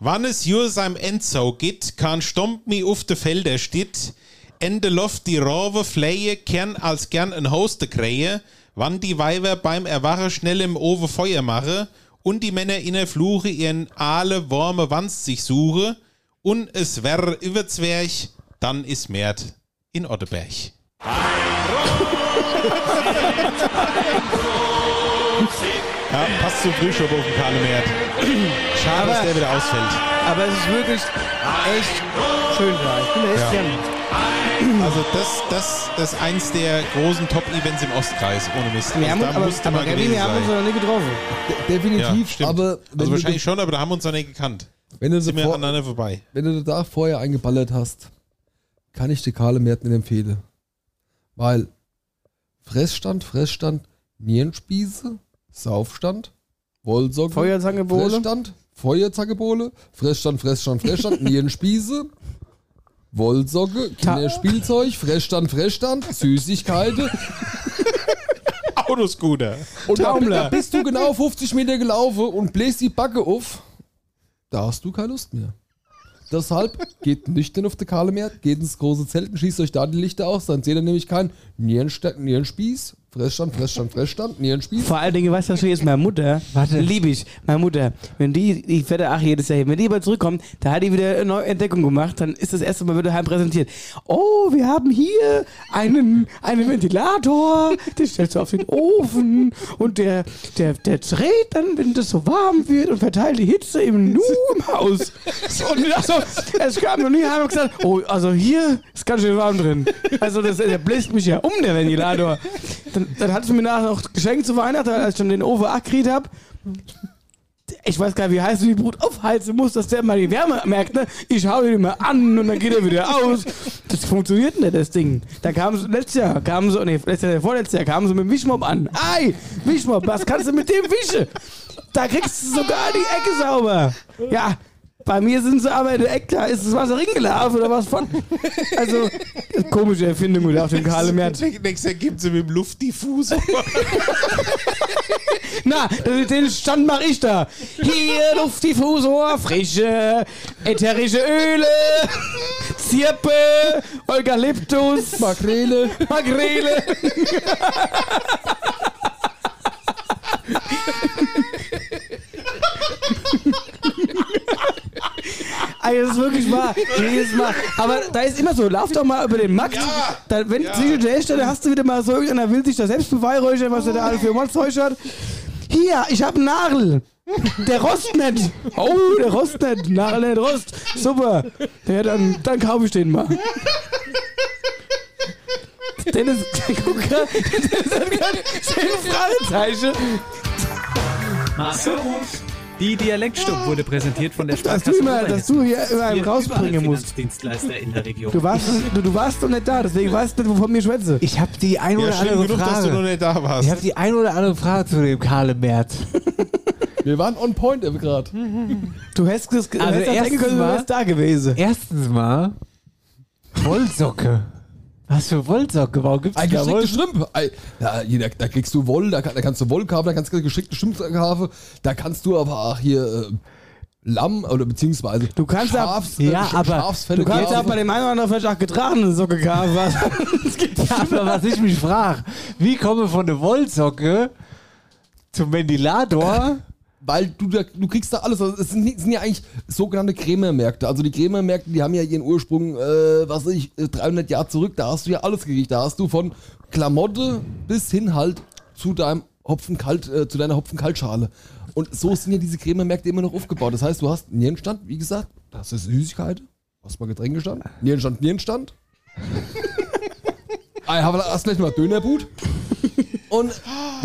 [SPEAKER 7] Wann es jur seinem Endzau geht, kann stomp mi auf de Felder steht, Ende Loft die Rohre Fleie, kern als gern ein Hoste krähe, wann die Weiber beim Erwache schnell im Owe Feuer mache, und die Männer in der Fluche ihren aale warme Wanst sich suche, und es wär Iwezwerch, dann is Mert in Otteberg. Ja, passt zum Frühstück auf den Karle Mert. Schade, dass der wieder ausfällt.
[SPEAKER 5] Aber es ist wirklich echt schön da. Ich bin da echt
[SPEAKER 7] Ja.
[SPEAKER 5] gern.
[SPEAKER 7] Also das, das, das ist eins der großen Top-Events im Ostkreis, ohne Mist.
[SPEAKER 5] Wir
[SPEAKER 7] Also
[SPEAKER 5] haben,
[SPEAKER 7] da
[SPEAKER 5] uns- aber,
[SPEAKER 7] musste
[SPEAKER 5] aber
[SPEAKER 7] mal
[SPEAKER 5] Gabi,
[SPEAKER 7] gewesen
[SPEAKER 5] wir haben uns
[SPEAKER 7] sein.
[SPEAKER 5] noch nie getroffen.
[SPEAKER 6] De
[SPEAKER 7] Ja,
[SPEAKER 6] definitiv,
[SPEAKER 7] stimmt.
[SPEAKER 6] aber wenn,
[SPEAKER 7] also wahrscheinlich
[SPEAKER 6] du,
[SPEAKER 7] schon, aber da haben wir uns noch nicht gekannt.
[SPEAKER 6] wenn, du
[SPEAKER 7] Sind
[SPEAKER 6] sie
[SPEAKER 7] wir
[SPEAKER 6] vor,
[SPEAKER 7] aneinander vorbei.
[SPEAKER 6] wenn du da vorher eingeballert hast, kann ich dir Karle Mert nicht empfehlen. Weil Fressstand, Fressstand, Nierenspieße, Saufstand, Wollsocken,
[SPEAKER 5] Feuerzangebowle.
[SPEAKER 6] Fressstand, Feuerzackebowle, Fressstand, Fressstand, Fressstand, Nierenspieße, Wollsocke, Kinderspielzeug, Fressstand, Fressstand, Süßigkeiten.
[SPEAKER 7] Autoscooter.
[SPEAKER 6] Und da, da bist du genau 50 Meter gelaufen und bläst die Backe auf. Da hast du keine Lust mehr. Deshalb geht nüchtern auf die Kahle Meer, geht ins große Zelt und schießt euch da die Lichter aus. Dann seht ihr nämlich keinen Nierenste- Nierenspieß, Fressstand, Fressstand, Fressstand, Nierenspiel.
[SPEAKER 5] Vor allen Dingen, weißt du, was jetzt meine Mutter,
[SPEAKER 6] Warte.
[SPEAKER 5] liebe ich, meine Mutter, wenn die, ich werde ach jedes Jahr, hin, wenn die mal zurückkommt, da hat die wieder eine neue Entdeckung gemacht, dann ist das erste Mal wieder heim präsentiert. Oh, wir haben hier einen, einen Ventilator, den stellst du auf den Ofen und der, der, der dreht dann, wenn das so warm wird und verteilt die Hitze im Nu im Haus. Und ich dachte so, es kam noch nie heim und gesagt, oh, also hier ist ganz schön warm drin. Also das, der bläst mich ja um, der Ventilator. Dann, dann hat es mir nachher noch geschenkt zu Weihnachten, als ich schon den Ofen angekriegt habe. Ich weiß gar nicht, wie heiß du die Brut aufheizen musst, dass der mal die Wärme merkt. Ne? Ich hau ihn immer an und dann geht er wieder aus. Das funktioniert nicht, das Ding. Da kamen sie, letztes Jahr, kamen sie, nee, letztes Jahr, vorletztes Jahr, kamen sie mit dem Wischmob an. Ei, Wischmob, was kannst du mit dem wischen? Da kriegst du sogar die Ecke sauber. Ja, bei mir sind sie aber in der Ecke, da ist das Wasser ringelaufen oder was von. Also, komische Erfindung wieder auf dem Kahle März.
[SPEAKER 7] Nächstes Jahr gibt sie mit dem Luftdiffusor.
[SPEAKER 5] Na, den- den Stand mache ich da. Hier Luftdiffusor, frische ätherische Öle, Zirpe, Eukalyptus, Makrele, Makrele. Ey, das ist wirklich wahr. Jedes Mal. Aber da ist immer so, lauf doch mal über den Markt. Da, wenn zwischen der Stelle hast du wieder mal so, irgendeiner will sich da selbst beweihräuchern, was er da alles für Monsterzeug hat. Hier, ich hab einen Nagel. Der rost nicht. Oh, der rost nicht. Nagel nicht rost. Super. Ja, dann, dann kaufe ich den mal. Dennis, guck grad, Dennis hat grad zehn Fragezeichen.
[SPEAKER 11] Maske und die Dialektstub wurde präsentiert von der
[SPEAKER 5] Dass
[SPEAKER 11] Sparkasse
[SPEAKER 5] du immer,
[SPEAKER 11] Oberhessen.
[SPEAKER 5] dass du hier immer einen
[SPEAKER 11] Ihr
[SPEAKER 5] rausbringen musst.
[SPEAKER 11] Finanzdienstleister in der Region.
[SPEAKER 5] Du warst, du, du warst doch nicht da, deswegen weißt du nicht, wovon wir schwätze.
[SPEAKER 4] Ich habe die ein oder andere Frage.
[SPEAKER 7] da warst.
[SPEAKER 4] Ich habe die ein oder andere Frage zu dem Kahle Merz.
[SPEAKER 6] Wir waren on point gerade.
[SPEAKER 5] Hm. Du hättest das
[SPEAKER 4] Also
[SPEAKER 5] hättest das denken
[SPEAKER 4] erstens
[SPEAKER 5] können, du
[SPEAKER 4] mal-
[SPEAKER 5] wärst da gewesen.
[SPEAKER 4] Erstens mal, Wollsocke. Was für Wollsocke? Warum gibt's
[SPEAKER 6] Ein
[SPEAKER 4] da
[SPEAKER 6] geschickte
[SPEAKER 4] Wollsocke?
[SPEAKER 6] Schrimp. Ein, da, hier, da, da kriegst du Woll, da, kann- da kannst du Wollkafe, da kannst du geschickte Schrimpkafe, da kannst du aber auch hier äh, Lamm oder beziehungsweise
[SPEAKER 5] Du kannst
[SPEAKER 6] Schafs,
[SPEAKER 5] ab, ja,
[SPEAKER 6] Sch-
[SPEAKER 5] aber
[SPEAKER 6] Schafsfelle
[SPEAKER 5] du kannst
[SPEAKER 6] kaufen.
[SPEAKER 5] ab bei dem einen oder anderen vielleicht auch getragene Socke kaufen. Was?
[SPEAKER 4] Ja, aber was ich mich frage, wie komme von der Wollsocke zum Ventilator?
[SPEAKER 6] Weil du, da, du kriegst da alles. Also Es sind, es sind ja eigentlich sogenannte Krämermärkte. Also die Krämermärkte, die haben ja ihren Ursprung, äh, was weiß ich, äh, 300 Jahre zurück. Da hast du ja alles gekriegt. Da hast du von Klamotte bis hin halt zu deinem Hopfenkalt, äh, zu deiner Hopfenkaltschale. Und so sind ja diese Krämermärkte immer noch aufgebaut. Das heißt, du hast einen Nierenstand, wie gesagt, da hast du Süßigkeit, hast mal Getränkestand, Nierenstand, Nierenstand. Ah, aber erst gleich mal Dönerbut. Und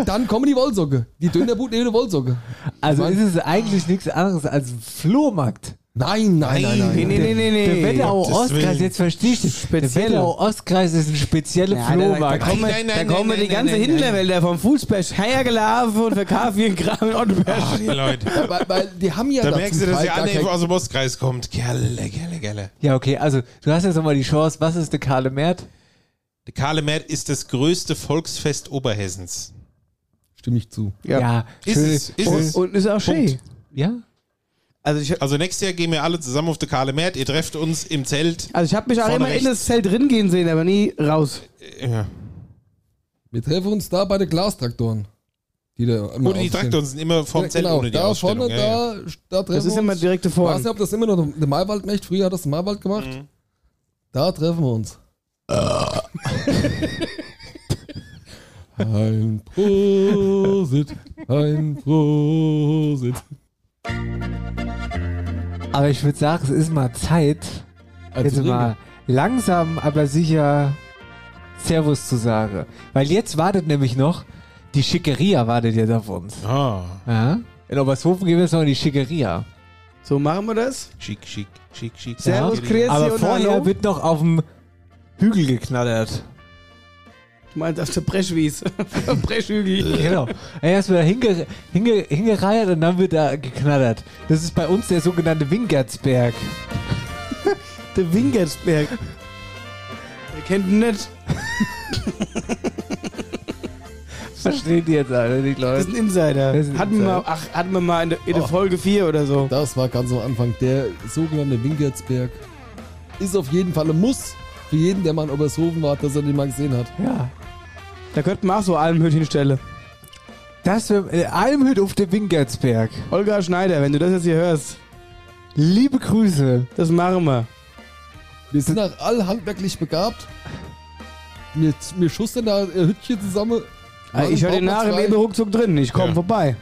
[SPEAKER 6] dann kommen die Wollsocke. Die Dönerbut neben der Wollsocke.
[SPEAKER 4] Also
[SPEAKER 6] Mann.
[SPEAKER 4] ist es eigentlich nichts anderes als ein Flohmarkt.
[SPEAKER 6] Nein, nein, nein, nein.
[SPEAKER 5] Nee, nee, nee, nee, nee.
[SPEAKER 4] Der
[SPEAKER 5] Gottes
[SPEAKER 4] Wetterau-Ostkreis,
[SPEAKER 5] Willen.
[SPEAKER 4] jetzt verstehe ich das.
[SPEAKER 5] Speziell.
[SPEAKER 4] Der Wetterau-Ostkreis ist ein spezieller
[SPEAKER 5] Ja, da, da
[SPEAKER 4] Flohmarkt.
[SPEAKER 5] kommen,
[SPEAKER 7] Nein, nein,
[SPEAKER 5] da kommen
[SPEAKER 7] nein,
[SPEAKER 5] die
[SPEAKER 7] nein,
[SPEAKER 5] ganze
[SPEAKER 7] nein, nein.
[SPEAKER 5] Hinterwälder vom Fußbash hergelaufen und verkaufen ihren Kram in Ottenberg.
[SPEAKER 4] Ah.
[SPEAKER 7] Ach, ihr Leute.
[SPEAKER 6] Weil, weil die haben ja
[SPEAKER 7] Da
[SPEAKER 6] da
[SPEAKER 7] merkst
[SPEAKER 6] zum
[SPEAKER 7] du, dass
[SPEAKER 6] Teil
[SPEAKER 7] die
[SPEAKER 6] gar
[SPEAKER 7] Anne
[SPEAKER 6] kein-
[SPEAKER 7] aus dem Ostkreis kommt. Gerle, gerle, gerle.
[SPEAKER 4] Ja, okay, also du hast jetzt nochmal die Chance. Was ist der Kahle Mert?
[SPEAKER 7] Der Kahle Mert ist das größte Volksfest Oberhessens.
[SPEAKER 6] Stimme ich zu.
[SPEAKER 4] Ja.
[SPEAKER 7] Ist
[SPEAKER 4] schön.
[SPEAKER 7] es, ist
[SPEAKER 5] Und,
[SPEAKER 7] es.
[SPEAKER 5] und ist auch schön.
[SPEAKER 4] Ja?
[SPEAKER 5] Also ich,
[SPEAKER 7] Also nächstes Jahr gehen wir alle zusammen auf der Kahle Mert. Ihr trefft uns im Zelt.
[SPEAKER 5] also ich habe mich auch
[SPEAKER 7] Vorne
[SPEAKER 5] immer in
[SPEAKER 7] rechts.
[SPEAKER 5] das Zelt drin gehen sehen, aber nie raus.
[SPEAKER 7] Ja.
[SPEAKER 6] Wir treffen uns da bei den Glastraktoren. Die da immer
[SPEAKER 7] Oder die
[SPEAKER 6] aufstehen.
[SPEAKER 7] Traktoren sind immer vom
[SPEAKER 6] Ja,
[SPEAKER 7] Zelt
[SPEAKER 6] genau,
[SPEAKER 7] ohne die
[SPEAKER 6] da
[SPEAKER 7] Ausstellung.
[SPEAKER 6] vorne,
[SPEAKER 7] ja, ja.
[SPEAKER 6] da, da treffen
[SPEAKER 5] Das ist
[SPEAKER 6] wir
[SPEAKER 5] immer
[SPEAKER 6] uns.
[SPEAKER 5] direkt
[SPEAKER 6] Ich
[SPEAKER 5] davor.
[SPEAKER 6] weiß nicht, ob das immer noch der Maiwald macht. Früher hat das der Maiwald gemacht.
[SPEAKER 7] Mhm.
[SPEAKER 6] Da treffen wir uns.
[SPEAKER 7] Ah.
[SPEAKER 6] ein Prosit, ein Prosit.
[SPEAKER 4] Aber ich würde sagen, es ist mal Zeit,
[SPEAKER 5] Äh,
[SPEAKER 6] Also
[SPEAKER 4] jetzt mal langsam, aber sicher Servus zu sagen. Weil jetzt wartet nämlich noch, die Schickeria wartet jetzt auf uns.
[SPEAKER 7] Ah,
[SPEAKER 4] Ja? In Obershofen gehen wir jetzt noch in die Schickeria.
[SPEAKER 5] So machen wir das.
[SPEAKER 7] schick, schick, schick, schick.
[SPEAKER 5] Servus, Grüezi
[SPEAKER 4] Aber
[SPEAKER 5] und
[SPEAKER 4] vorher
[SPEAKER 5] Hallo.
[SPEAKER 4] wird noch auf dem Hügel geknattert.
[SPEAKER 5] Ich meinte auf der Breschwies. Auf der Breschhügel.
[SPEAKER 4] genau. Erst wird da hinge, hinge, hingereiert und dann wird da geknattert. Das ist bei uns der sogenannte Wingertsberg.
[SPEAKER 5] der Wingersberg. Der kennt ihn nicht.
[SPEAKER 4] Versteht ihr jetzt alle, die
[SPEAKER 5] Das
[SPEAKER 4] Leute?
[SPEAKER 5] ist ein Insider.
[SPEAKER 4] Das ist ein
[SPEAKER 5] hatten, Wir mal,
[SPEAKER 4] Insider. Oh.
[SPEAKER 5] ach, hatten wir mal in der, in der Folge 4 oder so.
[SPEAKER 6] Das war ganz am Anfang. Der sogenannte Wingertsberg ist auf jeden Fall ein Muss für jeden, der mal in Obershofen war, dass er den mal gesehen hat.
[SPEAKER 4] Ja.
[SPEAKER 5] Da könnten wir auch so Almhüt hinstellen.
[SPEAKER 4] Das wär, äh, Almhüt auf dem Wingertsberg.
[SPEAKER 5] Olga Schneider, wenn du das jetzt hier hörst.
[SPEAKER 4] Liebe Grüße.
[SPEAKER 5] Das machen wir.
[SPEAKER 6] Wir sind halt alle handwerklich begabt. Wir, wir schustern da äh, Hütchen zusammen.
[SPEAKER 5] Ah, ich höre den Narren eben ruckzuck drin. Ich komme
[SPEAKER 6] Ja.
[SPEAKER 5] vorbei.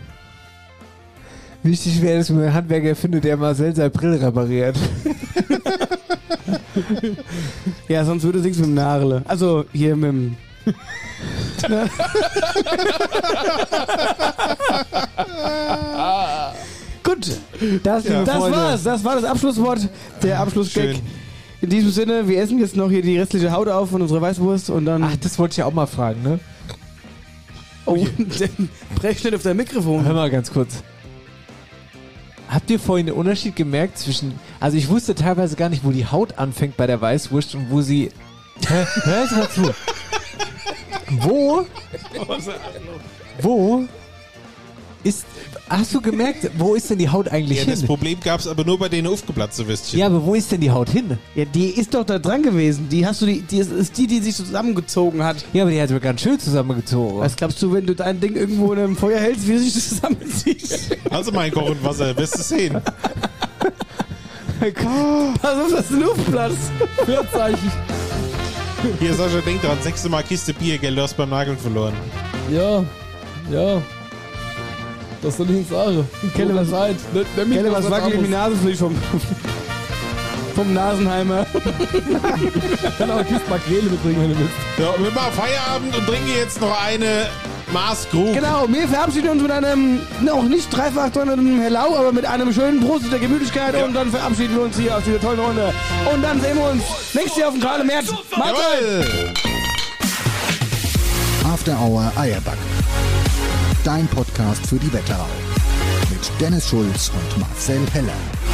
[SPEAKER 4] Wichtig wäre, dass man einen Handwerker findet, der Marcel seine Brille repariert.
[SPEAKER 5] Ja, sonst würde es nichts mit dem Narle. Also hier mit dem. Ne? Gut, das,
[SPEAKER 4] Ja,
[SPEAKER 5] das
[SPEAKER 4] Freunde.
[SPEAKER 5] war's. Das war das Abschlusswort, der Abschlussgag. In diesem Sinne, wir essen jetzt noch hier die restliche Haut auf von unserer Weißwurst und dann. Ach,
[SPEAKER 4] das wollte ich ja auch mal fragen, ne?
[SPEAKER 5] Oh, den brech nicht auf dein Mikrofon.
[SPEAKER 4] Hör mal ganz kurz. Habt ihr vorhin den Unterschied gemerkt zwischen. Also, ich wusste teilweise gar nicht, wo die Haut anfängt bei der Weißwurst und wo sie. Hä? Hörst du mal zu? Wo? Wo? Ist. Hast du gemerkt, wo ist denn die Haut eigentlich
[SPEAKER 7] Ja,
[SPEAKER 4] hin?
[SPEAKER 7] das Problem gab es aber nur bei den aufgeplatzten Würstchen.
[SPEAKER 4] Ja, aber wo ist denn die Haut hin?
[SPEAKER 5] Ja, die ist doch da dran gewesen. Die hast du, die, die ist, ist die, die sich zusammengezogen hat.
[SPEAKER 4] Ja, aber die hat sogar ganz schön zusammengezogen.
[SPEAKER 5] Was glaubst du, wenn du dein Ding irgendwo in einem Feuer hältst, wie sich das zusammenzieht?
[SPEAKER 7] Also mein kochend Wasser, wirst du sehen.
[SPEAKER 5] Pass auf, das ist ein Luftplatz.
[SPEAKER 6] Vorzeichen.
[SPEAKER 7] Hier, Sascha, denk dran, sechste Mal Kiste Bier, Geld, du hast beim Nageln verloren.
[SPEAKER 6] Ja, ja. Das soll ich nicht sagen.
[SPEAKER 5] Kelle, was-
[SPEAKER 6] seid.
[SPEAKER 5] Kelle, was wackelt die Nasenflügel vom, vom Nasenheimer?
[SPEAKER 6] Genau, Kiste Makrele mitbringen, wenn du willst.
[SPEAKER 7] So, wir machen Feierabend und trinken jetzt noch eine Maßkrug.
[SPEAKER 5] Genau, wir verabschieden uns mit einem noch nicht dreifach donnernden Hello, aber mit einem schönen Prost der Gemütlichkeit und dann verabschieden wir uns hier aus dieser tollen Runde. Und dann sehen wir uns nächstes Jahr auf dem Krale März. Mahlzeit!
[SPEAKER 2] After Hour Eierback. Dein Podcast für die Wetterau. Mit Dennis Schulz und Marcel Heller.